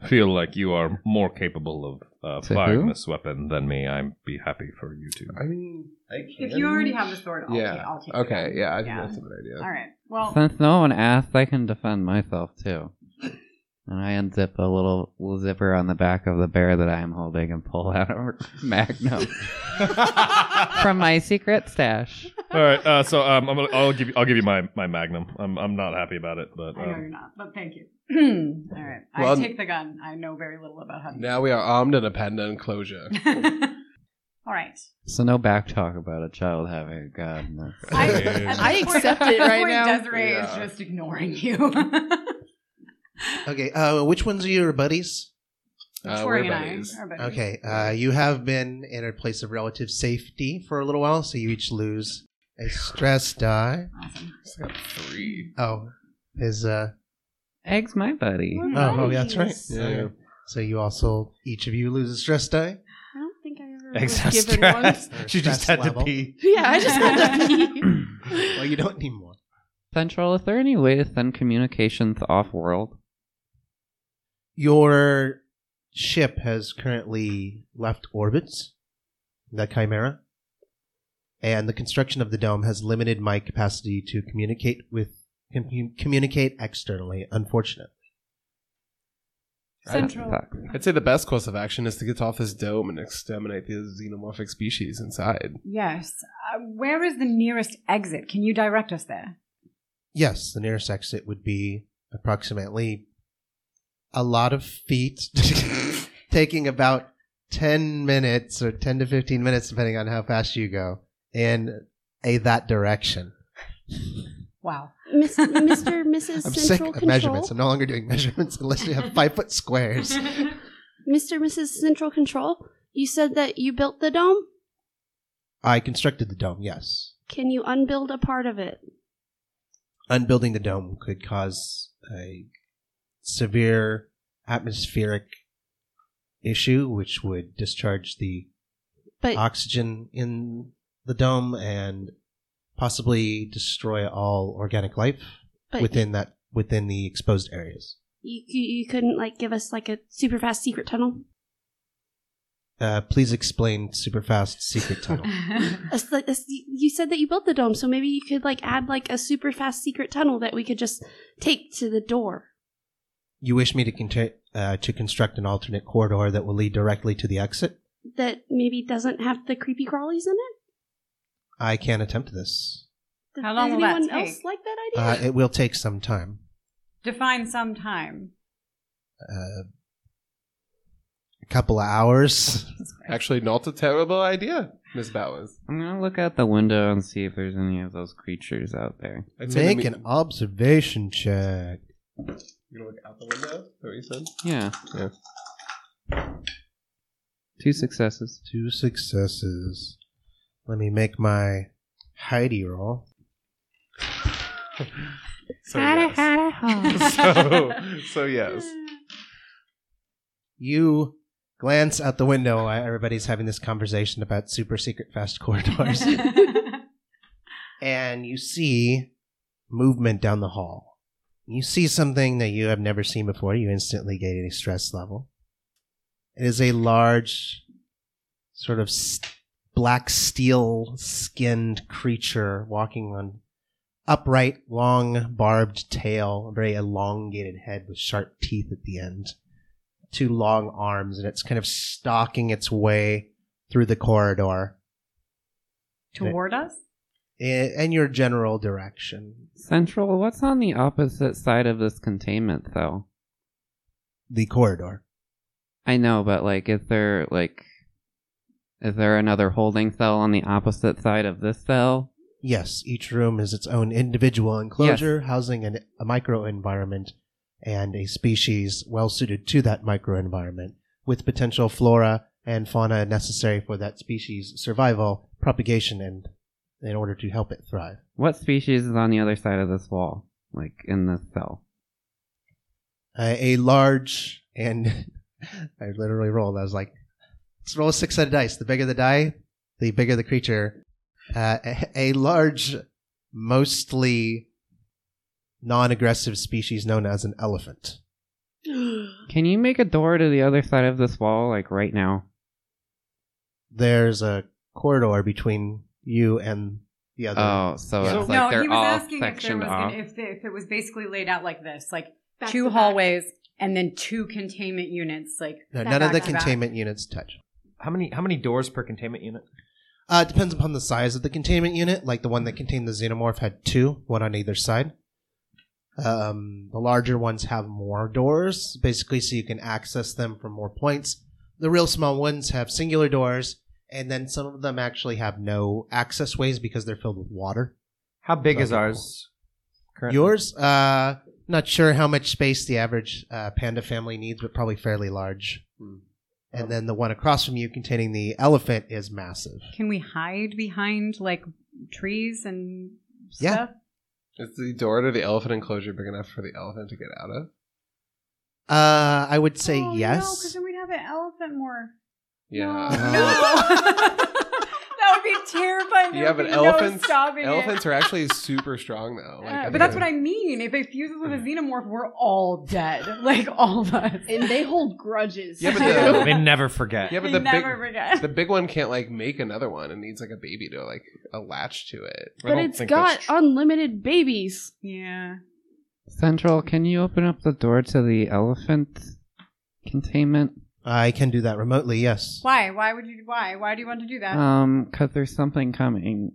Speaker 5: feel like you are more capable of uh,
Speaker 8: To
Speaker 5: firing
Speaker 8: who?
Speaker 5: this weapon than me, I'd be happy for you to.
Speaker 3: I mean, I can.
Speaker 1: If you already have the sword, I'll
Speaker 3: yeah.
Speaker 1: take I'll take it.
Speaker 3: okay. Yeah, I think
Speaker 1: Yeah.
Speaker 3: that's a good idea.
Speaker 1: All right. Well,
Speaker 8: Since no one asked, I can defend myself too. And I unzip a little zipper on the back of the bear that I am holding and pull out a magnum from my secret stash.
Speaker 5: All right. Uh, so um, I'm gonna, I'll give you, I'll give you my my magnum. I'm I'm not happy about it, but
Speaker 1: I know you're
Speaker 5: um,
Speaker 1: not, but thank you. All right. I
Speaker 3: Well,
Speaker 1: take the gun. I know very little about hunting.
Speaker 3: Now we are armed in a panda enclosure.
Speaker 1: All right.
Speaker 8: So no back talk about a child having a gun.
Speaker 1: I,
Speaker 3: Yeah.
Speaker 1: I
Speaker 9: accept it right now.
Speaker 1: Desiree is
Speaker 3: Yeah. Uh,
Speaker 1: just ignoring you. Turing
Speaker 2: Okay, uh, which ones are your buddies?
Speaker 3: Uh, we're
Speaker 1: and
Speaker 3: buddies.
Speaker 1: I are buddies.
Speaker 2: Okay, uh, you have been in a place of relative safety for a little while, so you each lose a stress die.
Speaker 1: Awesome.
Speaker 3: Three.
Speaker 2: Oh, is uh,
Speaker 8: Egg's my buddy.
Speaker 1: Hmm.
Speaker 2: oh, oh, yeah, that's right.
Speaker 3: Yeah.
Speaker 2: Okay. So you also, each of you lose a stress die.
Speaker 9: I don't think I ever
Speaker 5: Extra
Speaker 9: was given one.
Speaker 5: stress.
Speaker 2: Or
Speaker 5: She just
Speaker 2: stress
Speaker 5: had
Speaker 2: level.
Speaker 5: to pee.
Speaker 9: Yeah, I just had to pee.
Speaker 2: Well, you don't need more.
Speaker 8: Central, is there any way to send communications off world?
Speaker 2: Your ship has currently left orbit, the Chimera, and the construction of the dome has limited my capacity to communicate with com- communicate externally. Unfortunately,
Speaker 1: Central.
Speaker 8: That sucks.
Speaker 3: I'd say the best course of action is to get off this dome and exterminate the xenomorphic species inside.
Speaker 1: Yes. Uh, where is the nearest exit? Can you direct us there?
Speaker 2: yes, the nearest exit would be approximately a lot of feet, taking about ten minutes or ten to fifteen minutes, depending on how fast you go in a that direction.
Speaker 1: Wow.
Speaker 9: Miss, Mr. Mrs.
Speaker 2: I'm sick
Speaker 9: Central
Speaker 2: of
Speaker 9: Control.
Speaker 2: measurements. I'm no longer doing measurements unless you have five foot squares.
Speaker 9: Mr. Mrs. Central Control, you said that you built the dome.
Speaker 2: I constructed the dome, yes.
Speaker 9: Can you unbuild a part of it?
Speaker 2: Unbuilding the dome could cause a severe atmospheric issue, which would discharge the
Speaker 9: But
Speaker 2: oxygen in the dome and possibly destroy all organic life
Speaker 9: but
Speaker 2: within that within the exposed areas.
Speaker 9: you, you you couldn't like give us like a super fast secret tunnel,
Speaker 2: Uh, please explain super fast secret tunnel.
Speaker 9: A s- like a s- you said that you built the dome, so maybe you could like add like a super fast secret tunnel that we could just take to the door.
Speaker 2: you wish me to conta- uh, to construct an alternate corridor that will lead directly to the exit?
Speaker 9: That maybe doesn't have the creepy crawlies in it.
Speaker 2: I can attempt this.
Speaker 9: Does
Speaker 1: How long will that
Speaker 9: anyone else
Speaker 1: take?
Speaker 9: like that idea?
Speaker 2: Uh, it will take some time.
Speaker 1: Define some time.
Speaker 2: Uh, couple of hours.
Speaker 3: Actually, not a terrible idea, Miss Bowers.
Speaker 8: I'm gonna look out the window and see if there's any of those creatures out there.
Speaker 3: I'd say
Speaker 2: Make
Speaker 3: that
Speaker 2: an observation check.
Speaker 3: we- you look out the window. Is that what you said?
Speaker 8: Yeah.
Speaker 3: Yeah.
Speaker 8: Two successes.
Speaker 2: Two successes. Let me make my Heidi roll.
Speaker 3: So yes.
Speaker 1: Oh.
Speaker 3: so, so yes.
Speaker 2: You glance out the window while everybody's having this conversation about super secret fast corridors, and you see movement down the hall. You see something that you have never seen before. You instantly gain a stress level. It is a large, sort of s black steel skinned creature walking on upright, long barbed tail, a very elongated head with sharp teeth at the end two long arms and it's kind of stalking its way through the corridor
Speaker 1: Toward us?
Speaker 2: in, in your general direction.
Speaker 8: Central, what's on the opposite side of this containment, though?
Speaker 2: The corridor.
Speaker 8: I know, but like, is there like, is there another holding cell on the opposite side of this cell?
Speaker 2: Yes, each room is its own individual enclosure, housing an, a microenvironment and a species well suited to that microenvironment, with potential flora and fauna necessary for that species' survival, propagation, and in order to help it thrive.
Speaker 8: What species is on the other side of this wall? Like in this cell?
Speaker 2: a, a large and I literally rolled. I was like, let's roll a six sided dice. The bigger the die, the bigger the creature. Uh, a, a large, mostly non aggressive species known as an elephant.
Speaker 8: Can you make a door to the other side of this wall, like right now?
Speaker 2: There's a corridor between you and the other.
Speaker 8: Oh,
Speaker 2: Yeah.
Speaker 8: so it's
Speaker 2: So-
Speaker 8: like
Speaker 1: no,
Speaker 8: they're
Speaker 1: he was
Speaker 8: all
Speaker 1: asking if, there
Speaker 8: sectioned
Speaker 1: was
Speaker 8: off.
Speaker 1: gonna, if, the, if it was basically laid out like this, like
Speaker 9: Back
Speaker 1: two
Speaker 9: to back.
Speaker 1: hallways and then two containment units. Like
Speaker 2: no,
Speaker 9: that-
Speaker 2: none of the
Speaker 9: that-
Speaker 1: that-
Speaker 2: containment units touch.
Speaker 6: How many how many doors per containment unit?
Speaker 2: Uh, it depends upon the size of the containment unit. Like the one that contained the xenomorph had two, one on either side. Um, the larger ones have more doors, basically, so you can access them from more points. The real small ones have singular doors, and then some of them actually have no access ways because they're filled with water.
Speaker 6: How big is
Speaker 2: Okay.
Speaker 6: ours? Currently?
Speaker 2: Yours, uh, not sure how much space the average uh, panda family needs, but probably fairly large.
Speaker 3: Hmm.
Speaker 6: Oh.
Speaker 2: And then the one across from you containing the elephant is massive.
Speaker 1: Can we hide behind like trees and
Speaker 2: Yeah.
Speaker 1: stuff?
Speaker 3: Is the door to the elephant enclosure big enough for the elephant to get out of?
Speaker 2: Uh, I would say
Speaker 1: Oh,
Speaker 2: yes.
Speaker 1: No, because then we'd have an elephant more.
Speaker 3: Yeah.
Speaker 1: No. that would be terrifying.
Speaker 3: Yeah, but
Speaker 1: There'd be no
Speaker 3: elephants
Speaker 1: stopping it.
Speaker 3: elephants are actually super strong though. Like,
Speaker 1: Uh, but that's what I mean. If it fuses with a xenomorph, we're all dead. Like all of us.
Speaker 7: And they hold grudges.
Speaker 3: Yeah, but the-
Speaker 6: they never forget.
Speaker 3: Yeah, but
Speaker 1: We
Speaker 3: the big
Speaker 1: never forget.
Speaker 3: the big one can't like make another one. It needs like a baby to like a latch to it.
Speaker 5: I
Speaker 7: But
Speaker 5: don't
Speaker 7: it's
Speaker 5: think
Speaker 7: got
Speaker 5: that's tr-
Speaker 7: unlimited babies.
Speaker 1: yeah.
Speaker 8: Central, can you open up the door to the elephant containment?
Speaker 2: I can do that remotely, yes.
Speaker 1: Why? Why would you? Why? Why do you want to do that?
Speaker 8: Um, cause there's something coming.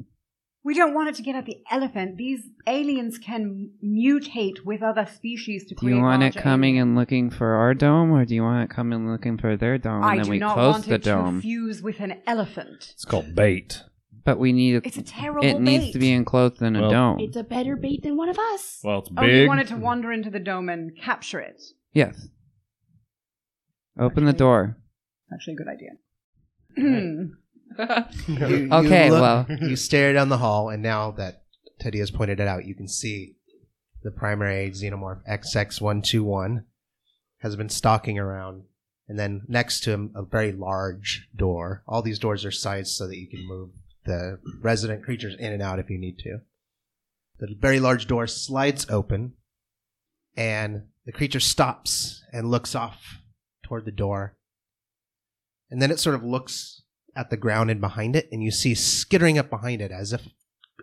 Speaker 1: we don't want it to get at the elephant. These aliens can mutate with other species to
Speaker 8: Do
Speaker 1: create.
Speaker 8: you want it
Speaker 1: larger
Speaker 8: coming
Speaker 1: aliens.
Speaker 8: and looking for our dome, or do you want it coming looking for their dome and
Speaker 1: I
Speaker 8: then
Speaker 1: do
Speaker 8: we
Speaker 1: not
Speaker 8: close
Speaker 1: want
Speaker 8: the
Speaker 1: it
Speaker 8: dome?
Speaker 1: to fuse with an elephant.
Speaker 5: It's called bait.
Speaker 8: But we need
Speaker 1: It's a terrible.
Speaker 8: it needs
Speaker 1: bait.
Speaker 8: to be enclosed in a
Speaker 5: Well-
Speaker 8: dome.
Speaker 9: It's a better bait than one of us.
Speaker 5: Well, it's big.
Speaker 1: Oh, you want it to wander into the dome and capture it?
Speaker 8: yes. Open the
Speaker 1: Actually-
Speaker 8: door.
Speaker 1: Actually, a good idea.
Speaker 2: You- you
Speaker 8: Okay,
Speaker 2: look-
Speaker 8: well-
Speaker 2: You stare down the hall, and now that Teddy has pointed it out, you can see the primary xenomorph XX121 has been stalking around. And then next to him, a very large door. All these doors are sized so that you can move the resident creatures in and out if you need to. The very large door slides open, and the creature stops and looks off toward the door. And then it sort of looks at the ground and behind it, and you see skittering up behind it as if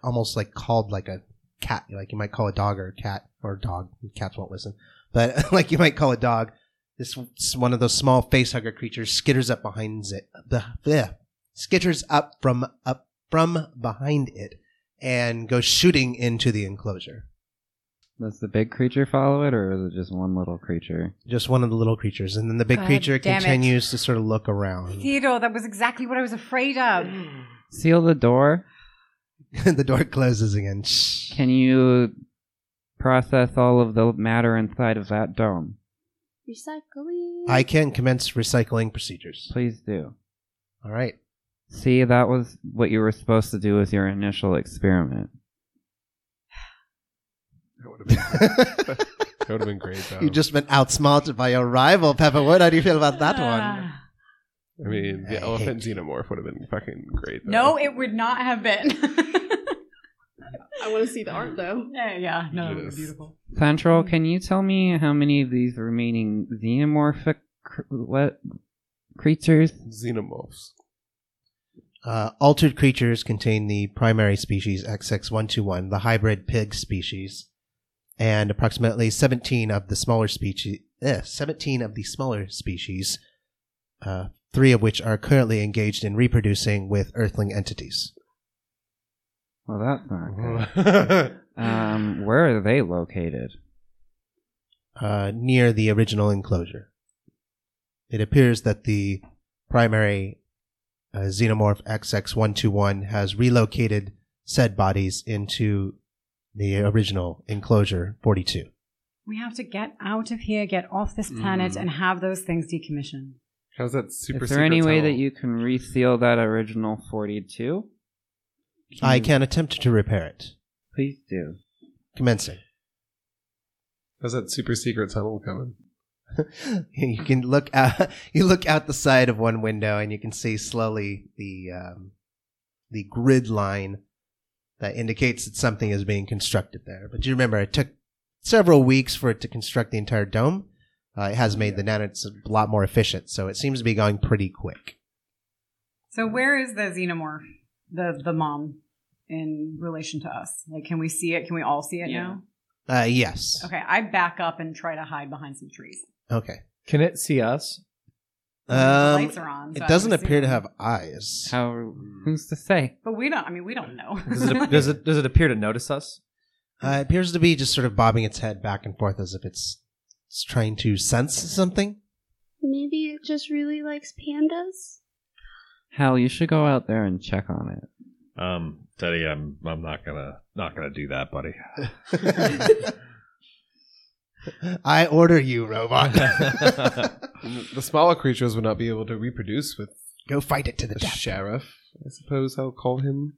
Speaker 2: almost like called like a cat, like you might call a dog or a cat or a dog. Cats won't listen, but like you might call a dog. This s- one of those small face hugger creatures skitters up behind it, the bleh, skitters up from up from behind it, and goes shooting into the enclosure.
Speaker 8: Does the big creature follow it, or is it just one little creature?
Speaker 2: Just one of the little creatures, and then the big
Speaker 1: God
Speaker 2: creature
Speaker 1: damn it.
Speaker 2: continues to sort of look around.
Speaker 1: Hmm. Theodore, that was exactly what I was afraid of.
Speaker 8: Seal the door.
Speaker 2: the door closes again. Shh.
Speaker 8: Can you process all of the matter inside of that dome?
Speaker 9: Recycling.
Speaker 2: I can commence recycling procedures.
Speaker 8: Please do.
Speaker 2: All right.
Speaker 8: See, that was what you were supposed to do with your initial experiment.
Speaker 3: That would have been, that would have been great, though.
Speaker 2: you just been outsmarted by your rival, Pepperwood. How do you feel about that one?
Speaker 1: Ah.
Speaker 3: I mean, the
Speaker 2: I
Speaker 3: elephant xenomorph would have been fucking great. Though.
Speaker 1: No, it would not have been.
Speaker 7: I want to see the art though.
Speaker 1: yeah, yeah, no,
Speaker 3: Yes.
Speaker 1: beautiful.
Speaker 8: Central, can you tell me how many of these remaining xenomorphic cr- what creatures?
Speaker 3: Xenomorphs.
Speaker 2: Uh, altered creatures contain the primary species XX121, the hybrid pig species, and approximately 17 of the smaller species. Eh, 17 of the smaller species, uh, three of which are currently engaged in reproducing with Earthling entities.
Speaker 8: Well, that's not good. Um, where are they located?
Speaker 2: uh, near the original enclosure. It appears that the primary uh, xenomorph XX121 has relocated said bodies into the original enclosure 42.
Speaker 1: We have to get out of here, get off this planet,
Speaker 2: Mm-hmm.
Speaker 3: Mm.
Speaker 1: and have those things decommissioned.
Speaker 3: How's that super?
Speaker 8: Is there any
Speaker 3: secret
Speaker 8: way
Speaker 3: tunnel?
Speaker 8: that you can reseal that original forty-two?
Speaker 2: I
Speaker 8: Hmm.
Speaker 2: can attempt to repair it.
Speaker 8: Please do.
Speaker 2: Commencing.
Speaker 3: How's that super secret tunnel coming?
Speaker 2: you can look out. You look out the side of one window, and you can see slowly the um, the grid line that indicates that something is being constructed there. But you remember, it took several weeks for it to construct the entire dome. Uh, it has made the nanites a lot more efficient, so it seems to be going pretty quick.
Speaker 1: So, where is the xenomorph, the the mom, in relation to us? Like, can we see it? Can we all see it
Speaker 7: Yeah.
Speaker 1: now?
Speaker 2: Uh, yes.
Speaker 1: Okay, I back up and try to hide behind some trees.
Speaker 2: Okay.
Speaker 6: Can it see us?
Speaker 1: the
Speaker 2: Um,
Speaker 1: lights are on. so
Speaker 2: it
Speaker 1: I
Speaker 2: doesn't
Speaker 1: would assume-
Speaker 2: appear to have eyes.
Speaker 8: How?
Speaker 6: Hmm.
Speaker 8: Who's to say?
Speaker 1: But we don't. I mean, we don't know.
Speaker 6: Does it, does it does it appear to notice us?
Speaker 2: Uh, it appears to be just sort of bobbing its head back and forth as if it's, it's trying to sense something.
Speaker 9: Maybe it just really likes pandas.
Speaker 8: Hal, you should go out there and check on it.
Speaker 5: Um, Teddy, I'm I'm not gonna not gonna do that, buddy.
Speaker 2: I order you, robot.
Speaker 3: The smaller creatures would not be able to reproduce with
Speaker 2: Go fight it to the
Speaker 3: the
Speaker 2: death.
Speaker 3: sheriff. I suppose I'll call him.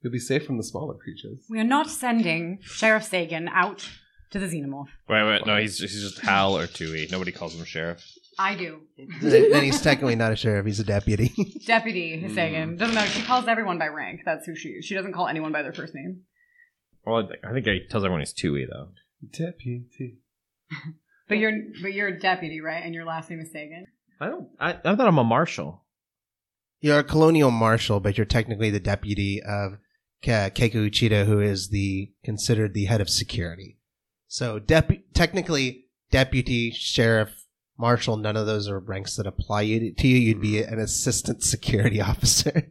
Speaker 3: You'll be safe from the smaller creatures.
Speaker 1: we are not sending Sheriff Sagan out to the xenomorph.
Speaker 5: Wait, wait, no, he's he's just Hal or Tui. Nobody calls him sheriff.
Speaker 1: I do.
Speaker 2: then he's technically not a sheriff; he's a deputy.
Speaker 1: Deputy Sagan.
Speaker 2: Mm.
Speaker 1: Doesn't matter. She calls everyone by rank. That's who she is. She doesn't call anyone by their first name.
Speaker 5: Well, I think he tells everyone he's Tui though.
Speaker 3: Deputy.
Speaker 1: But you're but you're a deputy, right? And your last name is Sagan.
Speaker 6: I don't. I, I thought I'm a marshal.
Speaker 2: you're a colonial marshal, but you're technically the deputy of Ke- Keiko Uchida, who is the considered the head of security. So, depu- technically, deputy, sheriff, marshal, none of those are ranks that apply you to you. You'd be an assistant security officer.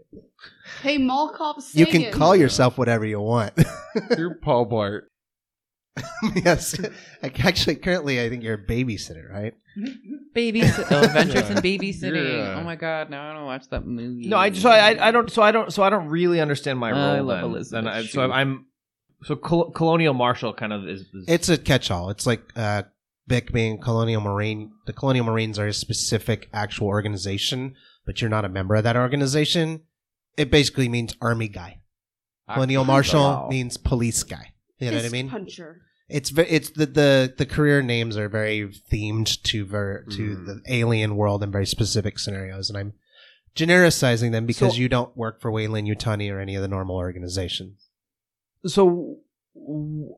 Speaker 7: Hey, mall cop.
Speaker 2: You
Speaker 7: Sagan.
Speaker 2: can call yourself whatever you want.
Speaker 3: You're Paul Bart.
Speaker 2: yes, actually, currently, I think you're a babysitter, right?
Speaker 8: Babies, oh, Adventures in
Speaker 3: Yeah.
Speaker 8: Babysitting.
Speaker 3: Yeah.
Speaker 8: Oh my god, now I don't watch that movie.
Speaker 6: No, I so I I don't so I don't so I don't really understand my
Speaker 8: I
Speaker 6: role.
Speaker 8: love
Speaker 6: then.
Speaker 8: Elizabeth
Speaker 6: Then I, so
Speaker 8: Shue.
Speaker 6: I'm so col- colonial marshal kind of is. is
Speaker 2: It's a catch-all. It's like uh, Bick being Colonial Marine. The Colonial Marines are a specific actual organization, but you're not a member of that organization. It basically means army guy. Colonial marshal means police guy. You know what I
Speaker 7: Fist
Speaker 2: mean?
Speaker 7: Puncher.
Speaker 2: It's ve- it's the, the the career names are very themed to ver- to
Speaker 3: Mm.
Speaker 2: the alien world and very specific scenarios, and I'm genericizing them because
Speaker 6: So-
Speaker 2: you don't work for Wayland Utani or any of the normal organizations.
Speaker 6: so w-
Speaker 5: um,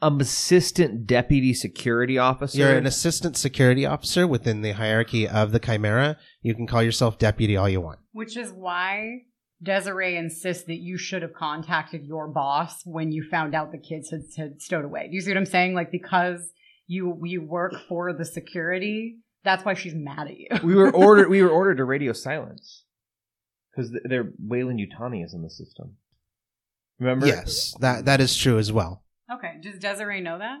Speaker 6: I'm assistant deputy security officer.
Speaker 2: You're an assistant security officer within the hierarchy of the Chimera. You can call yourself deputy all you want.
Speaker 1: Which is why Desiree insists that you should have contacted your boss when you found out the kids had, had stowed away. Do you see what I'm saying? Like because you you work for the security, that's why she's mad at you.
Speaker 6: we were ordered. We were ordered to radio silence because th- their Wayland Utani is in the system. Remember?
Speaker 2: Yes, that that is true as well.
Speaker 1: Okay. Does Desiree know that?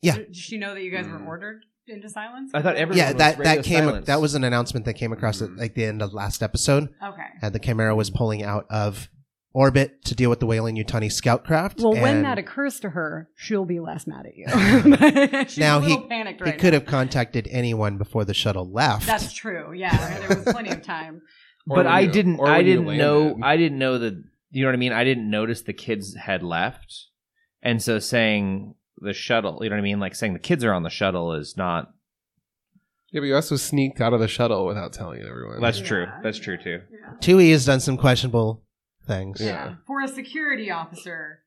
Speaker 2: Yeah.
Speaker 1: Does she know that you guys were
Speaker 5: Mm.
Speaker 1: ordered into silence?
Speaker 5: I thought everyone
Speaker 2: yeah,
Speaker 5: was
Speaker 2: that
Speaker 5: radio
Speaker 2: that came
Speaker 5: silence.
Speaker 2: that was an announcement that came across at
Speaker 5: Mhm.
Speaker 2: like the end of last episode,
Speaker 1: Okay.
Speaker 2: and the Chimera was pulling out of orbit to deal with the Whaling Utani scout craft.
Speaker 1: Well, when
Speaker 2: and
Speaker 1: that occurs to her, she'll be less mad at you. She's
Speaker 2: Now,
Speaker 1: a little
Speaker 2: he-
Speaker 1: panicked
Speaker 2: he
Speaker 1: right
Speaker 2: could
Speaker 1: now.
Speaker 2: have contacted anyone before the shuttle left.
Speaker 1: That's true. Yeah, there was plenty of time.
Speaker 5: but
Speaker 3: Or when
Speaker 5: I
Speaker 3: you-
Speaker 5: didn't.
Speaker 3: or
Speaker 5: I
Speaker 3: when you
Speaker 5: didn't know.
Speaker 3: landed.
Speaker 5: I didn't know that. You know what I mean? I didn't notice the kids had left, and so saying the shuttle. You know what I mean? Like saying the kids are on the shuttle is not.
Speaker 3: Yeah, but you also sneaked out of the shuttle without telling everyone.
Speaker 5: That's
Speaker 1: Yeah.
Speaker 5: true. That's true too.
Speaker 2: Tui has done some questionable things.
Speaker 1: Yeah. Um, For a security officer,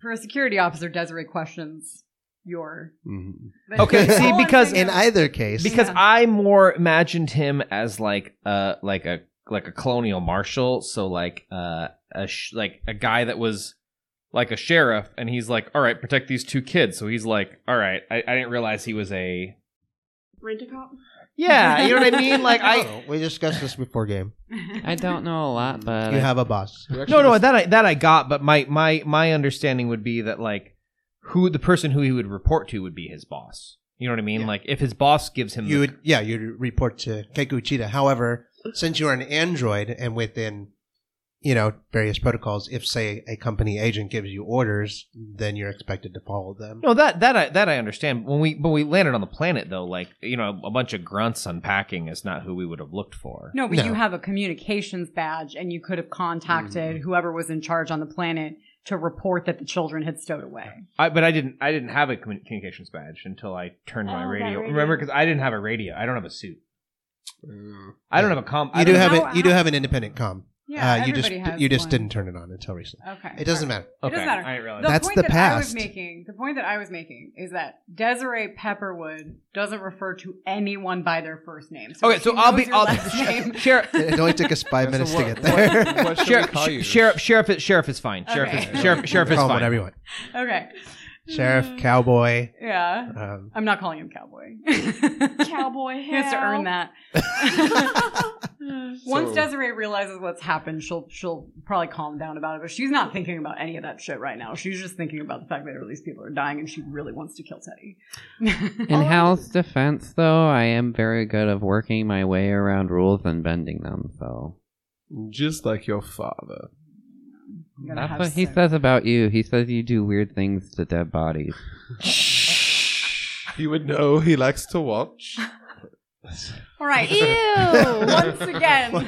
Speaker 1: for a security officer, Desiree questions your.
Speaker 3: Mhm.
Speaker 1: But
Speaker 5: Okay,
Speaker 1: it's
Speaker 2: see,
Speaker 1: all I'm
Speaker 5: because
Speaker 1: thinking
Speaker 2: In
Speaker 1: of-
Speaker 2: either case,
Speaker 5: because
Speaker 1: Yeah.
Speaker 5: I more imagined him as like a like a like a colonial marshal, so like uh, a sh- like a guy that was like a sheriff, and he's like, all right, protect these two kids. So he's like, all right, I, I didn't realize he was a
Speaker 9: Rent a cop.
Speaker 5: yeah, you know what I mean? Like I
Speaker 2: Oh, we discussed this before game.
Speaker 8: I don't know a lot, but
Speaker 2: You
Speaker 8: I-
Speaker 2: have a boss.
Speaker 3: You actually
Speaker 5: no no
Speaker 3: just-
Speaker 5: that I, that I got, but my my my understanding would be that like who the person who he would report to would be his boss. You know what I mean?
Speaker 2: Yeah.
Speaker 5: Like if his boss gives him
Speaker 2: You
Speaker 5: the
Speaker 2: would, yeah, you'd report to Keiko Uchida. However, since you are an android and within, you know, various protocols, if say a company agent gives you orders, then you're expected to follow them.
Speaker 5: No, that that I that I understand. When we when we landed on the planet, though, like you know, a bunch of grunts unpacking is not who we would have looked for.
Speaker 1: No, but
Speaker 2: No.
Speaker 1: you have a communications badge, and you could have contacted
Speaker 2: Mm-hmm.
Speaker 1: whoever was in charge on the planet to report that the children had stowed away.
Speaker 2: Uh,
Speaker 5: I, but I didn't I didn't have a commu- communications badge until I turned my
Speaker 9: Oh, that
Speaker 5: radio.
Speaker 9: radio.
Speaker 5: Remember, because I didn't have a radio. I don't have a suit.
Speaker 3: Mm.
Speaker 5: I don't have a com. I
Speaker 2: You do
Speaker 5: don't
Speaker 2: have
Speaker 1: How-
Speaker 2: it. You do have an independent com.
Speaker 1: Yeah,
Speaker 2: uh, you just
Speaker 1: everybody has
Speaker 2: you just
Speaker 1: one.
Speaker 2: didn't turn it on until recently.
Speaker 1: Okay,
Speaker 2: It doesn't
Speaker 1: all right.
Speaker 2: matter.
Speaker 1: It
Speaker 5: Okay,
Speaker 1: doesn't matter.
Speaker 5: I didn't
Speaker 1: The
Speaker 5: realize. that.
Speaker 2: That's
Speaker 1: point
Speaker 2: the
Speaker 1: that I was
Speaker 2: past.
Speaker 1: making, the point that I was making is that Desiree Pepperwood doesn't refer to anyone by their first name. So
Speaker 5: Okay,
Speaker 1: she
Speaker 5: so I'll
Speaker 1: knows
Speaker 5: be
Speaker 1: your
Speaker 5: I'll
Speaker 1: last name.
Speaker 5: sheriff.
Speaker 2: It only took us five minutes
Speaker 3: So
Speaker 2: to get
Speaker 3: what-
Speaker 2: there.
Speaker 3: What, what should we
Speaker 5: Sheriff,
Speaker 3: call you?
Speaker 5: sh- sheriff, sheriff, is- sheriff is fine. Sheriff,
Speaker 1: Okay.
Speaker 5: is, sheriff, sheriff is
Speaker 2: Call him
Speaker 5: fine.
Speaker 2: whatever you want.
Speaker 1: Okay.
Speaker 2: Sheriff,
Speaker 1: Mm.
Speaker 2: cowboy.
Speaker 1: Yeah.
Speaker 2: Um,
Speaker 1: I'm not calling him cowboy.
Speaker 9: Cowboy
Speaker 1: He has to earn that.
Speaker 9: that.
Speaker 1: Once
Speaker 3: So-
Speaker 1: Desiree realizes what's happened, she'll she'll probably calm down about it. But she's not thinking about any of that shit right now. She's just thinking about the fact that all these people are dying, and she really wants to kill Teddy.
Speaker 8: In Hal's defense, though, I am very good of working my way around rules and bending them. So
Speaker 3: Just like your father.
Speaker 1: I'm gonna
Speaker 8: that's
Speaker 1: have
Speaker 8: what he
Speaker 1: sex.
Speaker 8: says about you. He says you do weird things to dead bodies.
Speaker 3: You would know he likes to watch.
Speaker 1: All right. E,
Speaker 10: Ew.
Speaker 1: Once again.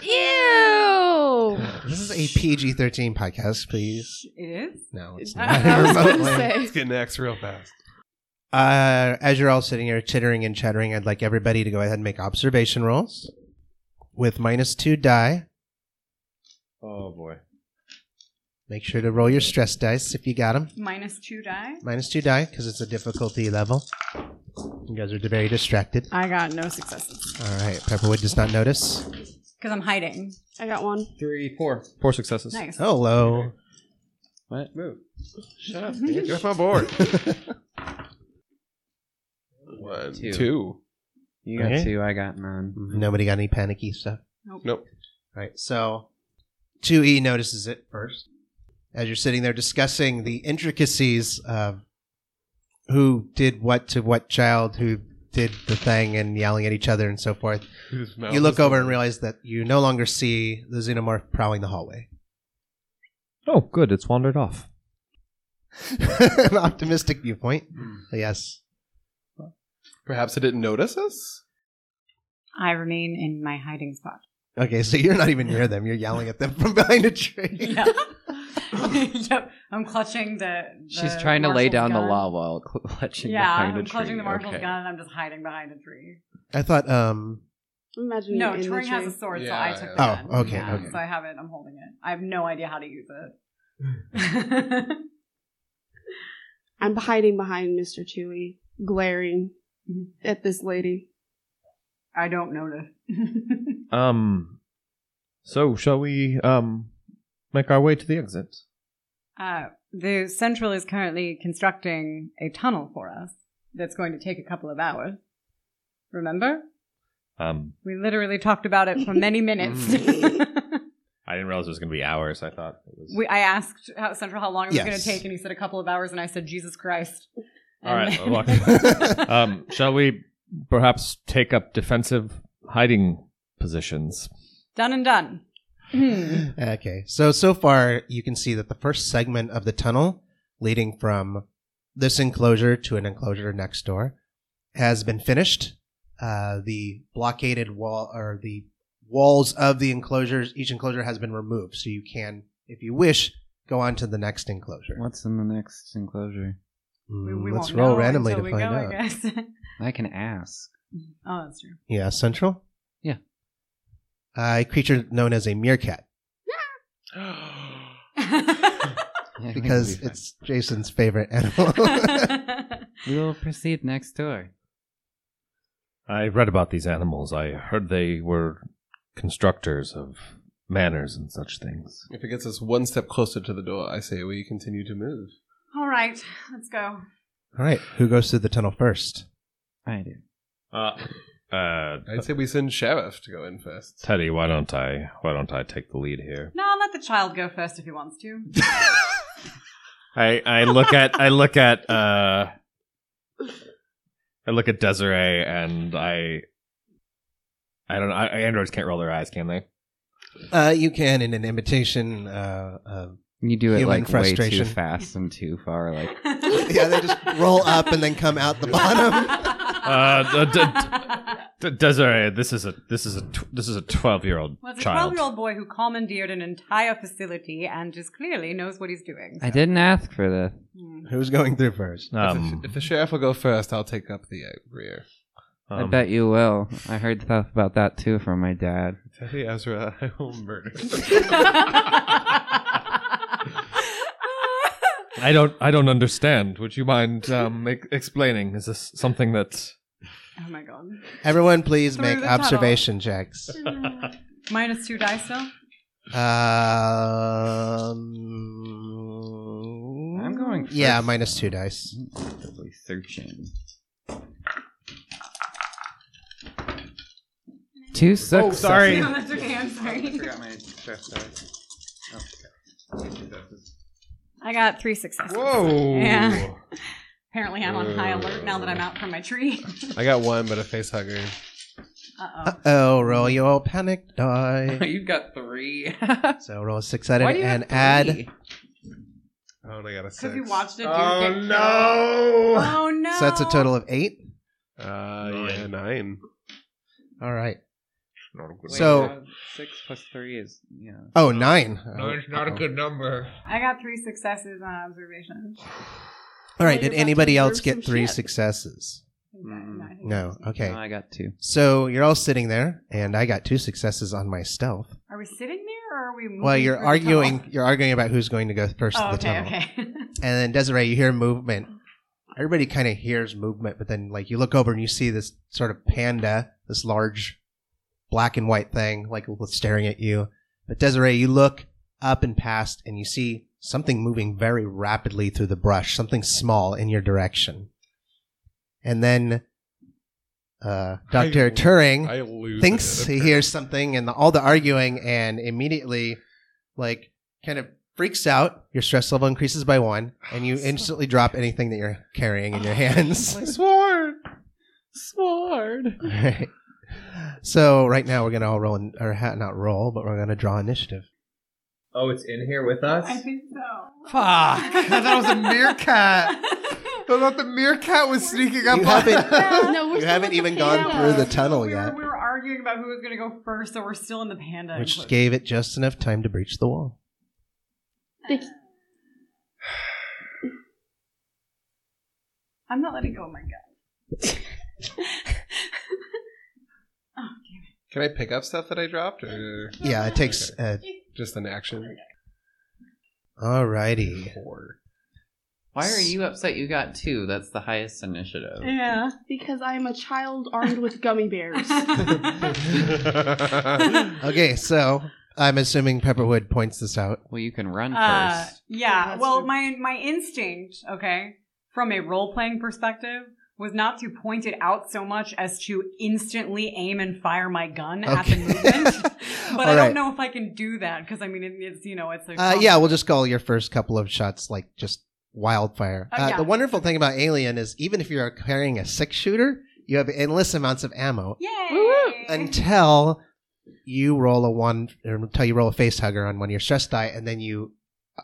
Speaker 10: Ew.
Speaker 2: this is a PG thirteen podcast, please.
Speaker 1: It is.
Speaker 2: No, it's not.
Speaker 9: I was
Speaker 2: Remotely.
Speaker 9: gonna say.
Speaker 3: It's getting X real fast.
Speaker 2: Uh, as you're all sitting here chittering and chattering, I'd like everybody to go ahead and make observation rolls with minus two die.
Speaker 5: Oh boy.
Speaker 2: Make sure to roll your stress dice if you got them.
Speaker 1: Minus two die.
Speaker 2: Minus two die because it's a difficulty level. You guys are very distracted.
Speaker 1: I got no successes
Speaker 2: All right, Pepperwood does not notice.
Speaker 1: because I'm hiding.
Speaker 9: I got one.
Speaker 5: Three, four, four successes.
Speaker 1: Nice.
Speaker 2: Hello.
Speaker 8: What? Move.
Speaker 3: Shut up. Get off my board. One,
Speaker 8: Two.
Speaker 3: two.
Speaker 8: You got
Speaker 2: Okay.
Speaker 8: two. I got none.
Speaker 2: Nobody got any panicky stuff.
Speaker 3: Nope.
Speaker 2: All right, so 2E notices it first as you're sitting there discussing the intricacies of who did what to what child, who did the thing, and yelling at each other and so forth. you look over and realize that you no longer see the xenomorph prowling the hallway.
Speaker 5: Oh, good. It's wandered off.
Speaker 2: An optimistic viewpoint. Yes.
Speaker 3: Perhaps it didn't notice us?
Speaker 1: I remain in my hiding spot.
Speaker 2: Okay, so you're not even near them. You're yelling at them from behind a tree.
Speaker 1: yep. yep. I'm clutching the.
Speaker 8: She's
Speaker 1: the
Speaker 8: trying to lay
Speaker 1: marshal's
Speaker 8: down the
Speaker 1: gun.
Speaker 8: law while cl- clutching
Speaker 1: Yeah,
Speaker 8: behind a
Speaker 1: I'm clutching
Speaker 8: tree.
Speaker 1: the marshal's
Speaker 8: Okay.
Speaker 1: gun and I'm just hiding behind a tree.
Speaker 2: I thought, um,
Speaker 9: Imagine
Speaker 1: No,
Speaker 9: in the
Speaker 1: Turing has
Speaker 9: tree.
Speaker 1: a sword, so
Speaker 3: Yeah,
Speaker 1: I took
Speaker 2: yeah.
Speaker 1: the
Speaker 2: Oh,
Speaker 1: gun.
Speaker 2: okay,
Speaker 1: Yeah,
Speaker 2: okay.
Speaker 1: So I have it. I'm holding it. I have no idea how to use it.
Speaker 9: I'm hiding behind Mr. Chewy, glaring
Speaker 1: Mhm.
Speaker 9: at this lady.
Speaker 1: I don't notice.
Speaker 5: Um. So shall we um make our way to the exit?
Speaker 1: Uh, the Central is currently constructing a tunnel for us that's going to take a couple of hours. Remember?
Speaker 11: Um,
Speaker 5: Um,
Speaker 2: Mm-hmm.
Speaker 1: We literally talked about it for many minutes.
Speaker 9: Mm.
Speaker 5: I I didn't realize it was going to be hours. I thought it was.
Speaker 1: We, I asked how, Central how long it was going
Speaker 2: Yes.
Speaker 1: to take, and he said a couple of hours, and I said, Jesus Christ.
Speaker 5: All right,
Speaker 1: And-
Speaker 5: well, um, shall we perhaps take up defensive hiding positions?
Speaker 1: done and done. Hmm.
Speaker 2: Okay. So so far you can see that the first segment of the tunnel leading from this enclosure to an enclosure next door has been finished. Uh, the blockaded wall or the walls of the enclosures, each enclosure has been removed, so you can, if you wish, go on to the next enclosure.
Speaker 8: What's in the next enclosure?
Speaker 1: We- we
Speaker 2: Mm, Let's
Speaker 1: won't
Speaker 2: roll
Speaker 1: know
Speaker 2: randomly to
Speaker 1: until we
Speaker 2: find
Speaker 1: go,
Speaker 2: out.
Speaker 1: I guess.
Speaker 8: I can ask.
Speaker 1: oh, that's true.
Speaker 2: Yeah, central.
Speaker 8: Yeah.
Speaker 2: Uh, a creature known as a meerkat
Speaker 8: I think
Speaker 2: because
Speaker 8: we'll be fine.
Speaker 2: it's Jason's favorite animal.
Speaker 8: we will proceed next door.
Speaker 5: I read about these animals. I heard they were constructors of manners and such things.
Speaker 3: If it gets us one step closer to the door, I say we continue to move.
Speaker 1: All right, let's go.
Speaker 2: All right, who goes through the tunnel first?
Speaker 8: I do.
Speaker 5: Uh, uh,
Speaker 3: I'd say we send Sheriff to go in first.
Speaker 5: Teddy, why don't I? Why don't I take the lead here?
Speaker 1: No, I'll let the child go first if he wants to.
Speaker 5: I, I look at I look at uh, I look at Desiree and I. I don't know. I, androids can't roll their eyes, can they?
Speaker 2: Uh, you can in an imitation. Uh, uh,
Speaker 8: You do it
Speaker 2: Human
Speaker 8: like way
Speaker 2: frustration.
Speaker 8: too fast and too far. Like
Speaker 2: yeah, they just roll up and then come out the bottom.
Speaker 5: Uh, d- d- D- Desiree, this is a this is a tw- this is a twelve year old
Speaker 1: was a
Speaker 5: child.
Speaker 1: twelve-year-old boy who commandeered an entire facility and just clearly knows what he's doing.
Speaker 8: I didn't ask for this.
Speaker 1: Hmm.
Speaker 2: Who's going through first?
Speaker 5: Um,
Speaker 3: if, the, if the sheriff will go first, I'll take up the uh, rear.
Speaker 8: I
Speaker 5: um,
Speaker 8: bet you will. I heard stuff about that too from my dad.
Speaker 3: Teddy Ezra, I will murder.
Speaker 5: I don't. I don't understand. Would you mind um, e- explaining? Is this something that?
Speaker 1: oh my god!
Speaker 2: Everyone, please
Speaker 1: Through
Speaker 2: make
Speaker 1: the
Speaker 2: observation checks.
Speaker 1: Minus two dice still.
Speaker 2: Um,
Speaker 8: I'm going
Speaker 2: Yeah,
Speaker 8: first.
Speaker 2: minus two dice.
Speaker 8: Actively searching. Two successes.
Speaker 1: That's okay. I'm sorry. I got three successes.
Speaker 3: Whoa!
Speaker 1: Yeah. Apparently, I'm on high alert now that I'm out from my tree.
Speaker 3: I got one, but a face hugger.
Speaker 1: Uh
Speaker 2: Uh oh, roll your panic die.
Speaker 4: You've got three.
Speaker 2: so roll six sided and add.
Speaker 3: Oh, and I got a
Speaker 1: Because
Speaker 3: six.
Speaker 1: you watched a dude
Speaker 3: Oh
Speaker 1: get killed.
Speaker 3: no!
Speaker 1: Oh no!
Speaker 2: So that's a total of eight.
Speaker 3: Uh, yeah, nine.
Speaker 2: All right.
Speaker 8: Wait,
Speaker 2: So-
Speaker 8: uh, six plus three is yeah.
Speaker 2: Oh, nine. Oh, uh-oh.
Speaker 3: number.
Speaker 1: I got three successes on observation.
Speaker 2: All right.
Speaker 7: Well,
Speaker 2: Did
Speaker 7: you're about
Speaker 2: anybody
Speaker 7: to
Speaker 2: else
Speaker 7: deserve
Speaker 2: get
Speaker 7: some
Speaker 2: three
Speaker 7: shit.
Speaker 2: successes?
Speaker 1: Exactly.
Speaker 2: No. Okay.
Speaker 8: No, I got two.
Speaker 2: So you're all sitting there, and I got two successes on my stealth.
Speaker 1: Are we sitting there or are we moving?
Speaker 2: Well, you're
Speaker 1: through the
Speaker 2: arguing.
Speaker 1: tunnel?
Speaker 2: You're arguing about who's going to go first
Speaker 1: Oh,
Speaker 2: to the
Speaker 1: okay,
Speaker 2: tunnel.
Speaker 1: okay.
Speaker 2: And then Desiree, you hear movement. Everybody kind of hears movement, but then like you look over and you see this sort of panda, this large black and white thing, like staring at you. But Desiree, you look up and past, and you see something moving very rapidly through the brush. Something small in your direction. And then uh, Doctor Turing
Speaker 3: I lose.
Speaker 2: thinks
Speaker 3: it.
Speaker 2: he hears something and the, all the arguing and immediately like kind of freaks out your stress level increases by one and you instantly drop anything that you're carrying in your hands
Speaker 3: Sword.
Speaker 7: Sword.
Speaker 2: All right. so right now we're gonna all roll in, or ha- not roll but we're gonna draw initiative
Speaker 6: Oh, it's in here with us.
Speaker 1: I think so.
Speaker 3: Fuck! I thought it was a meerkat. I thought the meerkat was sneaking up
Speaker 2: you
Speaker 3: on
Speaker 2: haven't,
Speaker 7: No, we're
Speaker 2: you
Speaker 7: still with
Speaker 2: haven't
Speaker 7: the
Speaker 2: even gone
Speaker 7: panda.
Speaker 2: through the tunnel
Speaker 1: we,
Speaker 2: yet
Speaker 1: were, we were arguing about who was going to go first, so we're still in the panda.
Speaker 2: which
Speaker 1: enclosure.
Speaker 2: gave it just enough time to breach the wall
Speaker 1: I'm not letting go of my gun.
Speaker 3: Can I pick up stuff that I dropped, or
Speaker 2: yeah it takes uh,
Speaker 3: just an action?
Speaker 2: alrighty
Speaker 3: Or
Speaker 4: Why are you upset? You got two. That's the highest initiative.
Speaker 1: Yeah.
Speaker 7: Because I am a child armed with gummy bears.
Speaker 2: okay so i'm assuming pepperwood points this out
Speaker 8: Well, you can run
Speaker 1: Uh,
Speaker 8: first.
Speaker 1: yeah.
Speaker 7: That's
Speaker 1: Well,
Speaker 7: true.
Speaker 1: my my instinct, okay, from a role playing perspective, was not to point it out so much as to instantly aim and fire my gun at the
Speaker 2: Okay.
Speaker 1: movement. but
Speaker 2: All
Speaker 1: I
Speaker 2: right.
Speaker 1: don't know if I can do that because I mean it, it's you know it's a
Speaker 2: Uh, yeah, we'll just call your first couple of shots like just wildfire.
Speaker 1: Oh,
Speaker 2: Uh,
Speaker 1: yeah.
Speaker 2: The wonderful thing about Alien is even if you're carrying a six shooter, you have endless amounts of ammo
Speaker 1: yay
Speaker 2: until you roll a one or until you roll a face hugger on one of your stress die, and then you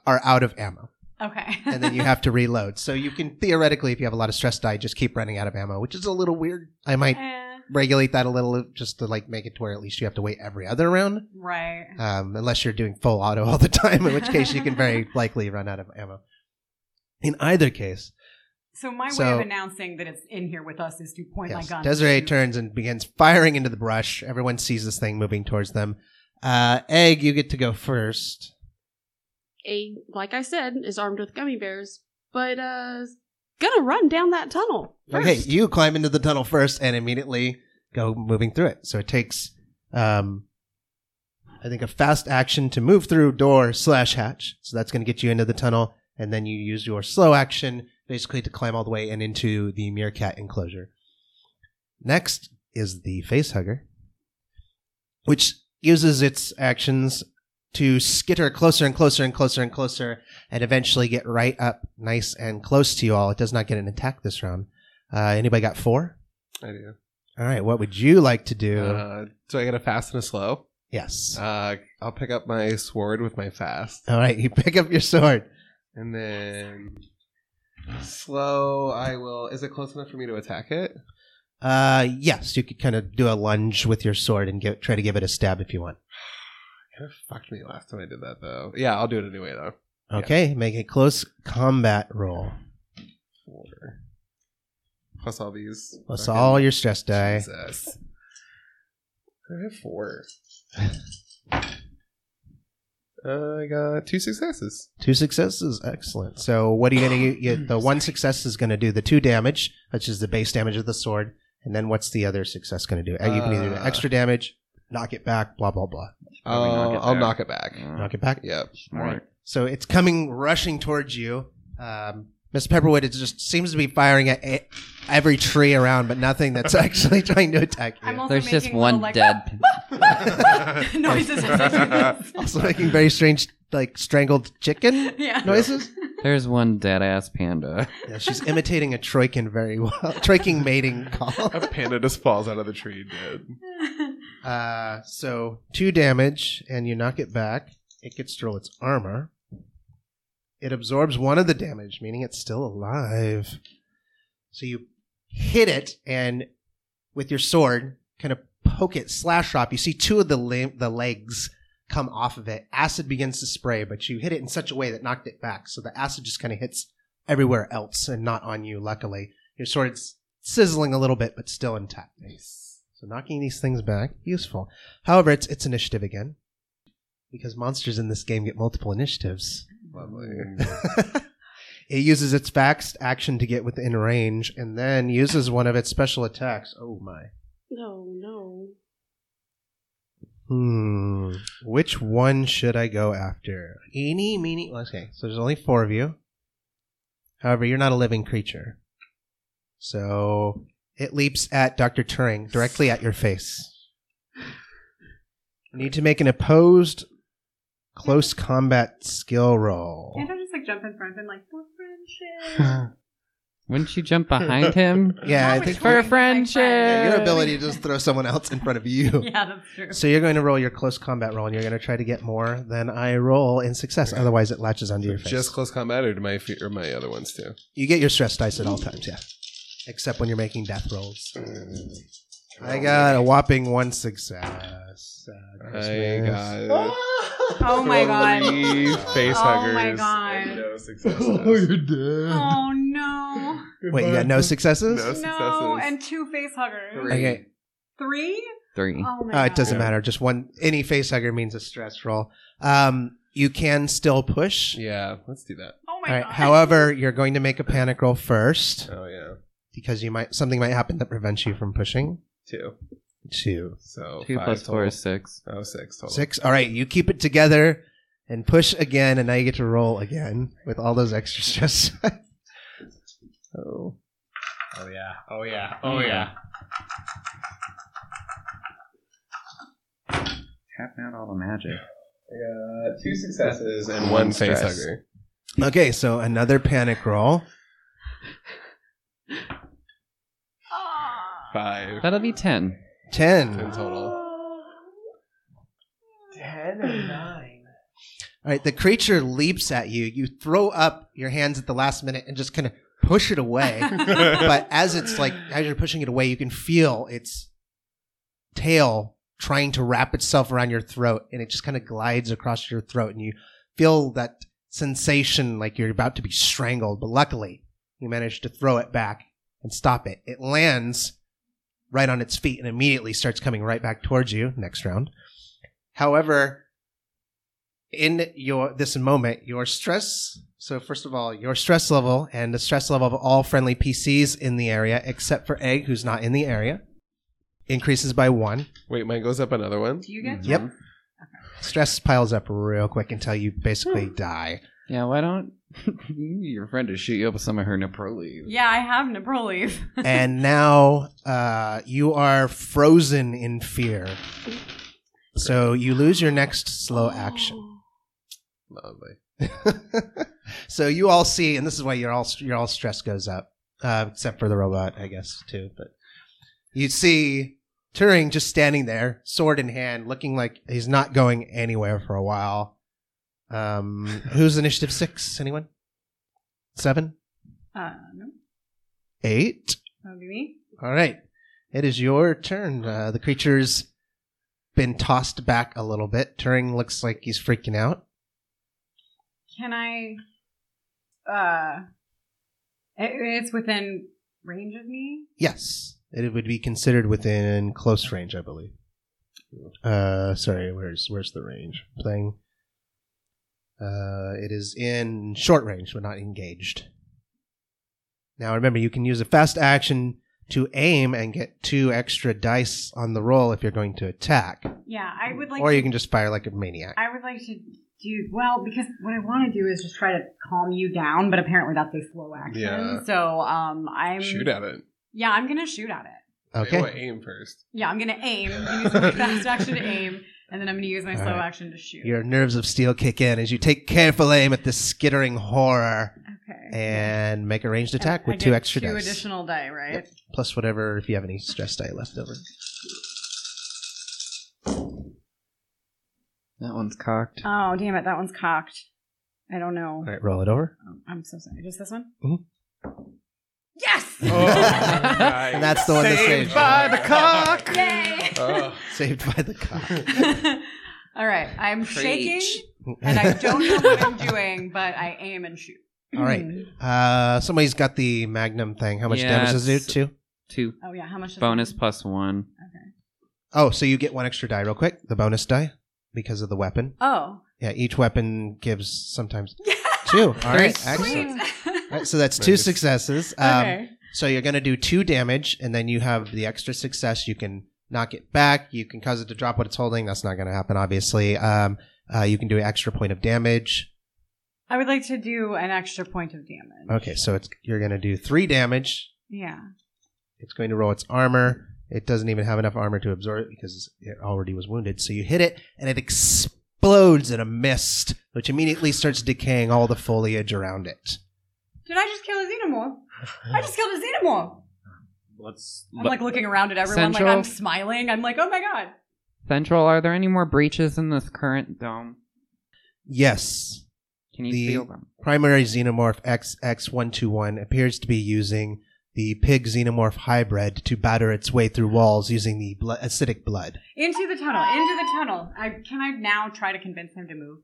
Speaker 2: are out of ammo,
Speaker 1: okay
Speaker 2: and then you have to reload. So you can theoretically, if you have a lot of stress die, just keep running out of ammo, which is a little weird. I might
Speaker 1: Eh,
Speaker 2: regulate that a little just to like make it to where at least you have to wait every other round
Speaker 1: right
Speaker 2: um, unless you're doing full auto all the time, in which case you can very likely run out of ammo. In either case,
Speaker 1: so my way
Speaker 2: So-
Speaker 1: of announcing that it's in here with us is to point Oh my
Speaker 2: yes,
Speaker 1: gun
Speaker 2: Desiree
Speaker 1: to-
Speaker 2: turns and begins firing into the brush. Everyone sees this thing moving towards them. Uh, Egg, you get to go first.
Speaker 7: A, like I said, is armed with gummy bears, but uh, is gonna run down that tunnel.
Speaker 2: Okay, you climb into the tunnel first and immediately go moving through it. So it takes, um, I think, a fast action to move through door slash hatch. So that's going to get you into the tunnel, and then you use your slow action basically to climb all the way and into the meerkat enclosure. Next is the face hugger, which uses its actions to skitter closer and closer and closer and closer and eventually get right up nice and close to you all. It does not get an attack this round. Uh, anybody got four?
Speaker 3: I do.
Speaker 2: All right. What would you like to do?
Speaker 3: Uh, do I get a fast and a slow?
Speaker 2: yes.
Speaker 3: Uh, I'll pick up my sword with my fast,
Speaker 2: all right. You pick up your sword.
Speaker 3: and then slow. I will. Is it close enough for me to attack it?
Speaker 2: Uh, yes. You could kind of do a lunge with your sword and get, try to give it a stab if you want.
Speaker 3: Kind of fucked me last time I did that though. Yeah, I'll do it anyway though.
Speaker 2: Okay. Make a close combat roll.
Speaker 3: Four. Plus all these.
Speaker 2: Plus
Speaker 3: fucking-
Speaker 2: all your stress die.
Speaker 3: Jesus. I have four. Uh, I got two successes.
Speaker 2: Two successes. Excellent. So what are you going to get? The one success is going to do the two damage, which is the base damage of the sword. And then what's the other success going to do? Uh, you can either do
Speaker 3: Uh.
Speaker 2: extra damage, knock it back, blah, blah, blah.
Speaker 3: I'll,
Speaker 4: Probably knock it
Speaker 3: Uh, I'll
Speaker 4: back.
Speaker 3: knock it back.
Speaker 2: Knock it back.
Speaker 8: Oh,
Speaker 3: Yep.
Speaker 4: All right.
Speaker 2: So it's coming rushing towards you. Um, Miss Pepperwood it just seems to be firing at e- every tree around, but nothing that's actually trying to attack
Speaker 1: I'm
Speaker 2: you.
Speaker 1: also
Speaker 8: There's just
Speaker 1: making little,
Speaker 8: one
Speaker 1: like,
Speaker 8: dead.
Speaker 1: noises as I do this.
Speaker 2: Also making very strange, like strangled chicken
Speaker 1: yeah
Speaker 2: noises.
Speaker 8: There's one dead ass panda.
Speaker 2: Yeah, she's imitating a troikin very well. Troiking mating call.
Speaker 3: A panda just falls out of the tree dead.
Speaker 2: Uh, so two damage, and you knock it back. It gets to roll its armor. It absorbs one of the damage, meaning it's still alive. So you hit it, and with your sword, kind of poke it, slash drop. You see two of the lim- the legs come off of it. Acid begins to spray, but you hit it in such a way that knocked it back. So the acid just kind of hits everywhere else and not on you. Luckily, your sword's sizzling a little bit, but still intact. So knocking these things back, useful. However, it's it's initiative again. Because monsters in this game get multiple initiatives.
Speaker 3: Lovely.
Speaker 2: it uses its faxed action to get within range, and then uses one of its special attacks. Oh my.
Speaker 7: No, no.
Speaker 2: Hmm. Which one should I go after? Eeny, meeny. Okay, so there's only four of you. However, you're not a living creature. So it leaps at Dr. Turing directly at your face. You need to make an opposed close combat skill roll.
Speaker 1: can't I just like jump in front of him like for friendship
Speaker 8: Wouldn't you jump behind him?
Speaker 2: Yeah, I
Speaker 1: Not with
Speaker 2: think
Speaker 8: for
Speaker 1: Turing, but, like,
Speaker 8: friendship.
Speaker 2: your ability to just throw someone else in front of you.
Speaker 1: yeah that's true
Speaker 2: So you're going to roll your close combat roll, and you're going to try to get more than I roll in success. Otherwise, it latches onto your face.
Speaker 3: Just close combat, or do my fe- or my other ones too?
Speaker 2: You get your stress dice at all times, yeah. Except when you're making death rolls. I got a whopping one success. Uh,
Speaker 3: I
Speaker 2: Christmas.
Speaker 3: got. Ah!
Speaker 1: oh my god
Speaker 3: Three face
Speaker 1: Oh
Speaker 3: huggers.
Speaker 1: my god.
Speaker 3: and No successes.
Speaker 2: dead.
Speaker 1: oh no
Speaker 2: Wait, you got no successes?
Speaker 3: No.
Speaker 1: no
Speaker 3: successes.
Speaker 1: and two face huggers
Speaker 3: Three.
Speaker 2: Okay.
Speaker 1: three
Speaker 8: Three.
Speaker 1: oh my
Speaker 2: Uh,
Speaker 1: god
Speaker 2: it doesn't
Speaker 3: Yeah.
Speaker 2: matter. Just one. Any face hugger means a stress roll. Um, you can still push.
Speaker 3: Yeah, let's do that.
Speaker 1: oh my
Speaker 2: All right.
Speaker 1: god
Speaker 2: However, you're going to make a panic roll first
Speaker 3: Oh yeah,
Speaker 2: because you might something might happen that prevents you from pushing.
Speaker 3: two.
Speaker 2: Two,
Speaker 3: So
Speaker 8: Two
Speaker 3: five
Speaker 8: plus four
Speaker 3: total.
Speaker 8: is six.
Speaker 3: Oh, six total.
Speaker 2: six. All right. You keep it together and push again, and now you get to roll again with all those extra stress.
Speaker 3: Oh. Oh yeah. Oh yeah. Oh yeah.
Speaker 4: Tapping out all the magic.
Speaker 3: Yeah. Two successes and one face
Speaker 4: stress.
Speaker 3: hugger.
Speaker 2: Okay, so another panic roll.
Speaker 1: Ah.
Speaker 3: Five.
Speaker 8: That'll be ten.
Speaker 3: In
Speaker 2: Ten.
Speaker 3: total.
Speaker 2: All right, the creature leaps at you. You throw up your hands at the last minute and just kind of push it away. but as it's like as you're pushing it away, you can feel its tail trying to wrap itself around your throat, and it just kind of glides across your throat, and you feel that sensation like you're about to be strangled. But luckily, you manage to throw it back and stop it. It lands right on its feet and immediately starts coming right back towards you. Next round, however. In your this moment, your stress. So first of all, your stress level and the stress level of all friendly PCs in the area, except for Egg, who's not in the area, increases by one.
Speaker 3: Wait, mine goes up another one.
Speaker 1: Do you get
Speaker 2: Yep. Stress piles up real quick until you basically die.
Speaker 8: Yeah, why don't your friend just shoot you up with some of her Neproli?
Speaker 1: Yeah, I have Neprolief.
Speaker 2: and now uh, you are frozen in fear. So you lose your next slow action.
Speaker 3: Lovely.
Speaker 2: so you all see, and this is why your all your all stress goes up, uh, except for the robot, I guess, too. But you see Turing just standing there, sword in hand, looking like he's not going anywhere for a while. Um, who's initiative six? Anyone? Seven,
Speaker 1: Uh, no,
Speaker 2: eight.
Speaker 1: that would be me.
Speaker 2: All right, it is your turn. Uh, the creature's been tossed back a little bit. Turing looks like he's freaking out.
Speaker 1: Can I? Uh, it, it's within range of me.
Speaker 2: Yes, it would be considered within close range, I believe. Uh, sorry, where's where's the range thing? Uh, it is in short range, but not engaged. Now remember, you can use a fast action to aim and get two extra dice on the roll if you're going to attack,
Speaker 1: Yeah, I would like.
Speaker 2: or
Speaker 1: to,
Speaker 2: you can just fire like a maniac.
Speaker 1: I would like to do well because what I want to do is just try to calm you down, but apparently that's a slow action.
Speaker 3: Yeah.
Speaker 1: So um, I'm
Speaker 3: Shoot at it.
Speaker 1: Yeah, I'm gonna shoot at it.
Speaker 2: Okay.
Speaker 3: Wait, what, aim first.
Speaker 1: Yeah, I'm gonna aim. I'm gonna use my fast action to aim, and then I'm gonna use my
Speaker 2: All
Speaker 1: slow
Speaker 2: right.
Speaker 1: action to shoot.
Speaker 2: Your nerves of steel kick in as you take careful aim at this skittering horror
Speaker 1: okay.
Speaker 2: and make a ranged attack
Speaker 1: I
Speaker 2: with two
Speaker 1: get
Speaker 2: extra
Speaker 1: two
Speaker 2: dice.
Speaker 1: additional die, right?
Speaker 2: Yep. plus whatever if you have any stress die left over.
Speaker 8: That one's cocked.
Speaker 1: Oh damn it, that one's cocked. I don't know. Um,
Speaker 2: All right, roll it over.
Speaker 1: I'm so sorry. Just this one.
Speaker 2: Mhm.
Speaker 1: Yes.
Speaker 2: And that's the one that saved by the cock.
Speaker 1: Yay!
Speaker 2: Saved by the cock.
Speaker 1: All right, I'm shaking and I don't know what I'm doing, but I aim and shoot. Mm-hmm.
Speaker 2: All right. Uh, somebody's got the magnum thing. How much
Speaker 8: Yeah,
Speaker 2: damage does it
Speaker 8: it's-
Speaker 2: do? Two.
Speaker 8: Two.
Speaker 1: Oh yeah, how much? Does
Speaker 8: Bonus
Speaker 1: That
Speaker 8: plus one.
Speaker 2: Oh, so you get one extra die real quick. The bonus die because of the weapon.
Speaker 1: oh.
Speaker 2: Yeah, each weapon gives sometimes two. All right, excellent.
Speaker 1: Sweet.
Speaker 2: All right, so that's two
Speaker 3: Nice.
Speaker 2: successes. Um,
Speaker 1: okay.
Speaker 2: So you're going to do two damage, and then you have the extra success. You can knock it back. You can cause it to drop what it's holding. That's not going to happen, obviously. Um, uh, you can do an extra point of damage.
Speaker 1: I would like to do an extra point of damage.
Speaker 2: Okay, so it's you're going to do three damage.
Speaker 1: Yeah.
Speaker 2: It's going to roll its armor. It doesn't even have enough armor to absorb it because it already was wounded. So you hit it, and it explodes in a mist, which immediately starts decaying all the foliage around it.
Speaker 1: Did I just kill a xenomorph? I just killed a xenomorph.
Speaker 5: Let's.
Speaker 1: I'm like looking around at everyone, like
Speaker 8: Central.
Speaker 1: I'm smiling. I'm like, oh my god.
Speaker 8: Central, are there any more breaches in this current dome?
Speaker 2: Yes,
Speaker 8: Can you
Speaker 2: The-
Speaker 8: feel them?
Speaker 2: primary xenomorph XX121 appears to be using the pig xenomorph hybrid to batter its way through walls using the blo- acidic blood.
Speaker 1: Into the tunnel. Into the tunnel. I can I now try to convince him to move.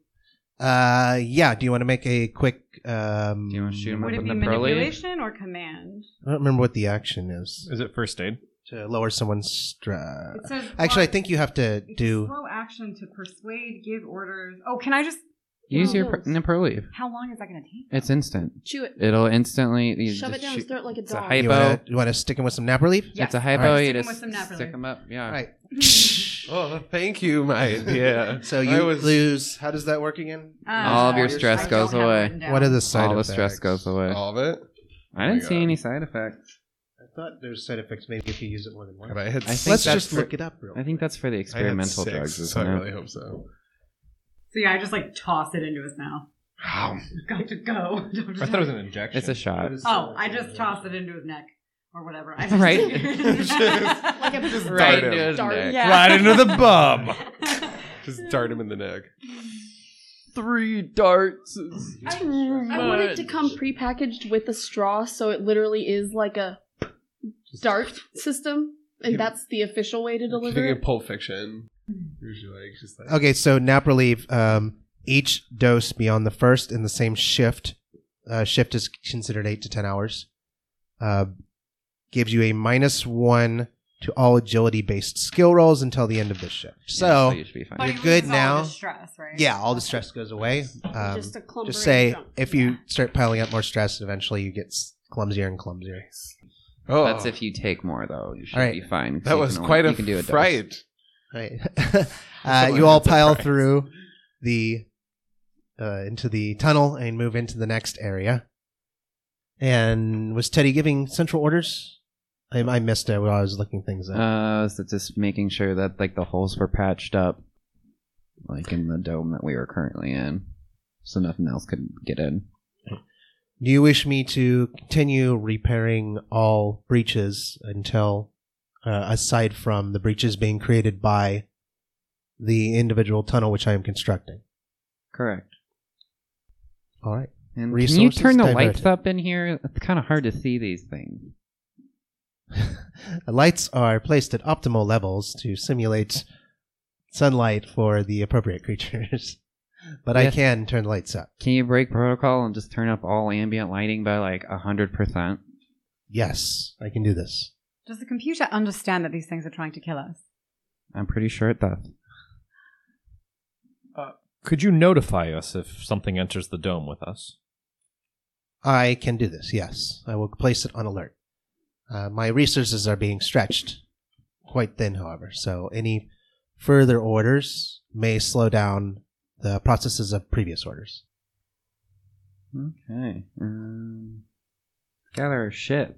Speaker 2: Uh, yeah. Do you want to make a quick? Um,
Speaker 8: Do you wanna shoot him
Speaker 1: Would
Speaker 8: with
Speaker 1: it be
Speaker 8: the pearly?
Speaker 1: manipulation or command?
Speaker 2: I don't remember what the action is
Speaker 5: Is it first aid?
Speaker 2: to lower someone's stress.
Speaker 1: It says
Speaker 2: Actually, I think you have to
Speaker 1: It's a
Speaker 2: do.
Speaker 1: slow action to persuade, give orders. Oh, can I just?
Speaker 8: Use your
Speaker 9: Yes.
Speaker 8: pr- Neprolief.
Speaker 1: How long is that going to take?
Speaker 8: It's instant.
Speaker 9: Chew it.
Speaker 8: It'll instantly. you
Speaker 9: Shove it
Speaker 8: just
Speaker 9: down his
Speaker 8: shoot-
Speaker 9: throat like a
Speaker 8: It's a
Speaker 9: dog.
Speaker 8: hypo.
Speaker 2: You want to you wanna stick him with some napper leaf?
Speaker 8: It's a
Speaker 1: Yes.
Speaker 8: hypo.
Speaker 2: Alright.
Speaker 8: You
Speaker 1: Stick 'em with
Speaker 8: just
Speaker 1: some napper
Speaker 8: stick
Speaker 1: leaf.
Speaker 8: them up. Yeah.
Speaker 2: All right.
Speaker 3: Oh, thank you, my idea.
Speaker 2: So
Speaker 3: I
Speaker 2: you
Speaker 3: was-
Speaker 2: lose. How does that work again?
Speaker 8: All of your stress
Speaker 1: I Uh, don't
Speaker 8: goes
Speaker 1: have
Speaker 8: away.
Speaker 1: written down.
Speaker 2: What are the side
Speaker 8: All the
Speaker 2: effects?
Speaker 8: stress goes away.
Speaker 3: all of it.
Speaker 8: I
Speaker 3: Oh my
Speaker 8: didn't see
Speaker 3: God.
Speaker 8: any side effects.
Speaker 2: I thought there's side effects maybe if you use it more than
Speaker 3: Have
Speaker 2: once.
Speaker 3: I hit
Speaker 4: I think
Speaker 2: Let's
Speaker 4: that's
Speaker 2: just
Speaker 4: for-
Speaker 2: look it up real
Speaker 4: I think that's for the
Speaker 3: I had
Speaker 4: experimental
Speaker 3: six,
Speaker 4: drugs,
Speaker 3: So I
Speaker 4: isn't
Speaker 3: really
Speaker 4: it?
Speaker 3: hope so.
Speaker 1: So yeah, I just like toss it into his mouth.
Speaker 3: Wow.
Speaker 1: Got to go.
Speaker 6: I thought it was an injection.
Speaker 4: It's a shot.
Speaker 1: Oh, I just toss it into his neck or whatever. I
Speaker 4: Right.
Speaker 3: Like a- Just
Speaker 4: Right
Speaker 3: dart
Speaker 4: into
Speaker 3: him.
Speaker 4: his
Speaker 7: Dart
Speaker 4: neck.
Speaker 1: Yeah.
Speaker 5: Right into the bum.
Speaker 3: Just dart him in the neck.
Speaker 4: Three darts.
Speaker 7: I, I want it to come prepackaged with a straw, so it literally is like a dart system, and that's the official way to deliver
Speaker 3: Thinking
Speaker 7: it.
Speaker 3: Pulp Fiction. Usually, like, just like
Speaker 2: Okay, so nap relief. Um, each dose beyond the first in the same shift, uh, shift is considered eight to ten hours. Uh, gives you a minus one to all agility-based skill rolls until the end of this shift. So,
Speaker 4: you should be fine.
Speaker 2: But- You're good now.
Speaker 1: stress, right?
Speaker 2: yeah, all the stress goes away. Um,
Speaker 7: just a clump
Speaker 2: just
Speaker 7: of
Speaker 2: say
Speaker 7: junk.
Speaker 2: if you start piling up more stress, eventually you get s- clumsier and clumsier.
Speaker 3: oh,
Speaker 4: That's if you take more, though. You should
Speaker 2: Alright.
Speaker 4: be fine. 'cause
Speaker 3: that
Speaker 4: you
Speaker 3: was
Speaker 4: can only-
Speaker 3: quite a
Speaker 4: you can do dose.
Speaker 3: fright.
Speaker 2: Right. uh, you all pile through the uh, into the tunnel and move into the next area. And was Teddy giving central orders? I, I missed it while I was looking things up.
Speaker 4: Uh, so just making sure that like the holes were patched up, like in the dome that we were currently in, so nothing else could get in.
Speaker 2: Do you wish me to continue repairing all breaches until, uh, aside from the breaches being created by the individual tunnel which I am constructing?
Speaker 4: Correct.
Speaker 2: All right.
Speaker 4: And can you
Speaker 2: Resources
Speaker 4: turn the
Speaker 2: diverted.
Speaker 4: lights up in here? It's kind of hard to see these things.
Speaker 2: The lights are placed at optimal levels to simulate sunlight for the appropriate creatures. but I
Speaker 4: Yes.
Speaker 2: can turn the lights up.
Speaker 4: Can you break protocol and just turn up all ambient lighting by like hundred percent?
Speaker 2: Yes, I can do this.
Speaker 1: Does the computer understand that these things are trying to kill us?
Speaker 4: I'm pretty sure it does.
Speaker 5: Could you notify us if something enters the dome with us?
Speaker 2: I can do this, yes. I will place it on alert. Uh, my resources are being stretched quite thin, however, so any further orders may slow down the processes of previous orders.
Speaker 4: Okay. Um, gather our shit.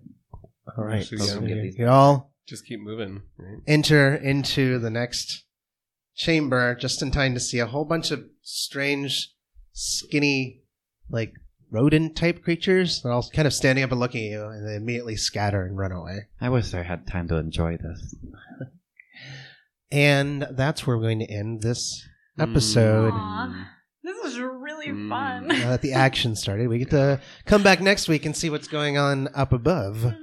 Speaker 2: All right.
Speaker 3: So
Speaker 2: so
Speaker 3: yeah,
Speaker 2: you- you all
Speaker 3: Just keep moving. Right?
Speaker 2: enter into the next chamber just in time to see a whole bunch of strange, skinny, like rodent type creatures. They're all kind of standing up and looking at you, and they immediately scatter and run away.
Speaker 4: I wish I had time to enjoy this.
Speaker 2: And that's where we're going to end this
Speaker 3: Mm.
Speaker 2: episode.
Speaker 1: Aw, this was really
Speaker 3: Mm.
Speaker 2: Now that the action started, we get to come back next week and see what's going on up above.
Speaker 3: That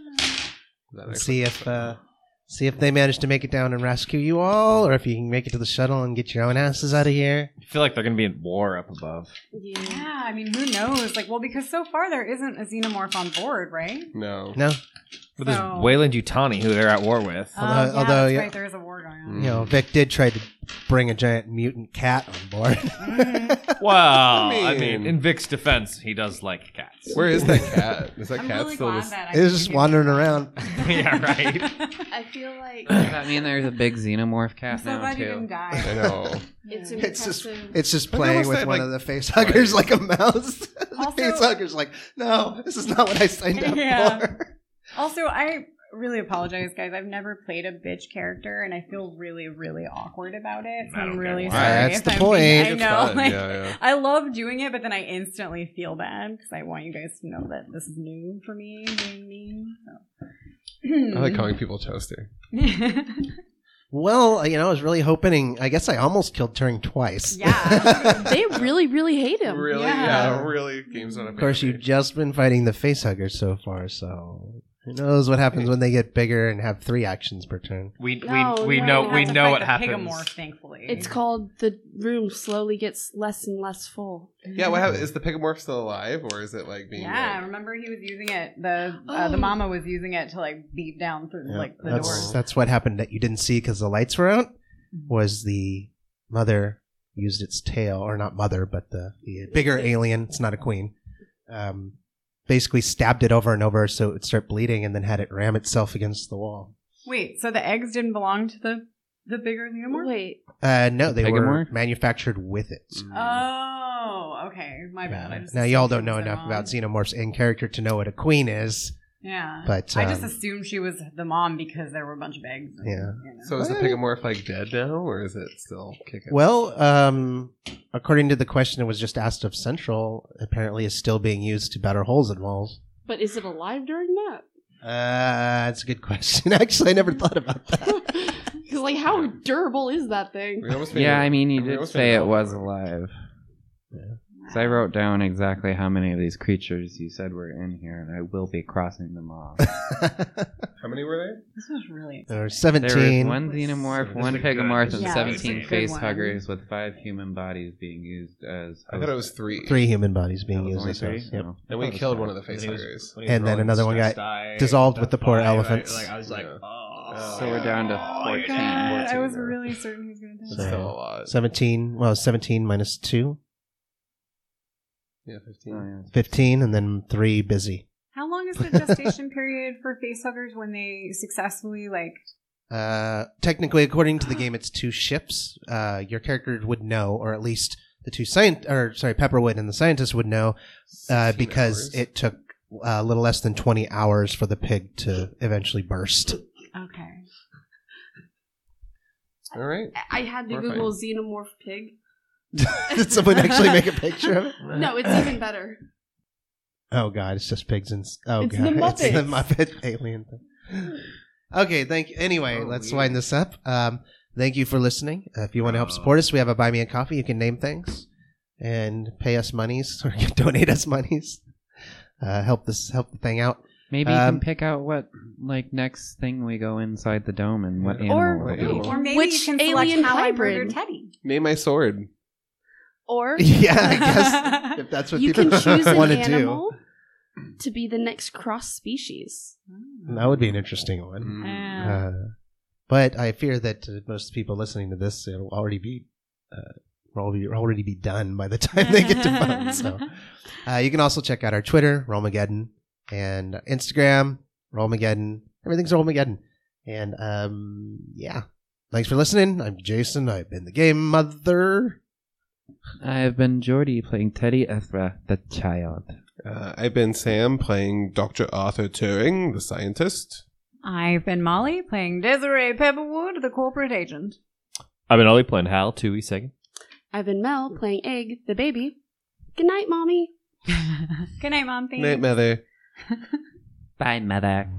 Speaker 2: And
Speaker 3: actually-
Speaker 2: see if uh, see if they manage to make it down and rescue you all, or if you can make it to the shuttle and get your own asses out of here.
Speaker 6: I feel like they're gonna be in war up above.
Speaker 7: Yeah.
Speaker 1: Yeah, I mean, who knows? Like, well, because so far there isn't a xenomorph on board, right?
Speaker 3: no.
Speaker 2: No,
Speaker 6: But there's
Speaker 1: So-
Speaker 6: Wayland Utani who they're at war with.
Speaker 1: Oh,
Speaker 2: Although-
Speaker 1: yeah,
Speaker 2: although,
Speaker 1: that's
Speaker 2: yeah. Mm.
Speaker 1: right, there is a war going on.
Speaker 2: You know, Vic did try to bring a giant mutant cat on board.
Speaker 6: Well, I
Speaker 3: mean-
Speaker 6: mean, in Vic's defense, he does like cats.
Speaker 3: Where is that cat? Is that
Speaker 1: I'm
Speaker 3: cat
Speaker 1: really
Speaker 3: still?
Speaker 1: glad
Speaker 3: just-
Speaker 1: that I
Speaker 2: it was just wandering around.
Speaker 6: yeah, right.
Speaker 7: I feel like
Speaker 4: Does that mean there's a big xenomorph
Speaker 1: I'm
Speaker 4: cat
Speaker 1: so
Speaker 4: now
Speaker 1: glad you
Speaker 4: too?
Speaker 1: didn't die.
Speaker 3: I know.
Speaker 7: it's
Speaker 9: Yeah.
Speaker 2: It's just-
Speaker 7: impressive.
Speaker 2: It's just
Speaker 3: But
Speaker 2: playing
Speaker 3: almost
Speaker 2: with
Speaker 3: that,
Speaker 2: one
Speaker 3: like-
Speaker 2: of the facehuggers like a mouse. the
Speaker 1: Also-
Speaker 2: facehugger's like, no, this is not what I signed up
Speaker 1: Yeah.
Speaker 2: for.
Speaker 1: Also, I really apologize, guys. I've never played a bitch character, and I feel really, really awkward about it. So
Speaker 6: I
Speaker 1: I'm
Speaker 6: don't
Speaker 1: really
Speaker 6: get
Speaker 1: sorry.
Speaker 6: why.
Speaker 2: That's
Speaker 1: if
Speaker 2: the
Speaker 1: I'm
Speaker 2: point.
Speaker 1: being-
Speaker 3: It's
Speaker 1: I know.
Speaker 3: fun.
Speaker 1: like,
Speaker 3: yeah, yeah.
Speaker 1: I love doing it, but then I instantly feel bad because I want you guys to know that this is new for me being mean. So.
Speaker 3: I
Speaker 1: Mm-hmm.
Speaker 3: like calling people toaster.
Speaker 2: Well, you know, I was really hoping. I guess I almost killed Turing twice.
Speaker 1: Yeah.
Speaker 9: They really, really hate him.
Speaker 3: Really?
Speaker 1: Yeah.
Speaker 3: Yeah. really. Games on a
Speaker 2: of course, you've just been fighting the facehuggers so far, so who knows what happens when they get bigger and have three actions per turn.
Speaker 6: We
Speaker 7: No,
Speaker 6: we, we
Speaker 7: no.
Speaker 6: know
Speaker 7: You
Speaker 6: we
Speaker 7: have to
Speaker 6: know what
Speaker 1: the
Speaker 6: happens.
Speaker 1: Pigomorph, thankfully.
Speaker 7: It's called the room slowly gets less and less full.
Speaker 3: Yeah. What happened? Is the pigomorph still alive, or is it like being?
Speaker 1: Yeah,
Speaker 3: like-
Speaker 1: remember he was using it. The uh, the
Speaker 7: Oh.
Speaker 1: mama was using it to like beat down through
Speaker 2: Yeah,
Speaker 1: like the
Speaker 2: that's
Speaker 1: doors.
Speaker 2: that's what happened that you didn't see because the lights were out.
Speaker 1: Mm-hmm.
Speaker 2: Was the mother used its tail, or not mother, but the, the bigger alien? It's not a queen. Um, basically stabbed it over and over so it would start bleeding, and then had it ram itself against the wall.
Speaker 1: Wait, so the eggs didn't belong to the the bigger xenomorph?
Speaker 7: Wait,
Speaker 2: Uh, no, they were
Speaker 4: Pegamore?
Speaker 2: manufactured with it.
Speaker 3: mm-hmm.
Speaker 1: Oh, okay. My bad. I
Speaker 2: Yeah.
Speaker 1: just
Speaker 2: Mm. Now y'all
Speaker 1: assumed
Speaker 2: don't
Speaker 1: it
Speaker 2: know
Speaker 1: was their
Speaker 2: enough
Speaker 1: mom.
Speaker 2: about xenomorphs in character to know what a queen is.
Speaker 1: Yeah.
Speaker 2: But
Speaker 1: I just
Speaker 2: um,
Speaker 1: assumed she was the mom because there were a bunch of eggs. and,
Speaker 2: Yeah.
Speaker 1: you know.
Speaker 3: So is the pigamorph like dead now, or is it still kicking?
Speaker 2: Well, um, according to the question that was just asked of Central, apparently is still being used to batter holes in walls.
Speaker 9: But is it alive during that?
Speaker 2: Uh, that's a good question. Actually, I never thought about that.
Speaker 9: Because like, how durable is that thing?
Speaker 3: we almost made
Speaker 4: Yeah,
Speaker 3: it-
Speaker 4: I mean, you
Speaker 3: we
Speaker 4: did
Speaker 3: almost
Speaker 4: say
Speaker 3: made
Speaker 4: it was alive. So I wrote down exactly how many of these creatures you said were in here, and I will be crossing them off.
Speaker 3: How many were there?
Speaker 1: This was really
Speaker 2: there were
Speaker 4: There was
Speaker 2: 17.
Speaker 4: one xenomorph,
Speaker 5: This
Speaker 4: one
Speaker 5: is a good-
Speaker 4: pegamorph,
Speaker 5: this
Speaker 4: and
Speaker 1: is a good
Speaker 4: 17
Speaker 1: one.
Speaker 4: face
Speaker 1: Good one.
Speaker 4: huggers, with five human bodies being used as.
Speaker 3: I thought it was three.
Speaker 2: Three human bodies
Speaker 4: That
Speaker 2: being
Speaker 4: was
Speaker 2: used
Speaker 4: only
Speaker 2: as
Speaker 4: three?
Speaker 2: hosts. Yep.
Speaker 4: No.
Speaker 3: And we killed one of the facehuggers.
Speaker 2: Oh, And then another one got dissolved with the poor elephants.
Speaker 12: Like, I was like,
Speaker 3: Yeah.
Speaker 12: oh.
Speaker 4: So we're down to 14.
Speaker 1: God, I was
Speaker 3: there.
Speaker 1: really certain he was going to
Speaker 3: That's
Speaker 1: die.
Speaker 2: So-
Speaker 3: still a lot.
Speaker 2: 17, well, 17 minus 2,
Speaker 3: Yeah, fifteen.
Speaker 4: Oh, yeah.
Speaker 2: 15, and then 3 busy.
Speaker 1: How long is the gestation period for facehuggers when they successfully like?
Speaker 2: Uh, technically, according to the game, it's two ships. Uh, your character would know, or at least the two science, or sorry, Pepperwood and the scientist would know, uh,
Speaker 3: 16
Speaker 2: because
Speaker 3: hours.
Speaker 2: it took uh, a little less than 20 hours for the pig to eventually burst.
Speaker 1: Okay.
Speaker 3: All right.
Speaker 9: I had to
Speaker 3: We're
Speaker 9: Google xenomorph pig.
Speaker 2: Did someone actually make a picture of it?
Speaker 9: No, it's even better.
Speaker 2: Oh god, it's just pigs and s- oh
Speaker 9: It's the
Speaker 2: god, it's the Muppet alien thing. Okay, thank you. Anyway,
Speaker 3: Oh,
Speaker 2: let's
Speaker 3: weird.
Speaker 2: wind this up. Um, thank you for listening. Uh, if you want to help support us, we have a buy me a coffee. You can name things and pay us monies or you can donate us monies. Uh, help this help the thing out.
Speaker 4: Maybe
Speaker 2: you
Speaker 4: you
Speaker 2: can Um,
Speaker 4: can pick out what like next thing we go inside the dome and what animal
Speaker 9: Or-
Speaker 4: it will be.
Speaker 1: Or maybe
Speaker 9: Which
Speaker 1: you can
Speaker 9: alien
Speaker 1: select how I
Speaker 9: hybrid?
Speaker 1: murdered Teddy.
Speaker 3: Name my sword.
Speaker 9: Or
Speaker 2: yeah, I guess if that's what
Speaker 9: you
Speaker 2: people
Speaker 9: can choose an
Speaker 2: want to do,
Speaker 9: animal to be the next cross species.
Speaker 2: that would be an interesting one.
Speaker 1: Oh.
Speaker 3: Mm-hmm.
Speaker 1: Yeah.
Speaker 2: Uh, but I fear that uh, most people listening to this it'll already be uh, will already already be done by the time Uh, they get to fun. So. Uh, you can also check out our Twitter, Rollmageddon, and Instagram, Rollmageddon. Everything's Rollmageddon. And um, yeah. Thanks for listening. I'm Jason. I've been the game mother.
Speaker 4: I have been Jordy playing Teddy Ezra, the child.
Speaker 3: Uh, I've been Sam playing Dr. Arthur Turing, the scientist.
Speaker 1: I've been Molly playing Desiree Pepperwood, the corporate agent.
Speaker 12: I've been only playing Hal, two weeks second.
Speaker 9: I've been Mel playing Egg, the baby. Good night, mommy.
Speaker 1: Good night, Mom. Thanks.
Speaker 3: Night, Mother.
Speaker 4: Bye, mother.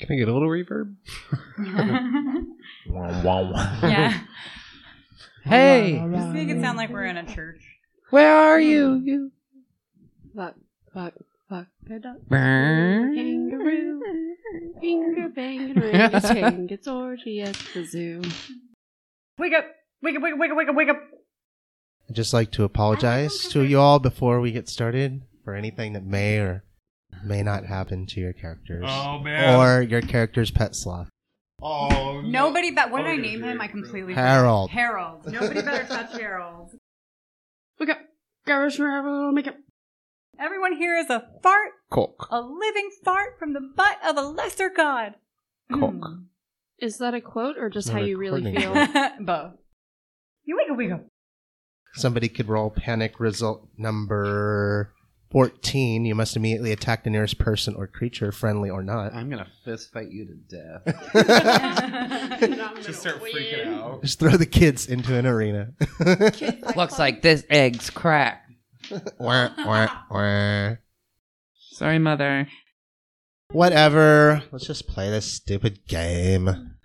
Speaker 3: Can I get a little reverb?
Speaker 1: yeah.
Speaker 4: Hey,
Speaker 1: Just make it sound like we're in a church.
Speaker 4: where are you? You.
Speaker 9: Fuck, fuck, fuck. Good dog.
Speaker 4: Brrrr.
Speaker 9: Kangaroo. Finger bang and orangutan. It's orgy at the zoo.
Speaker 1: Wake up! Wake up! Wake up! Wake up! Wake up! Wake up!
Speaker 2: I'd just like to apologize to you all before we get started for anything that may or may not happen to your characters.
Speaker 12: Oh, man.
Speaker 2: Or your character's pet sloth.
Speaker 12: oh,
Speaker 1: Nobody. But what did I name him? I completely
Speaker 2: Harold.
Speaker 1: Harold. Nobody better touch Harold.
Speaker 9: Look up. Garish Marvel makeup.
Speaker 1: Everyone here is a fart,
Speaker 3: Cock.
Speaker 1: a living fart from the butt of a lesser god.
Speaker 3: Cock.
Speaker 9: Is that a quote or just
Speaker 2: No,
Speaker 9: how you really
Speaker 2: recording.
Speaker 9: feel?
Speaker 1: Bo. You wake up! Wake up!
Speaker 2: Somebody could roll panic result number 14. You must immediately attack the nearest person or creature, friendly or not.
Speaker 8: I'm gonna fist fight you to death.
Speaker 3: Just start freaking out.
Speaker 2: Just throw the kids into an arena.
Speaker 8: Looks like this egg's cracked.
Speaker 2: Wah, wah, wah.
Speaker 4: Sorry, mother.
Speaker 2: Whatever. Let's just play this stupid game.